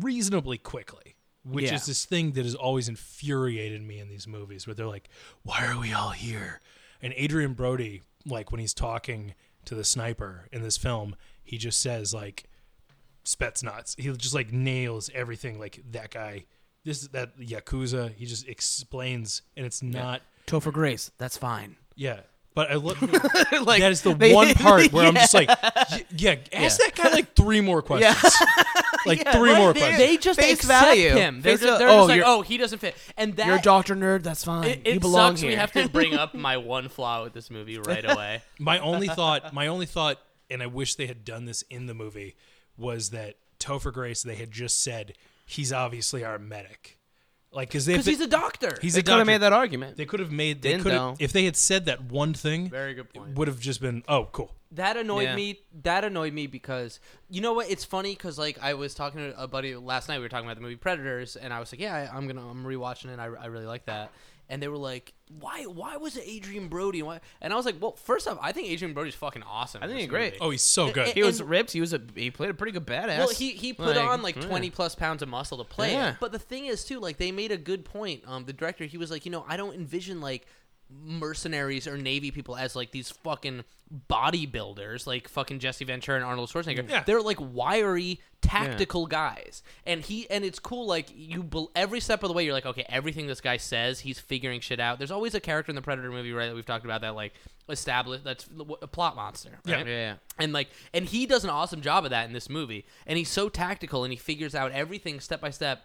[SPEAKER 5] reasonably quickly. Which
[SPEAKER 4] Yeah.
[SPEAKER 5] is this thing that has always infuriated me in these movies, where they're like, "Why are we all here?" And Adrian Brody, like when he's talking to the sniper in this film, he just says like, Spetsnaz. He just like nails everything. Like that guy, this that yakuza. He just explains, and it's not.
[SPEAKER 4] Topher Grace, that's fine.
[SPEAKER 5] Yeah, but I
[SPEAKER 4] (laughs)
[SPEAKER 5] look.
[SPEAKER 4] like
[SPEAKER 5] that is the
[SPEAKER 4] they-
[SPEAKER 5] one part where I'm just
[SPEAKER 4] (laughs)
[SPEAKER 5] like, y- yeah, ask that guy like three more questions. like three more questions.
[SPEAKER 3] They just
[SPEAKER 4] Face
[SPEAKER 3] accept
[SPEAKER 4] value.
[SPEAKER 3] him. They're
[SPEAKER 4] Face
[SPEAKER 3] just,
[SPEAKER 4] val-
[SPEAKER 3] they're
[SPEAKER 4] oh,
[SPEAKER 3] just like,
[SPEAKER 4] you're-
[SPEAKER 3] oh, he doesn't fit. And that
[SPEAKER 4] you're a doctor nerd. That's fine.
[SPEAKER 3] It, it
[SPEAKER 4] you belong
[SPEAKER 3] sucks.
[SPEAKER 4] here.
[SPEAKER 3] We have to bring
[SPEAKER 4] (laughs)
[SPEAKER 3] up my one flaw with this movie right away.
[SPEAKER 5] my only thought, my only thought, and I wish they had done this in the movie, was that Topher Grace. They had just said he's obviously our medic, like because
[SPEAKER 3] Because he's a doctor.
[SPEAKER 5] he's
[SPEAKER 4] they
[SPEAKER 5] a
[SPEAKER 4] could have
[SPEAKER 5] doctor.
[SPEAKER 4] made that argument.
[SPEAKER 5] They could have made. They
[SPEAKER 4] Didn't
[SPEAKER 5] could
[SPEAKER 4] though.
[SPEAKER 5] have if they had said that one thing.
[SPEAKER 3] Very good point.
[SPEAKER 5] It would have just been oh cool.
[SPEAKER 3] that annoyed
[SPEAKER 4] Yeah.
[SPEAKER 3] me. That annoyed me because you know what? It's funny because like I was talking to a buddy last night. We were talking about the movie Predators, and I was like, "Yeah, I, I'm gonna I'm rewatching it. and I, I really like that." And they were like, "Why? Why was it Adrian Brody? Why?" And I was like, "Well, first off, I think Adrian Brody's fucking awesome. I
[SPEAKER 4] think he's great.
[SPEAKER 5] Oh, he's so good.
[SPEAKER 4] he was
[SPEAKER 3] and-
[SPEAKER 4] ripped. He was a he played a pretty good badass.
[SPEAKER 3] Well, he, he put on like 20 plus pounds of muscle to play. it.
[SPEAKER 4] Yeah.
[SPEAKER 3] But the thing is, too, like they made a good point. Um, the director, he was like, you know, I don't envision like mercenaries or navy people as like these fucking bodybuilders, like fucking Jesse Ventura and Arnold Schwarzenegger.
[SPEAKER 5] Mm. Yeah.
[SPEAKER 3] They're like wiry, tactical guys, and he and it's cool. Like you, bel- every step of the way, you're like, okay, everything this guy says, he's figuring shit out. There's always a character in the Predator movie, right? That we've talked about that like established that's a plot monster.
[SPEAKER 5] Yeah.
[SPEAKER 3] right?
[SPEAKER 4] Yeah.
[SPEAKER 3] And like, and he does an awesome job of that in this movie. And he's so tactical, and he figures out everything step by step.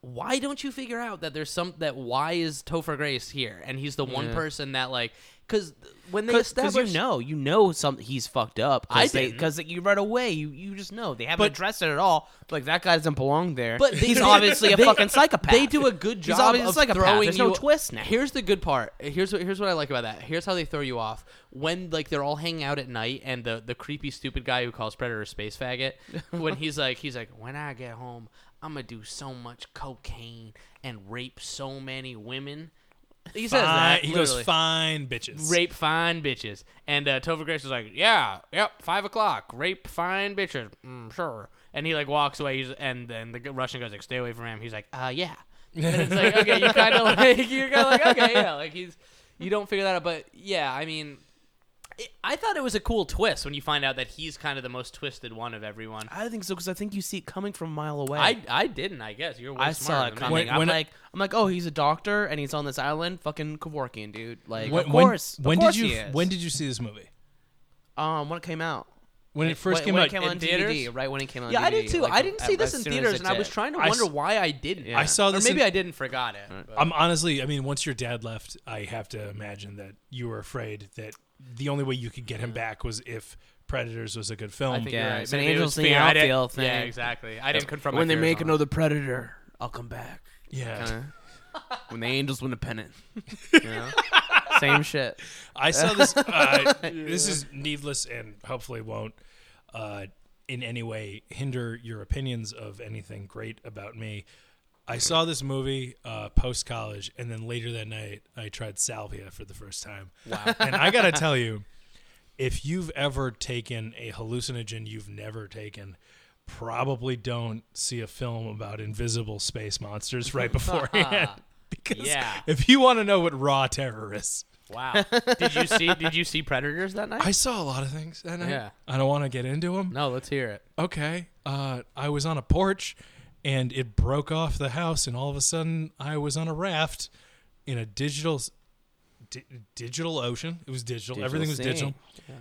[SPEAKER 3] Why don't you figure out that there's some that why is Topher Grace here? And he's the one person that like, because when they
[SPEAKER 4] Because you
[SPEAKER 3] establish,
[SPEAKER 4] know, you know, some he's fucked up.
[SPEAKER 3] I didn't.
[SPEAKER 4] because you right away, you, you just know they haven't addressed it at all. Like that guy doesn't belong there.
[SPEAKER 3] But they
[SPEAKER 4] he's
[SPEAKER 3] do-
[SPEAKER 4] obviously a
[SPEAKER 3] they-
[SPEAKER 4] fucking psychopath.
[SPEAKER 3] They do a good
[SPEAKER 4] He's
[SPEAKER 3] job
[SPEAKER 4] obviously
[SPEAKER 3] of
[SPEAKER 4] a psychopath.
[SPEAKER 3] throwing
[SPEAKER 4] There's
[SPEAKER 3] you.
[SPEAKER 4] no twist now.
[SPEAKER 3] Here's the good part. Here's what here's what I like about that. Here's how they throw you off when like they're all hanging out at night and the the creepy stupid guy who calls Predator a space faggot when he's like he's like when I get home I'm gonna do so much cocaine and rape so many women. He says
[SPEAKER 5] Fine-
[SPEAKER 3] that
[SPEAKER 5] he
[SPEAKER 3] literally.
[SPEAKER 5] goes fine bitches.
[SPEAKER 3] Rape fine bitches. And uh, Topher Grace is like, yeah, yep, five o'clock. Rape fine bitches. Mm, sure. And he like walks away. He's, and then the Russian goes like, stay away from him. He's like, uh, yeah. And it's like, okay, you
[SPEAKER 5] (laughs)
[SPEAKER 3] kind of like, you're kind of like, okay, yeah, like he's, you don't figure that out. But yeah, I mean, it, I thought it was a cool twist when you find out that he's kind of the most twisted one of everyone.
[SPEAKER 4] I think so because I think you see it coming from a mile away.
[SPEAKER 3] I, I didn't, I guess. You're way
[SPEAKER 4] I saw
[SPEAKER 3] smarter
[SPEAKER 4] it
[SPEAKER 3] than me.
[SPEAKER 4] coming.
[SPEAKER 5] When-
[SPEAKER 4] I'm
[SPEAKER 5] when-
[SPEAKER 4] like, I'm like, oh, he's a doctor and he's on this island, fucking Kevorkian, dude. Like,
[SPEAKER 5] When,
[SPEAKER 4] of course.
[SPEAKER 5] When, when
[SPEAKER 4] of course
[SPEAKER 5] did you?
[SPEAKER 4] He is.
[SPEAKER 5] When did you see this movie?
[SPEAKER 4] um when it came out?
[SPEAKER 5] When it first
[SPEAKER 4] when,
[SPEAKER 5] came
[SPEAKER 4] when
[SPEAKER 5] out,
[SPEAKER 4] it came
[SPEAKER 3] in
[SPEAKER 4] out on
[SPEAKER 3] theaters?
[SPEAKER 4] DVD, right when it came out. on
[SPEAKER 3] Yeah, I
[SPEAKER 4] DVD,
[SPEAKER 3] did too.
[SPEAKER 4] like,
[SPEAKER 3] I didn't
[SPEAKER 4] at-
[SPEAKER 3] see
[SPEAKER 4] as
[SPEAKER 3] this in
[SPEAKER 4] soon as
[SPEAKER 3] theaters,
[SPEAKER 4] it
[SPEAKER 3] and I was
[SPEAKER 4] did.
[SPEAKER 3] trying to
[SPEAKER 5] I
[SPEAKER 3] wonder
[SPEAKER 5] s-
[SPEAKER 3] why I didn't.
[SPEAKER 4] Yeah.
[SPEAKER 5] I saw
[SPEAKER 3] Or
[SPEAKER 5] this.
[SPEAKER 3] maybe
[SPEAKER 5] in-
[SPEAKER 3] I did and forgot it. but-
[SPEAKER 5] I'm honestly, I mean, once your dad left, I have to imagine that you were afraid that the only way you could get him back was if Predators was a good
[SPEAKER 3] I
[SPEAKER 5] film.
[SPEAKER 3] think
[SPEAKER 4] yeah,
[SPEAKER 3] you're right.
[SPEAKER 4] it's an
[SPEAKER 3] Maybe it
[SPEAKER 4] angels
[SPEAKER 3] was
[SPEAKER 4] in the
[SPEAKER 3] fear. I didn't-
[SPEAKER 4] outfield thing.
[SPEAKER 3] Yeah, exactly. I didn't confront my
[SPEAKER 4] When they
[SPEAKER 3] fears
[SPEAKER 4] make
[SPEAKER 3] on
[SPEAKER 4] another predator, I'll come back.
[SPEAKER 5] yeah.
[SPEAKER 4] Kinda. when the angels win a pennant. You know? Same shit.
[SPEAKER 5] I saw this. Uh, This is needless and hopefully won't uh, in any way hinder your opinions of anything great about me. I saw this movie uh, post college, and then later that night, I tried salvia for the first time. Wow. and I got to tell you, if you've ever taken a hallucinogen you've never taken, probably don't see a film about invisible space monsters right beforehand. (laughs) because
[SPEAKER 3] Yeah.
[SPEAKER 5] if you want to know what raw terror is,
[SPEAKER 3] it. Wow. (laughs) did you see? Did you see Predators that
[SPEAKER 5] (laughs)
[SPEAKER 3] night?
[SPEAKER 5] I saw a lot of things, and
[SPEAKER 3] Yeah.
[SPEAKER 5] I, I don't want to get into them.
[SPEAKER 3] no, let's hear it.
[SPEAKER 5] Okay, uh, I was on a porch, and it broke off the house, and all of a sudden, I was on a raft in a digital, s- di- digital ocean. It was digital.
[SPEAKER 4] Digital
[SPEAKER 5] Everything was
[SPEAKER 4] sea.
[SPEAKER 5] digital.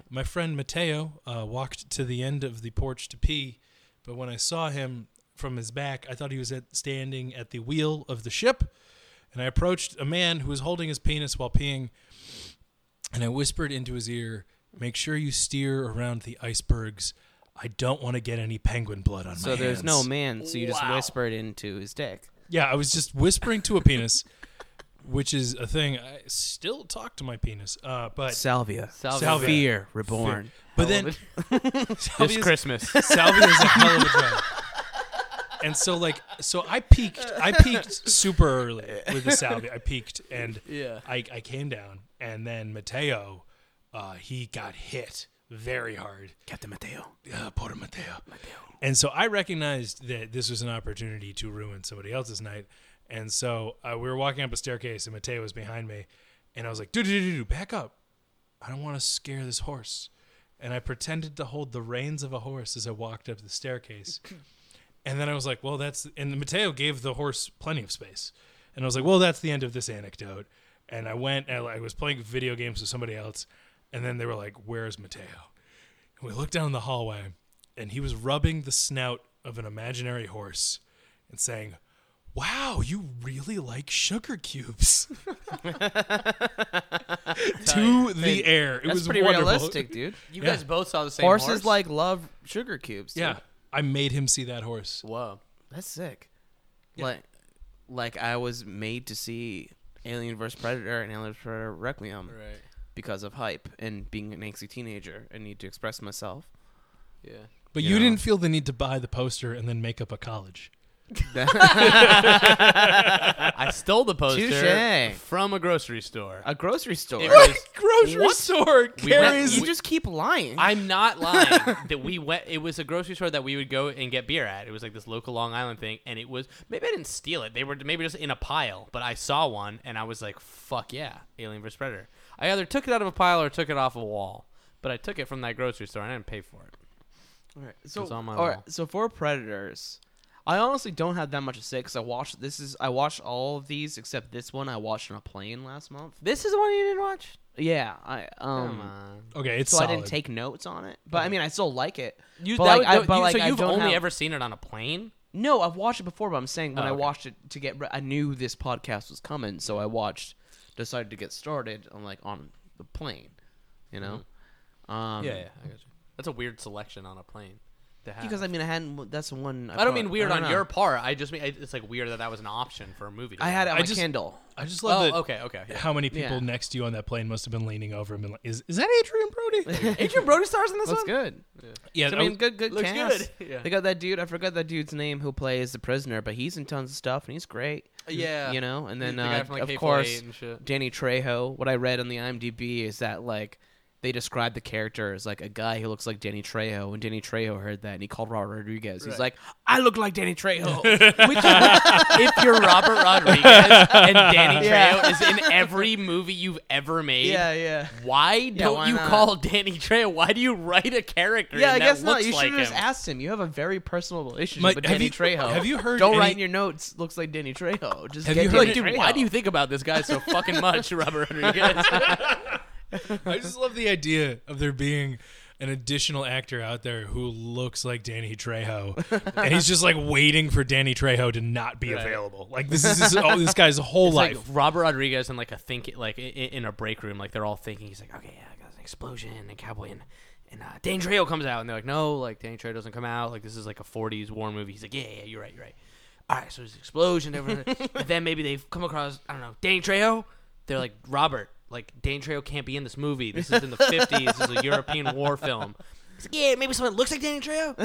[SPEAKER 5] My friend Mateo uh, walked to the end of the porch to pee, but when I saw him from his back, I thought he was at, standing at the wheel of the ship, and I approached a man who was holding his penis while peeing and I whispered into his ear, "Make sure you steer around the icebergs. I don't want to get any penguin blood on
[SPEAKER 4] So
[SPEAKER 5] my
[SPEAKER 4] there's
[SPEAKER 5] hands."
[SPEAKER 4] no man, so you just whisper it into his dick.
[SPEAKER 5] Yeah, I was just whispering to a penis, which is a thing. I still talk to my penis, uh, but
[SPEAKER 4] Salvia.
[SPEAKER 5] Salvia.
[SPEAKER 4] Fear reborn.
[SPEAKER 5] but then
[SPEAKER 3] This Christmas.
[SPEAKER 5] salvia is a hell of a drug. And so like so I peaked I peaked super early with the salvia. I peaked and
[SPEAKER 3] Yeah.
[SPEAKER 5] I, I came down and then Mateo uh, he got hit very hard.
[SPEAKER 4] (laughs) Captain Mateo.
[SPEAKER 5] uh, Porto Mateo. And so I recognized that this was an opportunity to ruin somebody else's night. And so uh, we were walking up a staircase, and Mateo was behind me. And I was like, dude, dude, dude, dude, back up. I don't want to scare this horse. And I pretended to hold the reins of a horse as I walked up the staircase. and then I was like, well, that's. And Mateo gave the horse plenty of space. And I was like, well, that's the end of this anecdote. And I went and I was playing video games with somebody else. And then they were like, where's Mateo? And we looked down the hallway, and he was rubbing the snout of an imaginary horse and saying, Wow, you really like sugar cubes. (laughs) to the air. It
[SPEAKER 4] That's
[SPEAKER 5] was
[SPEAKER 4] pretty
[SPEAKER 5] wonderful.
[SPEAKER 4] realistic, dude.
[SPEAKER 3] (laughs) You
[SPEAKER 5] Yeah.
[SPEAKER 3] guys both saw the same
[SPEAKER 4] Horses
[SPEAKER 3] horse?
[SPEAKER 4] like love sugar cubes. dude.
[SPEAKER 5] Yeah. I made him see that horse.
[SPEAKER 3] Whoa.
[SPEAKER 4] That's sick. Like, like I was made to see Alien vs Predator and Alien vs Predator Requiem
[SPEAKER 3] Right.
[SPEAKER 4] because of hype and being an angsty teenager and need to express myself. (laughs)
[SPEAKER 3] Yeah.
[SPEAKER 5] But you didn't feel the need to buy the poster and then make up a college.
[SPEAKER 3] I stole the poster
[SPEAKER 4] Touche.
[SPEAKER 3] from a grocery store.
[SPEAKER 4] a grocery store.
[SPEAKER 3] It was-
[SPEAKER 7] Grocery store
[SPEAKER 3] We went-
[SPEAKER 7] carries.
[SPEAKER 4] you just keep lying.
[SPEAKER 3] I'm not lying.
[SPEAKER 4] (laughs)
[SPEAKER 3] that we went. It was a grocery store that we would go and get beer at. It was like this local Long Island thing, and it was maybe I didn't steal it. They were maybe just in a pile, but I saw one and I was like, "Fuck yeah, Alien vs Predator." I either took it out of a pile or took it off a wall, but I took it from that grocery store and I didn't pay for it.
[SPEAKER 4] All right, so
[SPEAKER 3] It's on my
[SPEAKER 4] all right,
[SPEAKER 3] wall.
[SPEAKER 4] so for predators, I honestly don't have that much to say because I watched this is I watched all of these except this one I watched on a plane last month.
[SPEAKER 3] This is the one you didn't watch.
[SPEAKER 4] Yeah, I um,
[SPEAKER 3] Come on.
[SPEAKER 5] Okay, it's
[SPEAKER 4] so
[SPEAKER 5] solid.
[SPEAKER 4] I didn't take notes on it, but I mean I still like it.
[SPEAKER 3] You,
[SPEAKER 4] but
[SPEAKER 3] that
[SPEAKER 4] like,
[SPEAKER 3] would-
[SPEAKER 4] I,
[SPEAKER 3] you-
[SPEAKER 4] but like
[SPEAKER 3] so
[SPEAKER 4] I
[SPEAKER 3] you've
[SPEAKER 4] don't
[SPEAKER 3] only
[SPEAKER 4] have-
[SPEAKER 3] ever seen it on a plane?
[SPEAKER 4] no, I've watched it before, but I'm saying when
[SPEAKER 3] Oh,
[SPEAKER 4] I
[SPEAKER 3] okay.
[SPEAKER 4] watched it to get re- I knew this podcast was coming, so I watched, decided to get started on like on the plane, you know.
[SPEAKER 3] Mm-hmm.
[SPEAKER 4] Um,
[SPEAKER 3] yeah, yeah, I got you. That's a weird selection on a plane. To have.
[SPEAKER 4] Because I mean I hadn't. That's the one.
[SPEAKER 3] I don't mean weird on
[SPEAKER 4] know.
[SPEAKER 3] your part. I just mean I- it's like weird that that was an option for a movie. to
[SPEAKER 4] I
[SPEAKER 3] watch.
[SPEAKER 4] had it on
[SPEAKER 5] I
[SPEAKER 4] my
[SPEAKER 5] just-
[SPEAKER 4] Kindle.
[SPEAKER 5] I just
[SPEAKER 3] Oh,
[SPEAKER 5] love that
[SPEAKER 3] okay, okay. yeah.
[SPEAKER 5] how many people
[SPEAKER 4] Yeah.
[SPEAKER 5] next to you on that plane must have been leaning over him and like, is, is that Adrian Brody?
[SPEAKER 4] (laughs)
[SPEAKER 3] Adrian Brody stars in this
[SPEAKER 4] Looks
[SPEAKER 3] one.
[SPEAKER 4] good.
[SPEAKER 5] yeah,
[SPEAKER 4] I mean, good, good
[SPEAKER 3] Looks
[SPEAKER 4] cast.
[SPEAKER 3] good. (laughs) Yeah.
[SPEAKER 4] They got that dude. I forgot that dude's name who plays the prisoner, but he's in tons of stuff and he's great.
[SPEAKER 3] Uh, Yeah,
[SPEAKER 4] you know. And then
[SPEAKER 3] The
[SPEAKER 4] uh,
[SPEAKER 3] guy from, like,
[SPEAKER 4] of
[SPEAKER 3] Hateful
[SPEAKER 4] course,
[SPEAKER 3] Eight and shit.
[SPEAKER 4] Danny Trejo. What I read on the IMDb is that like they described the character as like a guy who looks like Danny Trejo, and Danny Trejo heard that and he called Robert Rodriguez. He's like, I look like
[SPEAKER 3] (laughs)
[SPEAKER 4] Danny Trejo.
[SPEAKER 3] Which, if you're Robert Rodriguez and Danny
[SPEAKER 4] Yeah.
[SPEAKER 3] Trejo is in every movie you've ever made,
[SPEAKER 4] yeah.
[SPEAKER 3] why don't
[SPEAKER 4] why
[SPEAKER 3] you
[SPEAKER 4] not?
[SPEAKER 3] call Danny Trejo? Why do you write a character?
[SPEAKER 4] Yeah, I
[SPEAKER 3] and
[SPEAKER 4] guess
[SPEAKER 3] that
[SPEAKER 4] not.
[SPEAKER 3] looks
[SPEAKER 4] You should
[SPEAKER 3] like
[SPEAKER 4] have just
[SPEAKER 3] him?
[SPEAKER 4] asked him. You have a very personal relationship
[SPEAKER 5] Mike,
[SPEAKER 4] with
[SPEAKER 5] have
[SPEAKER 4] Danny
[SPEAKER 5] you-
[SPEAKER 4] Trejo.
[SPEAKER 5] have you heard
[SPEAKER 4] Don't
[SPEAKER 5] any-
[SPEAKER 4] write in your notes. Looks like Danny Trejo. Just
[SPEAKER 5] Have
[SPEAKER 4] get
[SPEAKER 5] you heard
[SPEAKER 4] Danny
[SPEAKER 3] Like, dude,
[SPEAKER 4] Trejo.
[SPEAKER 3] why do you think about this guy so fucking much,
[SPEAKER 4] (laughs)
[SPEAKER 3] Robert Rodriguez?
[SPEAKER 5] I just love the idea of there being an additional actor out there who looks like Danny Trejo,
[SPEAKER 4] (laughs)
[SPEAKER 5] and he's just like waiting for Danny Trejo to not be available. Like this is this, is- oh, this guy's whole
[SPEAKER 3] It's
[SPEAKER 5] life.
[SPEAKER 3] like Robert Rodriguez in like a think like i- i- in a break room, like they're all thinking he's like, okay, yeah, I got an explosion and cowboy and and uh, Danny Trejo comes out and they're like, no, like Danny Trejo doesn't come out. Like this is like a '40s war movie. He's like, yeah, yeah, you're right, you're right. All right, so there's an explosion. Everyone, and then maybe they've come across I don't know Danny Trejo. They're like Robert, like Danny Trejo can't be in this movie. This is in the '50s. this is a European war film. He's like, yeah, maybe someone looks like Danny Trejo.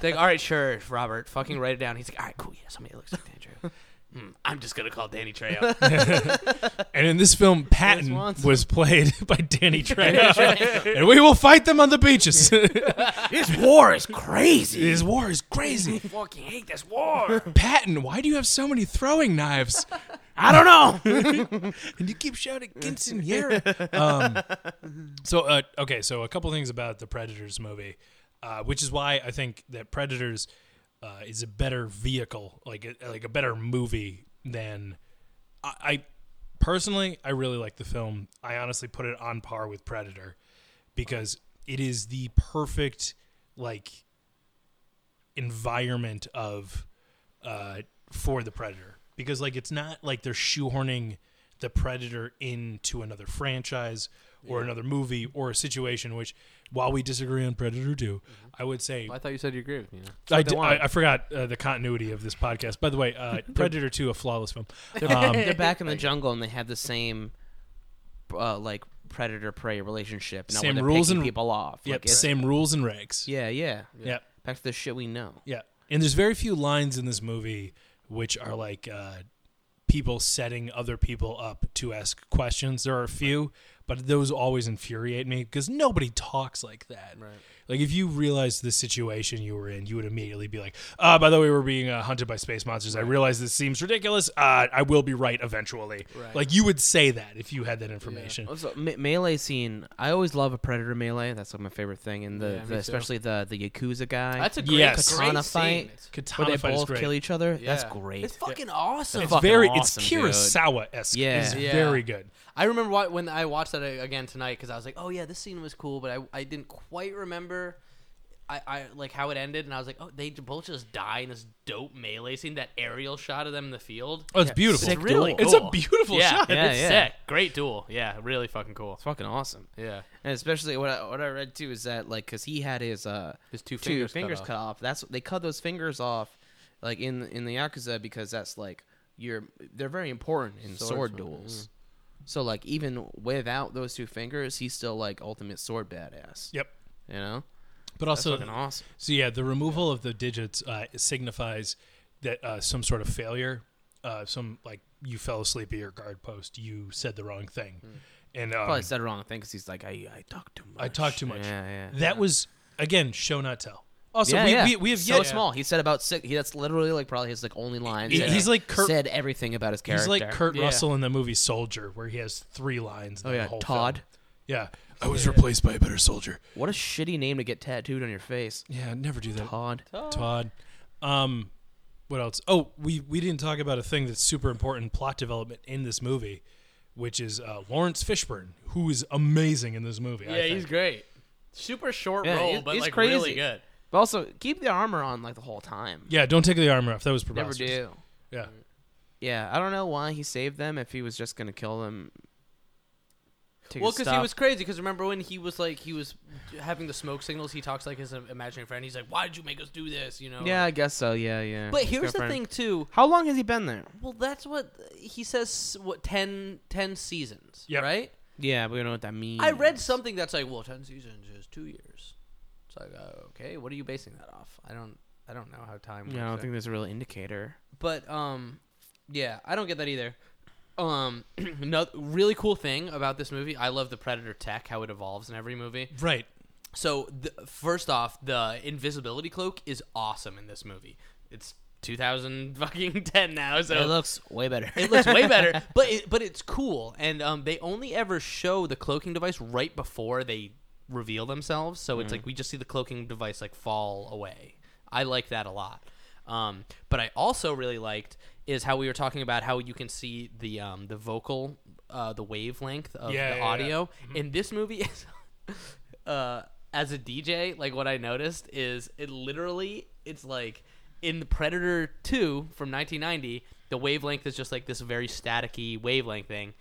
[SPEAKER 3] They're like, all right, sure, Robert, fucking write it down. He's like, all right, cool, yeah, somebody looks like Danny Trejo. Hmm, I'm just gonna call Danny Trejo.
[SPEAKER 5] and in this film, Patton
[SPEAKER 4] Swanson.
[SPEAKER 5] was played (laughs) by Danny Trejo, and we will fight them on the beaches.
[SPEAKER 6] (laughs) This war is crazy.
[SPEAKER 5] His war is crazy.
[SPEAKER 3] fucking hate this war.
[SPEAKER 5] Patton, why do you have so many throwing knives?
[SPEAKER 6] (laughs) I don't know.
[SPEAKER 5] (laughs) and you keep shouting Quinceanera. um, so uh, okay, so a couple things about the Predators movie, uh, which is why I think that Predators uh, is a better vehicle, like a, like a better movie than I, I personally. I really like the film. I honestly put it on par with Predator because it is the perfect like environment of uh, for the predator because like it's not like they're shoehorning the predator into another franchise or another movie or a situation which while we disagree on predator 2 i would say
[SPEAKER 3] I thought you said you agree with me.
[SPEAKER 5] I, d- I, I forgot uh, the continuity of this podcast by the way uh, predator 2 a flawless film
[SPEAKER 3] (laughs)
[SPEAKER 5] um,
[SPEAKER 4] they're back in the jungle and they have the same uh, like predator prey relationship. Not where
[SPEAKER 5] Same
[SPEAKER 4] they're
[SPEAKER 5] rules
[SPEAKER 4] picking
[SPEAKER 5] and-
[SPEAKER 4] people off.
[SPEAKER 5] yep
[SPEAKER 4] Like, it's-
[SPEAKER 5] same rules and regs
[SPEAKER 4] Yeah, yeah.
[SPEAKER 5] yep
[SPEAKER 4] Back to the shit we know.
[SPEAKER 5] Yeah. And there's very few lines in this movie which are like uh, people setting other people up to ask questions. There are a few, but those always infuriate me because nobody talks like that. Right. Like if you realized the situation you were in, you would immediately be like, "Ah, by the way, we're being uh, hunted by space monsters. I realize this seems ridiculous. Uh, I will be right eventually." Right. Like you would say that if you had that information.
[SPEAKER 4] Also, me- melee scene. I always love a predator melee. That's like my favorite thing, and the,
[SPEAKER 3] Yeah, me
[SPEAKER 4] the
[SPEAKER 3] too.
[SPEAKER 4] especially the the yakuza guy.
[SPEAKER 3] That's a great,
[SPEAKER 5] Yes.
[SPEAKER 3] great
[SPEAKER 4] Katana
[SPEAKER 3] scene.
[SPEAKER 4] fight.
[SPEAKER 3] It's-
[SPEAKER 5] Katana
[SPEAKER 4] where they
[SPEAKER 5] fight is
[SPEAKER 4] both
[SPEAKER 5] great.
[SPEAKER 4] kill each other. That's
[SPEAKER 3] Yeah.
[SPEAKER 4] great.
[SPEAKER 3] It's fucking awesome.
[SPEAKER 5] It's very
[SPEAKER 4] awesome,
[SPEAKER 5] it's
[SPEAKER 4] dude.
[SPEAKER 5] Kurosawa-esque.
[SPEAKER 4] Yeah.
[SPEAKER 5] It's
[SPEAKER 3] Yeah.
[SPEAKER 5] very good.
[SPEAKER 3] I remember why, when I watched that again tonight because I was like, oh yeah, this scene was cool, but I, I didn't quite remember. I, I like how it ended, and I was like, "Oh, they both just die in this dope melee scene." That aerial shot of them in the field.
[SPEAKER 5] Oh, it's beautiful.
[SPEAKER 4] Sick
[SPEAKER 3] It's really,
[SPEAKER 4] duel.
[SPEAKER 5] It's a
[SPEAKER 3] cool.
[SPEAKER 5] beautiful
[SPEAKER 3] yeah,
[SPEAKER 5] shot.
[SPEAKER 4] Yeah,
[SPEAKER 3] it's
[SPEAKER 4] yeah.
[SPEAKER 3] sick. Great duel. Yeah, really fucking cool.
[SPEAKER 4] It's fucking awesome.
[SPEAKER 3] Yeah,
[SPEAKER 4] And especially what I, what I read too is that like because he had his uh
[SPEAKER 3] His two fingers cut off.
[SPEAKER 4] cut, off. That's they cut those fingers off, like in in the yakuza because that's like you're they're very important in sword duels. So like even without those two fingers, he's still like ultimate sword badass.
[SPEAKER 5] Yep.
[SPEAKER 4] You know,
[SPEAKER 5] But also,
[SPEAKER 4] fucking awesome.
[SPEAKER 5] so yeah, the removal of the digits uh, signifies that uh, some sort of failure, uh, some like you fell asleep at your guard post. You said the wrong thing,
[SPEAKER 4] Hmm.
[SPEAKER 5] and um,
[SPEAKER 4] Probably said the wrong thing because he's like, I, I talk too much.
[SPEAKER 5] I talked too much.
[SPEAKER 4] Yeah, yeah.
[SPEAKER 5] That was again show not tell. Also,
[SPEAKER 4] yeah,
[SPEAKER 5] we,
[SPEAKER 4] yeah.
[SPEAKER 5] we we have
[SPEAKER 4] so
[SPEAKER 5] yet,
[SPEAKER 4] small. He said about six. He, that's literally like probably his like only line.
[SPEAKER 5] He- he's like Kurt-
[SPEAKER 4] said everything about his character.
[SPEAKER 5] He's like Kurt
[SPEAKER 3] Yeah.
[SPEAKER 5] Russell in the movie Soldier, where he has three lines. In
[SPEAKER 4] Oh
[SPEAKER 5] the
[SPEAKER 4] yeah,
[SPEAKER 5] whole
[SPEAKER 4] Todd.
[SPEAKER 5] film. Yeah, I was replaced by a better soldier.
[SPEAKER 4] What a shitty name to get tattooed on your face.
[SPEAKER 5] Yeah, I'd never do that.
[SPEAKER 4] Todd.
[SPEAKER 5] Todd. Um, what else? Oh, we we didn't talk about a thing that's super important plot development in this movie, which is uh, Lawrence Fishburne, who is amazing in this movie. I
[SPEAKER 3] Yeah, he's
[SPEAKER 5] think.
[SPEAKER 3] great. Super short
[SPEAKER 4] Yeah,
[SPEAKER 3] role,
[SPEAKER 4] he's-
[SPEAKER 3] but
[SPEAKER 4] he's
[SPEAKER 3] like
[SPEAKER 4] crazy.
[SPEAKER 3] really good.
[SPEAKER 4] But also keep the armor on like the whole time.
[SPEAKER 5] yeah. Don't take the armor off. That was for
[SPEAKER 4] Never
[SPEAKER 5] bastards.
[SPEAKER 4] do.
[SPEAKER 5] Yeah,
[SPEAKER 4] Yeah, I don't know why he saved them. If he was just gonna kill them. take
[SPEAKER 3] Well,
[SPEAKER 4] his
[SPEAKER 3] because he
[SPEAKER 4] stuff.
[SPEAKER 3] was crazy. Because remember when he was like he was having the smoke signals? He talks like his imaginary friend. He's like, "Why did you make us do this?" You know.
[SPEAKER 4] Yeah, I guess so. Yeah, yeah.
[SPEAKER 3] But
[SPEAKER 4] His
[SPEAKER 3] here's the thing
[SPEAKER 4] girlfriend.
[SPEAKER 3] too.
[SPEAKER 4] How long has he been there?
[SPEAKER 3] Well, that's what he says. What 10, 10 seasons?
[SPEAKER 5] Yep.
[SPEAKER 3] Right.
[SPEAKER 4] Yeah, we don't know what that means.
[SPEAKER 3] I read something that's like, well, ten seasons is two years. It's like, uh, okay, what are you basing that off? I don't, I don't know how time. Works
[SPEAKER 4] Yeah, I don't
[SPEAKER 3] there.
[SPEAKER 4] think there's a real indicator.
[SPEAKER 3] But um, yeah, I don't get that either. Um, (clears throat) no, really cool thing about this movie, I love the Predator tech, how it evolves in every movie.
[SPEAKER 5] right.
[SPEAKER 3] So the, first off, the invisibility cloak is awesome in this movie. It's 2000 (laughs) fucking 10 now, so
[SPEAKER 4] It looks way better.
[SPEAKER 3] it
[SPEAKER 4] (laughs)
[SPEAKER 3] looks way better, but it, but it's cool. And um, they only ever show the cloaking device right before they reveal themselves, so it's like we just see the cloaking device like fall away. I like that a lot. Um, but I also really liked is how we were talking about how you can see the um, the vocal, uh, the wavelength of
[SPEAKER 5] Yeah, Mm-hmm. yeah,
[SPEAKER 3] the
[SPEAKER 5] yeah.
[SPEAKER 3] audio in this movie. Is, (laughs) uh, as a DJ, like what I noticed is it literally it's like in the Predator 2 from 1990, the wavelength is just like this very staticky wavelength thing.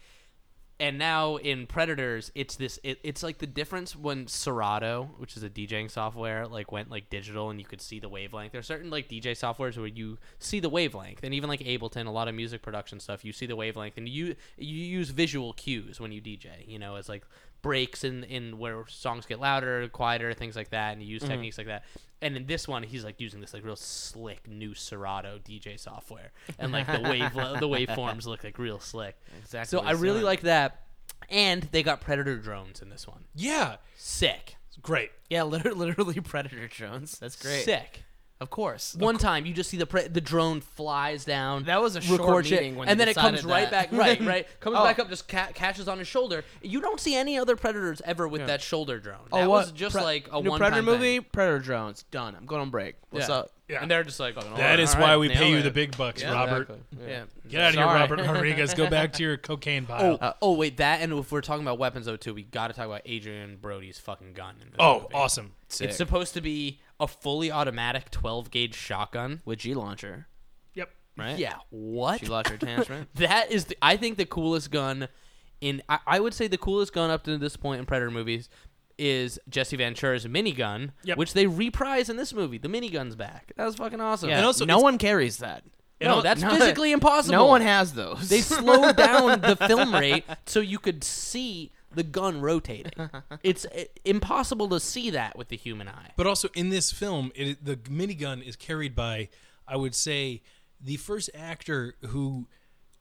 [SPEAKER 3] And now in Predators, it's this it, it's like the difference when Serato, which is a DJing software, like went like digital and you could see the wavelength. There's certain like DJ softwares where you see the wavelength. And even like Ableton, a lot of music production stuff, you see the wavelength and you you use visual cues when you DJ, you know, as like breaks in in where songs get louder, quieter, things like that, and you
[SPEAKER 4] Mm-hmm.
[SPEAKER 3] use techniques like that. And in this one, he's like using this like real slick new Serato DJ software, and like the
[SPEAKER 4] (laughs)
[SPEAKER 3] wave the waveforms look like real slick.
[SPEAKER 4] Exactly
[SPEAKER 3] So
[SPEAKER 4] what
[SPEAKER 3] I
[SPEAKER 4] he's
[SPEAKER 3] really
[SPEAKER 4] doing.
[SPEAKER 3] like that, and they got predator drones in this one.
[SPEAKER 5] Yeah,
[SPEAKER 3] Sick,
[SPEAKER 5] it's great.
[SPEAKER 4] yeah, literally, (laughs) literally
[SPEAKER 3] (laughs)
[SPEAKER 4] Predator Jones. That's great.
[SPEAKER 3] sick.
[SPEAKER 4] Of course.
[SPEAKER 3] One time, you just see the pre- the drone flies down.
[SPEAKER 4] That was a short
[SPEAKER 3] records it,
[SPEAKER 4] meeting when
[SPEAKER 3] and
[SPEAKER 4] they
[SPEAKER 3] then it comes
[SPEAKER 4] decided
[SPEAKER 3] right
[SPEAKER 4] that.
[SPEAKER 3] back.
[SPEAKER 4] (laughs)
[SPEAKER 3] Right, right. Comes
[SPEAKER 4] Oh.
[SPEAKER 3] back up, just ca- catches on his shoulder. You don't see any other predators ever with that shoulder drone. That was just
[SPEAKER 4] Oh, Pre-
[SPEAKER 3] like a
[SPEAKER 4] new
[SPEAKER 3] one
[SPEAKER 4] Predator movie. Predator drones. Done. I'm going on break. What's
[SPEAKER 3] Yeah.
[SPEAKER 4] up?
[SPEAKER 5] Yeah.
[SPEAKER 3] And they're just like,
[SPEAKER 5] That is
[SPEAKER 4] "Oh, all
[SPEAKER 5] why
[SPEAKER 4] right,
[SPEAKER 5] we pay
[SPEAKER 4] nailed
[SPEAKER 5] you the
[SPEAKER 4] it.
[SPEAKER 5] big bucks, Robert.
[SPEAKER 4] Yeah.
[SPEAKER 5] Get out of
[SPEAKER 4] Sorry.
[SPEAKER 5] here, Robert Rodriguez. Go back to your
[SPEAKER 4] (laughs)
[SPEAKER 5] cocaine
[SPEAKER 3] Oh,
[SPEAKER 5] pile.
[SPEAKER 3] uh, oh wait, that and if we're talking about weapons though too, we got to talk about Adrian Brody's fucking gun. In this
[SPEAKER 5] Oh,
[SPEAKER 3] movie.
[SPEAKER 5] awesome.
[SPEAKER 3] It's supposed to be a fully automatic 12 gauge shotgun.
[SPEAKER 4] With G launcher,
[SPEAKER 5] Yep.
[SPEAKER 4] right?
[SPEAKER 3] Yeah, what?
[SPEAKER 4] G launcher attachment.
[SPEAKER 3] that is, the, I think the coolest gun in. I, I would say the coolest gun up to this point in Predator movies is Jesse Ventura's minigun,
[SPEAKER 5] Yep.
[SPEAKER 3] which they reprise in this movie. The minigun's back. That was fucking awesome.
[SPEAKER 4] (laughs) Yeah.
[SPEAKER 5] And also
[SPEAKER 4] no
[SPEAKER 5] it's-
[SPEAKER 4] one carries that.
[SPEAKER 5] And
[SPEAKER 3] no,
[SPEAKER 5] al-
[SPEAKER 3] that's
[SPEAKER 4] no-
[SPEAKER 3] physically impossible.
[SPEAKER 4] No one has those.
[SPEAKER 3] (laughs) They slowed down the film rate so you could see the gun
[SPEAKER 4] (laughs)
[SPEAKER 3] rotating. It's uh, impossible to see that with the human eye.
[SPEAKER 5] But also in this film, it, the minigun is carried by, I would say, the first actor who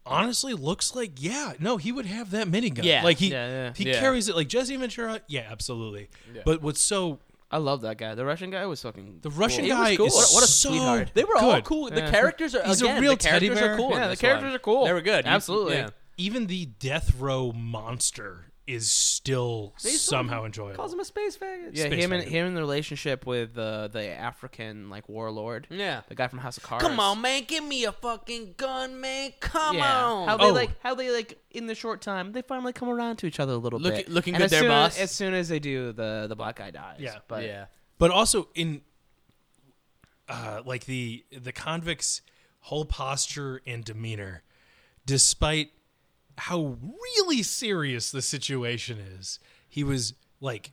[SPEAKER 5] honestly looks like, yeah, no, he would have that minigun.
[SPEAKER 3] Yeah.
[SPEAKER 5] like he
[SPEAKER 4] Yeah, yeah.
[SPEAKER 5] he
[SPEAKER 3] Yeah.
[SPEAKER 5] carries it like Jesse Ventura. Yeah, absolutely. But what's so
[SPEAKER 4] (laughs) I love that guy. The Russian guy was fucking.
[SPEAKER 5] the Russian
[SPEAKER 4] cool.
[SPEAKER 5] guy
[SPEAKER 3] was cool.
[SPEAKER 5] is
[SPEAKER 3] What a- what a
[SPEAKER 5] so
[SPEAKER 4] sweetheart.
[SPEAKER 3] They were all
[SPEAKER 5] good.
[SPEAKER 3] cool. The characters are
[SPEAKER 5] He's a
[SPEAKER 3] again,
[SPEAKER 5] real
[SPEAKER 3] the characters
[SPEAKER 5] teddy bear.
[SPEAKER 3] are cool. in
[SPEAKER 4] Yeah, the
[SPEAKER 3] this
[SPEAKER 4] characters
[SPEAKER 3] one.
[SPEAKER 4] are cool.
[SPEAKER 3] They were good. You-
[SPEAKER 4] Absolutely.
[SPEAKER 3] yeah.
[SPEAKER 5] Even the death row monster is still somehow enjoyable.
[SPEAKER 3] Calls him a space faggot.
[SPEAKER 4] Yeah,
[SPEAKER 5] Space
[SPEAKER 4] him and
[SPEAKER 5] Wagon.
[SPEAKER 4] him in the relationship with uh, the African like warlord.
[SPEAKER 3] Yeah.
[SPEAKER 4] the guy from House of Cards.
[SPEAKER 3] Come on, man, give me a fucking gun, man. Come
[SPEAKER 4] Yeah.
[SPEAKER 3] on.
[SPEAKER 4] How they
[SPEAKER 5] Oh.
[SPEAKER 4] like how they like in the short time they finally come around to each other a little
[SPEAKER 3] Look-
[SPEAKER 4] bit.
[SPEAKER 3] looking
[SPEAKER 4] And
[SPEAKER 3] good
[SPEAKER 4] as
[SPEAKER 3] there,
[SPEAKER 4] soon
[SPEAKER 3] boss.
[SPEAKER 4] As, as soon as they do, the the black guy dies.
[SPEAKER 5] Yeah.
[SPEAKER 4] but
[SPEAKER 3] yeah.
[SPEAKER 5] but also in uh, like the the convicts whole posture and demeanor despite how really serious the situation is he was like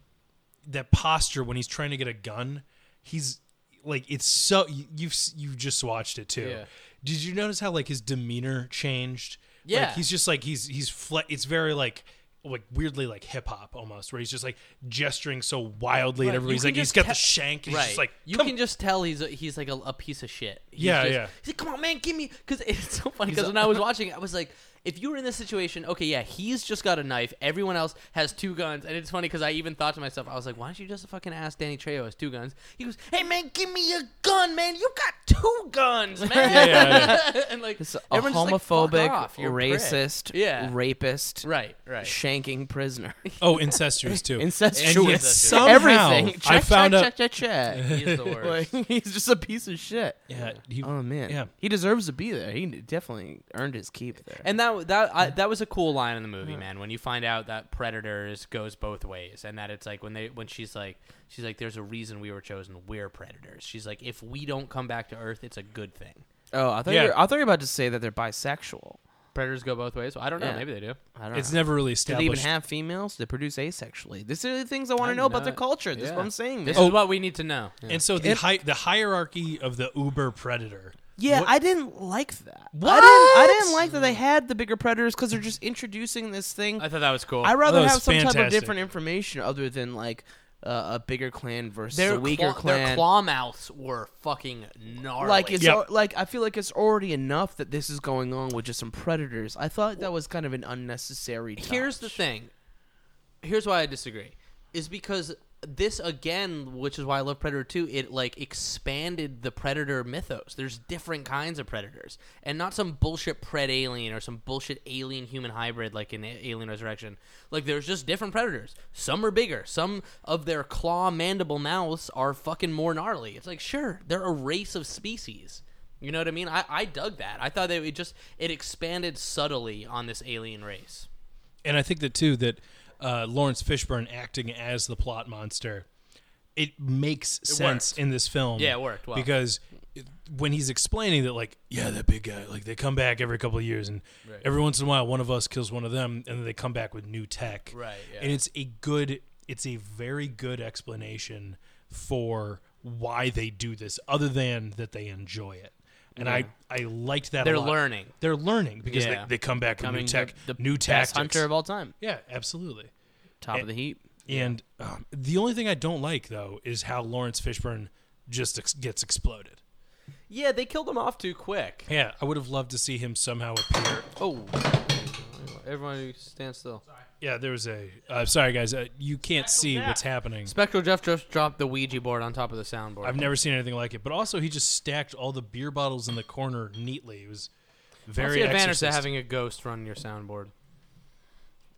[SPEAKER 5] that posture when he's trying to get a gun he's like it's so you- you've s- you just watched it too
[SPEAKER 3] Yeah.
[SPEAKER 5] did you notice how like his demeanor changed
[SPEAKER 3] Yeah.
[SPEAKER 5] like, he's just like he's he's fle- it's very like like weirdly like hip hop almost, where he's just like gesturing so wildly
[SPEAKER 3] Right,
[SPEAKER 5] at
[SPEAKER 3] you
[SPEAKER 5] everybody's
[SPEAKER 3] can
[SPEAKER 5] like he's
[SPEAKER 3] just
[SPEAKER 5] got
[SPEAKER 3] te-
[SPEAKER 5] the shank. And
[SPEAKER 3] right.
[SPEAKER 5] He's just like
[SPEAKER 3] you
[SPEAKER 5] "Come
[SPEAKER 3] can just tell he's a, he's like a, a piece of shit. He's
[SPEAKER 5] Yeah,
[SPEAKER 3] just-
[SPEAKER 5] yeah.
[SPEAKER 3] He's like, come on, man, (laughs) give me. Because it's so funny. Because when
[SPEAKER 4] (laughs)
[SPEAKER 3] I was watching, it, I was like, if you were in this situation, okay, yeah, he's just got a knife. Everyone else has two guns, and it's funny because I even thought to myself, I was like, why don't you just fucking ask Danny Trejo has two guns? He goes, hey man, give me a gun, man. You got two
[SPEAKER 4] (laughs)
[SPEAKER 3] guns, man.
[SPEAKER 5] Yeah, (laughs)
[SPEAKER 3] (laughs) and like
[SPEAKER 4] It's a
[SPEAKER 3] everyone's just like, "Fuck
[SPEAKER 4] homophobic,
[SPEAKER 3] off, you're a prick."
[SPEAKER 4] racist,
[SPEAKER 3] Yeah.
[SPEAKER 4] rapist,
[SPEAKER 3] Right, right. (laughs)
[SPEAKER 4] shanking prisoner,
[SPEAKER 5] Oh, incestuous too.
[SPEAKER 4] incestuous,
[SPEAKER 5] And yet somehow
[SPEAKER 4] everything.
[SPEAKER 5] I
[SPEAKER 4] Check,
[SPEAKER 5] found
[SPEAKER 4] check,
[SPEAKER 5] out. (laughs)
[SPEAKER 4] check, check, check.
[SPEAKER 3] He's the worst.
[SPEAKER 4] (laughs) like, he's just a piece of shit.
[SPEAKER 5] Yeah, he-
[SPEAKER 4] Oh man,
[SPEAKER 5] Yeah.
[SPEAKER 4] he deserves to be there. He definitely earned his keep there.
[SPEAKER 3] And that that I, that was a cool line in the movie, man. When you find out that predators goes both ways, and that it's like when they when she's like she's like, "There's a reason we were chosen. We're predators." She's like, "If we don't come back to Earth, it's a good thing."
[SPEAKER 4] oh, I thought
[SPEAKER 5] Yeah.
[SPEAKER 4] you were, I thought you were about to say that they're bisexual.
[SPEAKER 3] Predators go both ways. Well, I don't know.
[SPEAKER 4] Yeah.
[SPEAKER 3] Maybe they do.
[SPEAKER 4] I don't
[SPEAKER 5] it's
[SPEAKER 4] know.
[SPEAKER 5] never really
[SPEAKER 4] Do they even
[SPEAKER 5] established.
[SPEAKER 4] have females? They produce asexually. These are the things I want to
[SPEAKER 3] I'm
[SPEAKER 4] know about their
[SPEAKER 3] not-
[SPEAKER 4] culture. That's
[SPEAKER 3] yeah.
[SPEAKER 4] what I'm saying.
[SPEAKER 3] This
[SPEAKER 4] man.
[SPEAKER 3] is what we need to know.
[SPEAKER 5] and so the hi- the hierarchy of the uber predator.
[SPEAKER 4] Yeah,
[SPEAKER 5] What-
[SPEAKER 4] I didn't like that. I didn't. I didn't like that they had the bigger predators because they're just introducing this thing.
[SPEAKER 3] I thought that was cool.
[SPEAKER 4] I rather
[SPEAKER 5] That was
[SPEAKER 4] have some type of
[SPEAKER 5] oh, fantastic.
[SPEAKER 4] different information other than like uh, a bigger clan versus
[SPEAKER 3] their
[SPEAKER 4] a weaker
[SPEAKER 3] claw, their
[SPEAKER 4] clan.
[SPEAKER 3] claw mouths were fucking gnarly.
[SPEAKER 4] like it's
[SPEAKER 5] Yep.
[SPEAKER 4] al- like I feel like it's already enough that this is going on with just some predators. I thought that was kind of an unnecessary.
[SPEAKER 3] Here's the
[SPEAKER 4] touch.
[SPEAKER 3] thing. Here's why I disagree. Is because this again, which is why I love Predator 2, it like expanded the predator mythos. There's different kinds of predators and not some bullshit pred alien or some bullshit alien human hybrid like in A- Alien Resurrection. Like there's just different predators. Some are bigger. Some of their claw mandible mouths are fucking more gnarly. It's like sure, they're a race of species. You know what I mean? I, I dug that. I thought that it just it expanded subtly on this alien race.
[SPEAKER 5] and I think that too that uh, Lawrence Fishburne acting as the plot monster, it makes sense
[SPEAKER 3] worked.
[SPEAKER 5] in this film.
[SPEAKER 3] Yeah, it worked well.
[SPEAKER 5] because it- when he's explaining that, like, yeah, that big guy, like they come back every couple of years, and every once in a while, one of us kills one of them, and then they come back with new tech.
[SPEAKER 3] Right, yeah.
[SPEAKER 5] and it's a good, it's a very good explanation for why they do this, other than that they enjoy it. And I, I liked that. a
[SPEAKER 3] They're
[SPEAKER 5] lot.
[SPEAKER 3] learning.
[SPEAKER 5] They're learning because
[SPEAKER 3] Yeah.
[SPEAKER 5] they, they come back with new
[SPEAKER 4] Becoming
[SPEAKER 5] tech,
[SPEAKER 4] the, the
[SPEAKER 5] new
[SPEAKER 4] best
[SPEAKER 5] tactics.
[SPEAKER 4] hunter of all time,
[SPEAKER 5] Yeah, absolutely.
[SPEAKER 4] top of the heap.
[SPEAKER 5] And um, the only thing I don't like though is how Lawrence Fishburne just ex- gets exploded.
[SPEAKER 3] Yeah, they killed him off too quick.
[SPEAKER 5] Yeah, I would have loved to see him somehow appear.
[SPEAKER 3] Oh. Everyone stand still.
[SPEAKER 5] Yeah, there was a. Uh, sorry guys, uh, you can't see what's happening.
[SPEAKER 3] Spectral Jeff just dropped the Ouija board on top of the soundboard.
[SPEAKER 5] I've never seen anything like it. But also, he just stacked all the beer bottles in the corner neatly. It was very
[SPEAKER 3] What's the advantage to
[SPEAKER 5] Exorcist.
[SPEAKER 3] having a ghost run your soundboard?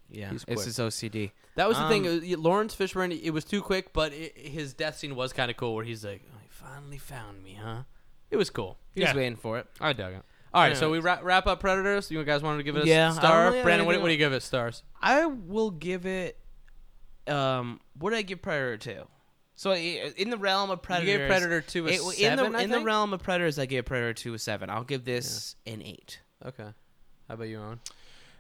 [SPEAKER 4] Yeah,
[SPEAKER 3] He's
[SPEAKER 4] it's
[SPEAKER 3] quick.
[SPEAKER 4] his OCD.
[SPEAKER 3] That was the thing.
[SPEAKER 4] Um,
[SPEAKER 3] It was- Lawrence Fishburne, it was too quick, but it, his death scene was kind of cool where he's like, oh, he finally found me, huh? It was cool.
[SPEAKER 4] He was
[SPEAKER 5] Yeah.
[SPEAKER 4] waiting for it.
[SPEAKER 3] I dug it. All right, so we wrap, wrap up Predators. You guys wanted to give it a
[SPEAKER 4] Yeah, I don't
[SPEAKER 3] star?
[SPEAKER 4] really have
[SPEAKER 3] Brandon, what,
[SPEAKER 4] anything
[SPEAKER 3] what do you give it stars?
[SPEAKER 4] I will give it. Um, what did I give Predator to? So i- in the realm of Predators,
[SPEAKER 3] gave Predator 2 a
[SPEAKER 4] it- In
[SPEAKER 3] seven,
[SPEAKER 4] the,
[SPEAKER 3] I
[SPEAKER 4] in the
[SPEAKER 3] think?
[SPEAKER 4] realm of Predators, I gave Predator two a seven. I'll give this an eight.
[SPEAKER 3] Okay. How about you, Owen?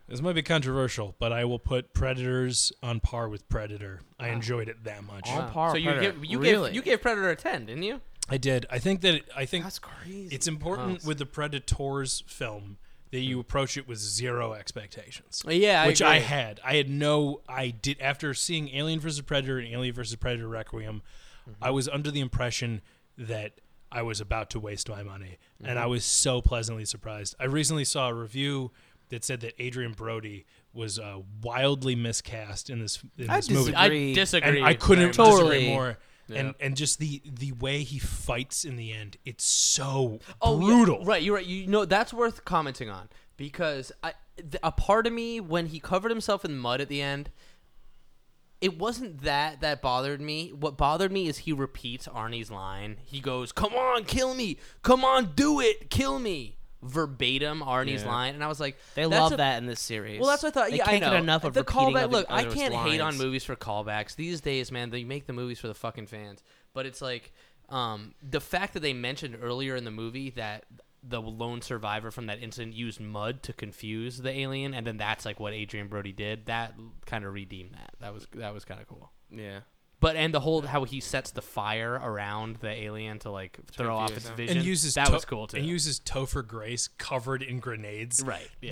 [SPEAKER 5] This might be controversial, but I will put Predators on par with Predator. I enjoyed it that much.
[SPEAKER 4] On par.
[SPEAKER 3] so
[SPEAKER 4] with
[SPEAKER 3] you
[SPEAKER 4] Predator.
[SPEAKER 3] give you
[SPEAKER 4] really?
[SPEAKER 3] gave you gave Predator a ten, didn't you?
[SPEAKER 5] I did. I think that. It, I think
[SPEAKER 4] That's crazy.
[SPEAKER 5] it's important with the Predators film that you approach it with zero expectations.
[SPEAKER 3] Uh, Yeah, I
[SPEAKER 5] which I
[SPEAKER 3] agree.
[SPEAKER 5] had. I had no. I did after seeing Alien vs Predator and Alien vs Predator Requiem.
[SPEAKER 3] Mm-hmm.
[SPEAKER 5] I was under the impression that I was about to waste my money,
[SPEAKER 3] Mm-hmm.
[SPEAKER 5] and I was so pleasantly surprised. I recently saw a review that said that Adrian Brody was uh, wildly miscast in this in this movie.
[SPEAKER 4] disagree. Agree.
[SPEAKER 3] I disagree.
[SPEAKER 5] And I couldn't
[SPEAKER 3] very much.
[SPEAKER 5] disagree
[SPEAKER 4] Totally.
[SPEAKER 5] more.
[SPEAKER 3] Yeah.
[SPEAKER 5] And and just the the way he fights in the end, it's so
[SPEAKER 3] Oh, yeah,
[SPEAKER 5] brutal.
[SPEAKER 3] right, you're right. You know that's worth commenting on because I, th- a part of me when he covered himself in mud at the end, it wasn't that that bothered me. What bothered me is he repeats Arnie's line. He goes, "Come on, kill me. Come on, do it. Kill me." Verbatim Arnie's line, and I was like,
[SPEAKER 4] They
[SPEAKER 3] that's
[SPEAKER 4] love
[SPEAKER 3] a-
[SPEAKER 4] that in this series.
[SPEAKER 3] Well, that's what I thought.
[SPEAKER 4] They
[SPEAKER 3] yeah,
[SPEAKER 4] can't
[SPEAKER 3] I know.
[SPEAKER 4] get enough of
[SPEAKER 3] the
[SPEAKER 4] repeating
[SPEAKER 3] callback.
[SPEAKER 4] other-
[SPEAKER 3] Look, I
[SPEAKER 4] other's
[SPEAKER 3] can't hate on
[SPEAKER 4] lines.
[SPEAKER 3] movies for callbacks these days, man. They make the movies for the fucking fans. But it's like um, the fact that they mentioned earlier in the movie that the lone survivor from that incident used mud to confuse the alien, and then that's like what Adrian Brody did. That kind of redeemed that. That was that was kind of cool.
[SPEAKER 4] Yeah.
[SPEAKER 3] But and the whole how he sets the fire around the alien to like throw off its
[SPEAKER 4] confuse him.
[SPEAKER 3] vision
[SPEAKER 5] and uses
[SPEAKER 3] that
[SPEAKER 5] To-
[SPEAKER 3] was cool too.
[SPEAKER 5] And uses Topher Grace covered in grenades.
[SPEAKER 3] Right, yeah.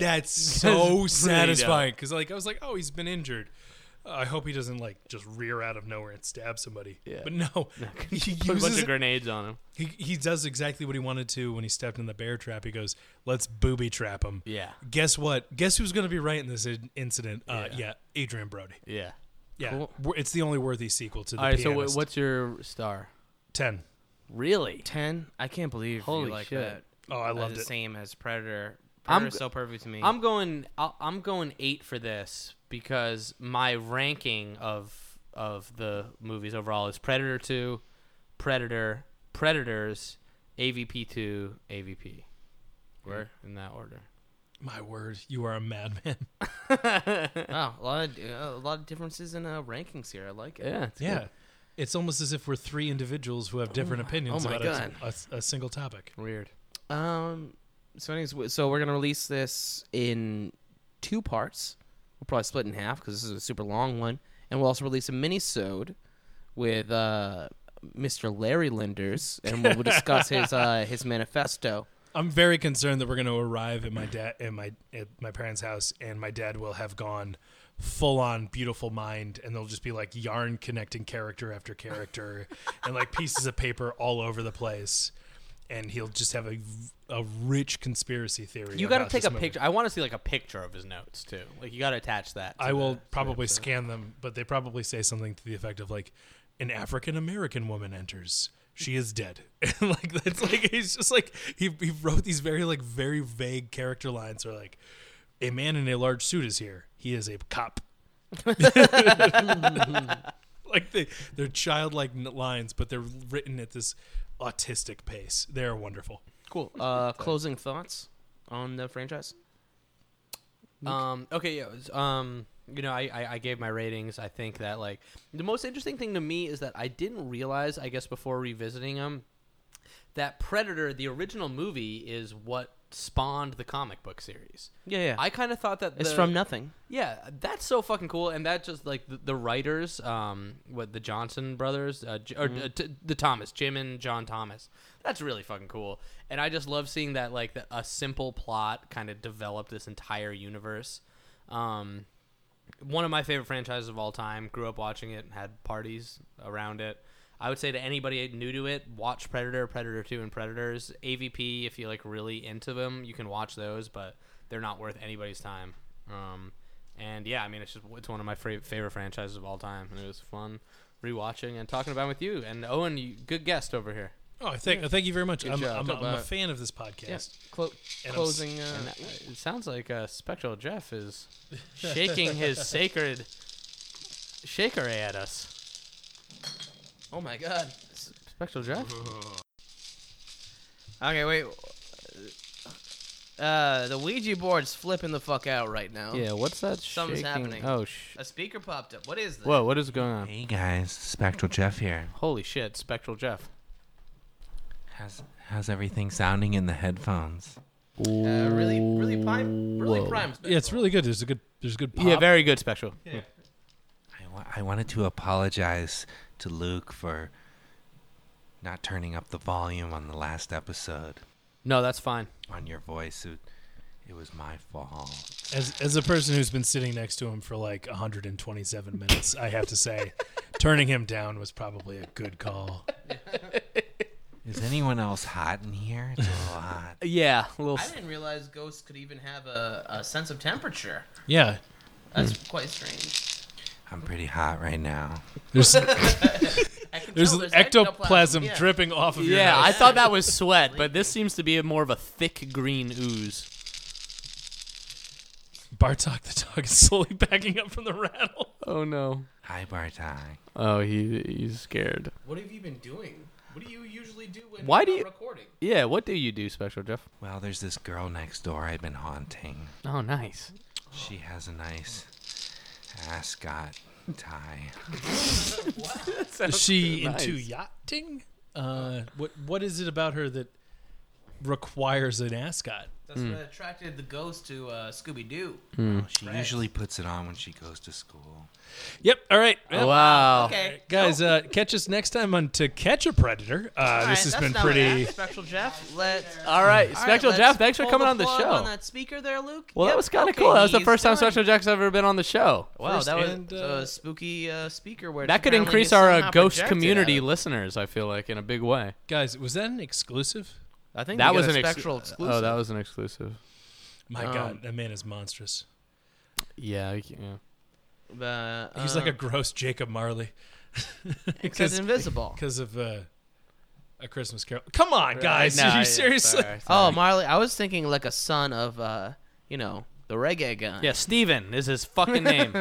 [SPEAKER 3] (laughs)
[SPEAKER 5] That's
[SPEAKER 3] pretty
[SPEAKER 5] so
[SPEAKER 3] dope.
[SPEAKER 5] satisfying because like I was like, oh, he's been injured. I hope he doesn't like just rear out of nowhere and stab somebody.
[SPEAKER 3] Yeah. (laughs)
[SPEAKER 5] But no, he
[SPEAKER 3] Put a bunch
[SPEAKER 5] uses
[SPEAKER 3] of grenades on him.
[SPEAKER 5] he, he does exactly what he wanted to when he stepped in the bear trap. He goes, "Let's booby trap him."
[SPEAKER 3] Yeah.
[SPEAKER 5] Guess what? Guess who's going to be right in this in- incident? Uh, yeah. Adrian Brody.
[SPEAKER 3] Yeah.
[SPEAKER 5] Yeah,
[SPEAKER 3] Cool.
[SPEAKER 5] W- it's the only worthy sequel to the
[SPEAKER 3] All right. So
[SPEAKER 5] pianist.
[SPEAKER 3] wh- what's your star?
[SPEAKER 5] ten?
[SPEAKER 3] Really?
[SPEAKER 4] Ten? I can't believe
[SPEAKER 3] Holy
[SPEAKER 4] you like
[SPEAKER 3] shit.
[SPEAKER 4] that.
[SPEAKER 5] Oh, I
[SPEAKER 4] That's
[SPEAKER 5] loved
[SPEAKER 4] the
[SPEAKER 5] it.
[SPEAKER 4] same as Predator.
[SPEAKER 3] I'm-
[SPEAKER 4] Predator's so perfect to me.
[SPEAKER 3] I'm going. I'll, I'm going eight for this because my ranking of of the movies overall is Predator two, Predator, Predators, AVP two, AVP. Where in that order?
[SPEAKER 5] My word, you are a madman. (laughs)
[SPEAKER 4] wow, a lot of uh, a lot of differences in uh, rankings here. I like it.
[SPEAKER 3] Yeah. It's
[SPEAKER 5] Yeah.
[SPEAKER 3] good.
[SPEAKER 5] It's almost as if we're three individuals who have different opinions
[SPEAKER 4] oh my
[SPEAKER 5] about a- a, a single topic.
[SPEAKER 3] Weird.
[SPEAKER 4] Um. So, anyways, w- so we're gonna release this in two parts. We'll probably split it in half because this is a super long one, and we'll also release a mini-sode with uh, Mr. Larry Linders, and (laughs) we'll discuss his uh, his manifesto.
[SPEAKER 5] I'm very concerned that we're going to arrive at my dad at my at my parents' house, and my dad will have gone full on beautiful mind, and they'll just be like yarn connecting character
[SPEAKER 3] (laughs)
[SPEAKER 5] after character, and like pieces of paper all over the place, and he'll just have a v- a rich conspiracy theory.
[SPEAKER 3] You got to
[SPEAKER 5] about
[SPEAKER 3] take
[SPEAKER 5] this
[SPEAKER 3] a
[SPEAKER 5] movie.
[SPEAKER 3] picture. I want to see like a picture of his notes too. Like you got to attach that. to
[SPEAKER 5] I will
[SPEAKER 3] the-
[SPEAKER 5] probably scan them, but they probably say something to the effect of like, "An African American woman enters. She is dead." (laughs) And like that's like he's just like he he wrote these very like very vague character lines. Or like, "A man in a large suit is here. He is a cop." (laughs) like they they're childlike n- lines, but they're written at this autistic pace. They're wonderful.
[SPEAKER 4] Cool. Uh, closing thoughts on the franchise.
[SPEAKER 3] Um. Okay. Yeah. it was, Um. You know, I, I I gave my ratings. I think that like the most interesting thing to me is that I didn't realize. I guess before revisiting them, that Predator, the original movie, is what spawned the comic book series.
[SPEAKER 4] Yeah, yeah.
[SPEAKER 3] I kind of thought that
[SPEAKER 4] it's
[SPEAKER 3] the-
[SPEAKER 4] from nothing.
[SPEAKER 3] yeah, that's so fucking cool, and that just like the, the writers, um, what the Johnson brothers, uh, J- or uh, t- the Thomas, Jim and John Thomas. That's really fucking cool, and I just love seeing that like that a simple plot kind of developed this entire universe. Um, one of my favorite franchises of all time. Grew up watching it, had parties around it. I would say to anybody new to it, watch Predator, Predator 2, and Predators. AVP, if you like really into them, you can watch those, but they're not worth anybody's time. Um, and yeah, I mean, it's just it's one of my fra- favorite franchises of all time, and it was fun rewatching and talking about it with you. And Owen, you, good guest over here.
[SPEAKER 5] Oh, thank thank you very much. I'm,
[SPEAKER 4] job.
[SPEAKER 5] I'm, a,
[SPEAKER 4] Talk
[SPEAKER 5] I'm a
[SPEAKER 4] about it.
[SPEAKER 5] fan of this podcast.
[SPEAKER 4] Clo-
[SPEAKER 5] And I'm s-
[SPEAKER 4] closing. Uh,
[SPEAKER 3] And that- it sounds like uh, Spectral Jeff is shaking his sacred shaker at us.
[SPEAKER 4] oh my god.
[SPEAKER 3] Spectral Jeff.
[SPEAKER 4] Okay, wait. Uh, the Ouija board's flipping the fuck out right now.
[SPEAKER 3] Yeah, what's that?
[SPEAKER 4] Oh, Something's
[SPEAKER 3] shaking?
[SPEAKER 4] happening.
[SPEAKER 3] Oh sh!
[SPEAKER 4] A speaker popped up. What is this?
[SPEAKER 3] Whoa, what is going on?
[SPEAKER 7] Hey guys, Spectral Jeff here.
[SPEAKER 3] Holy shit, Spectral Jeff.
[SPEAKER 7] How's how's everything sounding in the headphones?
[SPEAKER 4] Uh, really, really prime, really prime.
[SPEAKER 5] Yeah, it's really good. There's a good there's a good pop.
[SPEAKER 3] Yeah, very good Spectral.
[SPEAKER 7] I, wa- I wanted to apologize to Luke for not turning up the volume on the last episode
[SPEAKER 3] No, that's fine.
[SPEAKER 7] on your voice. It, it was my fault.
[SPEAKER 5] As as a person who's been sitting next to him for like 127 minutes, I have to say,
[SPEAKER 3] (laughs)
[SPEAKER 5] turning him down was probably a good call.
[SPEAKER 7] Is anyone else hot in here? It's a little hot.
[SPEAKER 3] (laughs) Yeah, a little.
[SPEAKER 4] I didn't realize ghosts could even have a, a sense of temperature.
[SPEAKER 5] Yeah,
[SPEAKER 4] That's quite strange.
[SPEAKER 7] I'm pretty hot right now.
[SPEAKER 5] there's
[SPEAKER 3] (laughs)
[SPEAKER 4] I can
[SPEAKER 5] there's
[SPEAKER 4] tell
[SPEAKER 5] ectoplasm
[SPEAKER 4] yeah.
[SPEAKER 5] dripping off of your
[SPEAKER 3] yeah, I
[SPEAKER 5] nose.
[SPEAKER 3] thought that
[SPEAKER 4] (laughs)
[SPEAKER 3] was sweat, but this seems to be more of a thick green ooze.
[SPEAKER 5] Bartok the dog is slowly (laughs) backing up from the rattle.
[SPEAKER 3] Oh no.
[SPEAKER 7] Hi, Bartai.
[SPEAKER 3] Oh, he he's scared.
[SPEAKER 4] What have you been doing? What do you usually do when
[SPEAKER 3] Why
[SPEAKER 4] you're
[SPEAKER 3] do
[SPEAKER 4] not
[SPEAKER 3] you-
[SPEAKER 4] recording?
[SPEAKER 3] Yeah, what do you do, Spectral Jeff?
[SPEAKER 7] Well, there's this girl next door I've been haunting.
[SPEAKER 3] Oh, nice.
[SPEAKER 7] She has a nice ascot tie.
[SPEAKER 5] (laughs) Is she into
[SPEAKER 3] nice.
[SPEAKER 5] yachting? Uh, what what is it about her that requires an ascot.
[SPEAKER 4] That's what attracted the ghost to uh, Scooby Doo.
[SPEAKER 7] She usually puts it on when she goes to school.
[SPEAKER 5] Yep. All right. Well,
[SPEAKER 3] Oh, Wow.
[SPEAKER 4] Oh, Okay,
[SPEAKER 5] Guys, uh, catch us next time on To Catch a Predator. Uh, this has been pretty.
[SPEAKER 4] Spectral Jeff. Let's.
[SPEAKER 3] All right,
[SPEAKER 4] All right,
[SPEAKER 3] Spectral
[SPEAKER 4] let's
[SPEAKER 3] Jeff, thanks for
[SPEAKER 4] pull
[SPEAKER 3] coming on the
[SPEAKER 4] plug
[SPEAKER 3] show.
[SPEAKER 4] On that speaker there, Luke.
[SPEAKER 3] well,
[SPEAKER 4] Yep,
[SPEAKER 3] that was kind of
[SPEAKER 4] okay,
[SPEAKER 3] cool. That was the
[SPEAKER 4] he's
[SPEAKER 3] first time
[SPEAKER 4] done.
[SPEAKER 3] Spectral Jeff's ever been on the show.
[SPEAKER 4] Wow, that was
[SPEAKER 5] and,
[SPEAKER 4] so
[SPEAKER 5] uh,
[SPEAKER 4] a spooky uh, speaker. Where
[SPEAKER 3] That could
[SPEAKER 4] apparently
[SPEAKER 3] increase
[SPEAKER 4] he's
[SPEAKER 3] our uh,
[SPEAKER 4] somehow
[SPEAKER 3] ghost
[SPEAKER 4] projected
[SPEAKER 3] community
[SPEAKER 4] at it.
[SPEAKER 3] listeners. I feel like in a big way.
[SPEAKER 5] Guys, was that an exclusive?
[SPEAKER 4] I think
[SPEAKER 3] that
[SPEAKER 4] we
[SPEAKER 3] was
[SPEAKER 4] got
[SPEAKER 3] an
[SPEAKER 4] a
[SPEAKER 3] ex-
[SPEAKER 4] spectral exclusive.
[SPEAKER 3] Oh, that was an exclusive.
[SPEAKER 5] My
[SPEAKER 4] Um,
[SPEAKER 5] God, that man is monstrous.
[SPEAKER 3] Yeah. I can't- yeah. (laughs)
[SPEAKER 4] But, uh,
[SPEAKER 5] He's
[SPEAKER 3] uh,
[SPEAKER 5] like a gross Jacob Marley
[SPEAKER 4] because invisible.
[SPEAKER 5] because of uh, a Christmas Carol. Come on, guys!
[SPEAKER 3] No,
[SPEAKER 5] Are
[SPEAKER 3] yeah,
[SPEAKER 5] (laughs) you seriously?
[SPEAKER 3] sorry, (laughs) sorry.
[SPEAKER 4] Oh, Marley, I was thinking like a son of uh, you know, the reggae guy.
[SPEAKER 3] Yeah, Steven is his fucking
[SPEAKER 5] (laughs)
[SPEAKER 3] name.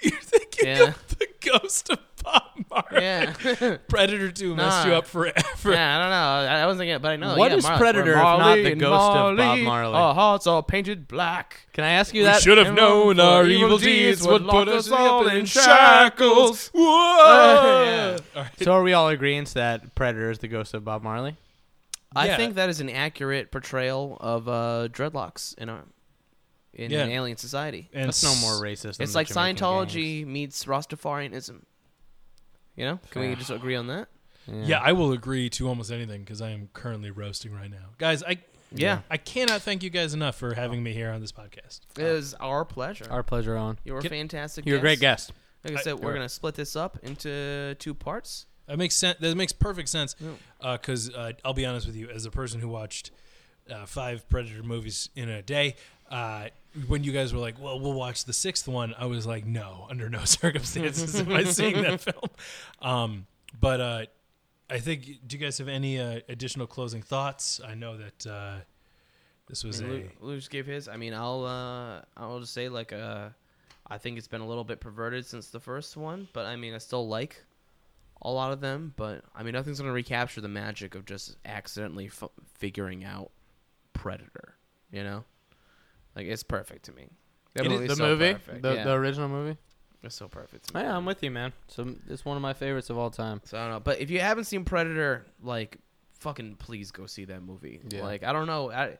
[SPEAKER 5] You're thinking
[SPEAKER 4] Yeah.
[SPEAKER 5] of the ghost of Bob Marley.
[SPEAKER 4] Yeah. (laughs) yeah,
[SPEAKER 5] Predator Two messed you
[SPEAKER 4] Nah.
[SPEAKER 5] up forever.
[SPEAKER 4] I don't know. I, I was thinking, but I know.
[SPEAKER 3] What
[SPEAKER 4] yeah,
[SPEAKER 3] is
[SPEAKER 4] Marley,
[SPEAKER 3] Predator
[SPEAKER 4] We're
[SPEAKER 3] if not
[SPEAKER 4] Marley
[SPEAKER 3] the
[SPEAKER 4] and
[SPEAKER 3] ghost of Bob
[SPEAKER 4] Marley.
[SPEAKER 3] Marley?
[SPEAKER 4] Our hearts are painted black.
[SPEAKER 3] Can I ask you
[SPEAKER 5] We
[SPEAKER 3] that?
[SPEAKER 5] should have
[SPEAKER 4] and
[SPEAKER 5] known
[SPEAKER 4] wrong
[SPEAKER 5] our
[SPEAKER 4] for
[SPEAKER 5] evil deeds would
[SPEAKER 4] lock
[SPEAKER 5] put us
[SPEAKER 4] us
[SPEAKER 5] all
[SPEAKER 4] all
[SPEAKER 5] in
[SPEAKER 4] in
[SPEAKER 5] shackles.
[SPEAKER 4] shackles.
[SPEAKER 5] Whoa!
[SPEAKER 3] Uh, Oh,
[SPEAKER 4] Yeah.
[SPEAKER 5] All right.
[SPEAKER 3] So are we all agreeing that Predator is the ghost of Bob Marley?
[SPEAKER 4] (laughs) I
[SPEAKER 5] Yeah.
[SPEAKER 4] think that is an accurate portrayal of uh, dreadlocks in our in
[SPEAKER 5] Yeah.
[SPEAKER 4] an alien society.
[SPEAKER 5] And
[SPEAKER 3] That's no
[SPEAKER 5] s-
[SPEAKER 3] more racist. Than
[SPEAKER 4] It's
[SPEAKER 3] the
[SPEAKER 4] like
[SPEAKER 3] Jamaican gangs.
[SPEAKER 4] Scientology meets Rastafarianism. You know? Can we
[SPEAKER 3] Fair.
[SPEAKER 4] just agree on that?
[SPEAKER 5] Yeah, I will agree to almost anything because I am currently roasting right now, guys. I
[SPEAKER 4] Yeah.
[SPEAKER 5] I cannot thank you guys enough for having me here on this podcast.
[SPEAKER 4] It is our pleasure.
[SPEAKER 3] Oh. Our pleasure, Owen.
[SPEAKER 4] you were
[SPEAKER 5] Get-
[SPEAKER 4] fantastic.
[SPEAKER 3] You're a great guest.
[SPEAKER 4] Like I
[SPEAKER 5] I-
[SPEAKER 4] said, we're
[SPEAKER 5] you're-
[SPEAKER 4] gonna split this up into two parts.
[SPEAKER 5] That makes sense. That makes perfect sense because uh, I'll be honest with you, as a person who watched uh, five Predator movies in a day. Uh, when you guys were like, "Well, we'll watch the sixth one," I was like, "No, under no (laughs) circumstances am I
[SPEAKER 3] (laughs)
[SPEAKER 5] seeing that film." Um, but uh, I think. Do you guys have any uh, additional closing thoughts? I know that uh, this was
[SPEAKER 4] I mean,
[SPEAKER 5] a.
[SPEAKER 4] Lu- Luke just gave his. I mean, I'll uh, I'll just say like uh, I think it's been a little bit perverted since the first one, but I mean, I still like a lot of them. But I mean, nothing's gonna recapture the magic of just accidentally f- figuring out Predator. You know, like it's perfect to me. That
[SPEAKER 3] It is-
[SPEAKER 4] movie's
[SPEAKER 3] the
[SPEAKER 4] so
[SPEAKER 3] movie,
[SPEAKER 4] perfect.
[SPEAKER 3] the,
[SPEAKER 4] yeah.
[SPEAKER 3] the original movie.
[SPEAKER 4] it's so perfect. To me.
[SPEAKER 3] Yeah, I'm with you, man. So it's one of my favorites of all time.
[SPEAKER 4] So I don't know. But if you haven't seen Predator, like fucking please go see that movie.
[SPEAKER 3] Yeah.
[SPEAKER 4] Like I don't know. I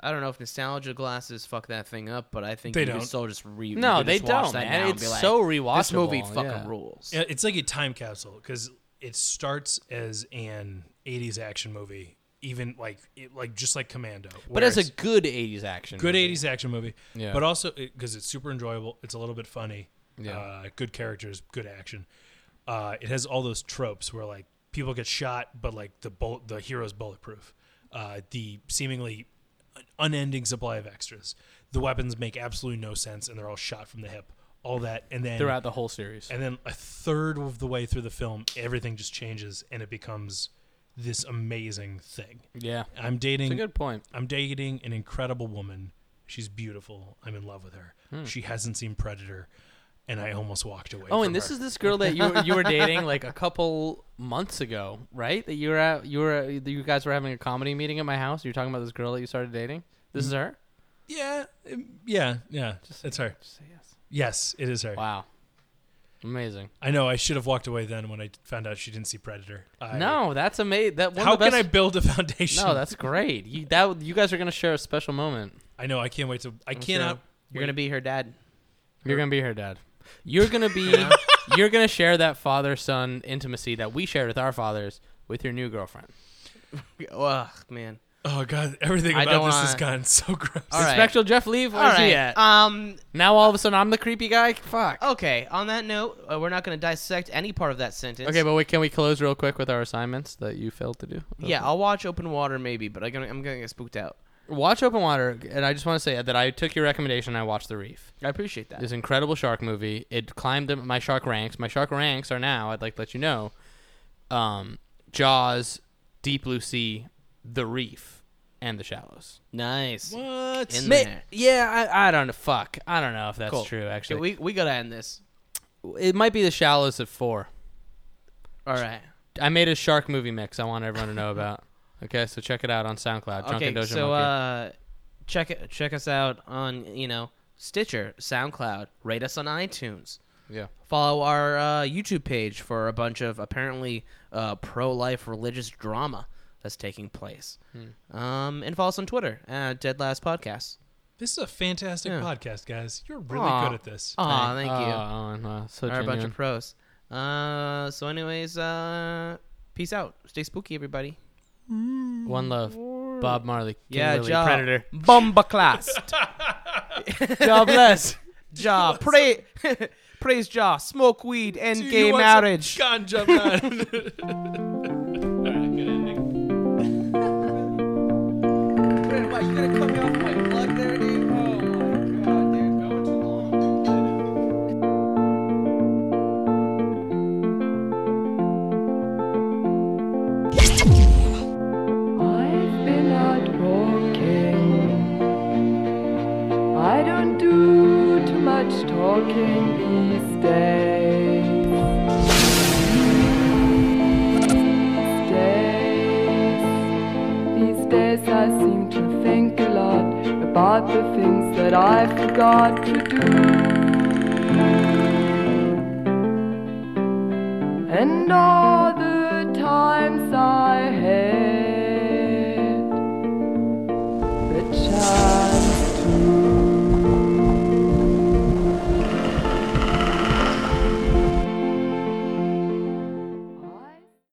[SPEAKER 4] I don't know if nostalgia glasses fuck that thing up, but I think
[SPEAKER 5] They
[SPEAKER 4] you
[SPEAKER 5] don't.
[SPEAKER 4] can still just re. you
[SPEAKER 3] No,
[SPEAKER 4] can
[SPEAKER 3] they
[SPEAKER 4] just watch
[SPEAKER 3] don't,
[SPEAKER 4] that
[SPEAKER 3] man.
[SPEAKER 4] now and
[SPEAKER 3] It's
[SPEAKER 4] be like,
[SPEAKER 3] so rewatchable.
[SPEAKER 4] This movie fucking
[SPEAKER 3] yeah.
[SPEAKER 4] rules.
[SPEAKER 5] Yeah, It's like a time capsule because it starts as an '80s action movie, even like it, like just like Commando.
[SPEAKER 3] But
[SPEAKER 5] where
[SPEAKER 3] as a
[SPEAKER 5] it's
[SPEAKER 3] good '80s action.
[SPEAKER 5] good
[SPEAKER 3] movie.
[SPEAKER 5] '80s action movie,
[SPEAKER 3] Yeah.
[SPEAKER 5] but also because it's super enjoyable, it's a little bit funny.
[SPEAKER 3] Yeah.
[SPEAKER 5] Uh, good characters, good action. Uh, it has all those tropes where like people get shot, but like the bullet, the hero's bulletproof. Uh, the seemingly unending supply of extras. The weapons make absolutely no sense, and they're all shot from the hip. All that, and then
[SPEAKER 3] throughout the whole series.
[SPEAKER 5] and then a third of the way through the film, everything just changes and it becomes this amazing thing.
[SPEAKER 3] Yeah,
[SPEAKER 5] I'm
[SPEAKER 3] it's a
[SPEAKER 5] dating
[SPEAKER 3] good point.
[SPEAKER 5] I'm dating an incredible woman. She's beautiful. I'm in love with her. She hasn't seen Predator and I almost walked away.
[SPEAKER 3] Hmm. Oh,
[SPEAKER 5] from
[SPEAKER 3] and this
[SPEAKER 5] her.
[SPEAKER 3] is this girl that you you were dating like a couple months ago, right? That you were at, you were you guys were having a comedy meeting at my house. You were talking about this girl that you started dating. This is her.
[SPEAKER 5] Yeah, um, yeah, yeah. it's her.
[SPEAKER 3] Say yes.
[SPEAKER 5] Yes, it is her.
[SPEAKER 3] Wow, amazing.
[SPEAKER 5] I know I should have walked away then when I found out she didn't see Predator. I,
[SPEAKER 3] no, that's amazing. That one
[SPEAKER 5] How
[SPEAKER 3] of the
[SPEAKER 5] can I
[SPEAKER 3] best-
[SPEAKER 5] build a foundation?
[SPEAKER 4] (laughs)
[SPEAKER 3] No, that's great. You that you guys are gonna share a special moment.
[SPEAKER 5] I know I can't wait to I
[SPEAKER 4] You know,
[SPEAKER 5] cannot
[SPEAKER 4] You're gonna be her dad.
[SPEAKER 3] You're gonna be her dad. You're gonna be.
[SPEAKER 4] (laughs)
[SPEAKER 3] you're gonna share that father son intimacy that we shared with our fathers with your new girlfriend.
[SPEAKER 4] Ugh, man.
[SPEAKER 5] Oh god, everything
[SPEAKER 4] I
[SPEAKER 5] about
[SPEAKER 4] don't
[SPEAKER 5] this has
[SPEAKER 4] wanna-
[SPEAKER 5] gotten so gross.
[SPEAKER 4] All right.
[SPEAKER 3] Spectral Jeff, leave.
[SPEAKER 4] All
[SPEAKER 3] Where's he
[SPEAKER 4] right.
[SPEAKER 3] at?
[SPEAKER 4] Oh. Um.
[SPEAKER 3] now all of a sudden I'm the creepy guy. Fuck.
[SPEAKER 4] Okay. On that note, uh, we're not gonna dissect any part of that sentence.
[SPEAKER 3] Okay, but wait, can we close real quick with our assignments that you failed to do?
[SPEAKER 4] yeah, I'll watch Open Water maybe, but I'm gonna I'm gonna get spooked out.
[SPEAKER 3] Watch Open Water, and I just want to say that I took your recommendation. and I watched The Reef.
[SPEAKER 4] I appreciate that.
[SPEAKER 3] This incredible shark movie. It climbed up my shark ranks. My shark ranks are now. I'd like to let you know. Um, Jaws, Deep Blue Sea, The Reef, and The Shallows.
[SPEAKER 4] Nice.
[SPEAKER 5] What?
[SPEAKER 4] In
[SPEAKER 3] Ma-
[SPEAKER 4] there.
[SPEAKER 3] yeah, I, I don't know. Fuck, I don't know if that's
[SPEAKER 4] Cool.
[SPEAKER 3] true.
[SPEAKER 4] Okay,
[SPEAKER 3] Actually,
[SPEAKER 4] we we gotta end this.
[SPEAKER 3] it might be The Shallows at four.
[SPEAKER 4] All right.
[SPEAKER 3] I made a shark movie mix. I want everyone to know about. (laughs) Okay, so check it out on SoundCloud. Drunken
[SPEAKER 4] okay,
[SPEAKER 3] Dojo
[SPEAKER 4] so
[SPEAKER 3] Monkey.
[SPEAKER 4] uh, check it, check us out on you know Stitcher, SoundCloud, rate us on iTunes,
[SPEAKER 3] yeah.
[SPEAKER 4] follow our uh, YouTube page for a bunch of apparently uh, pro-life religious drama. that's taking place.
[SPEAKER 3] Hmm.
[SPEAKER 4] Um, and follow us on Twitter at Dead Last Podcast.
[SPEAKER 5] This is a fantastic
[SPEAKER 4] Yeah.
[SPEAKER 5] podcast, guys. You're really
[SPEAKER 4] Aw.
[SPEAKER 5] good at this.
[SPEAKER 4] Aw, thank you.
[SPEAKER 3] Oh, wow, so
[SPEAKER 4] Are a bunch
[SPEAKER 3] genuine.
[SPEAKER 4] of pros. Uh, so, anyways, uh, peace out. Stay spooky, everybody.
[SPEAKER 3] One love. Bob Marley. King
[SPEAKER 4] Yeah,
[SPEAKER 3] Willie,
[SPEAKER 4] Ja.
[SPEAKER 3] Predator.
[SPEAKER 4] Bomba
[SPEAKER 5] (laughs)
[SPEAKER 4] class.
[SPEAKER 3] God bless.
[SPEAKER 5] (laughs)
[SPEAKER 4] Ja, pray, (laughs) praise Ja. Smoke weed and
[SPEAKER 5] Do you
[SPEAKER 4] gay
[SPEAKER 5] want some
[SPEAKER 4] marriage.
[SPEAKER 5] Ganja man. All right, good ending.
[SPEAKER 8] I've been out walking. I don't do too much talking these days. These days, these days I seem to think a lot about the things that I forgot to do. And all the times I had.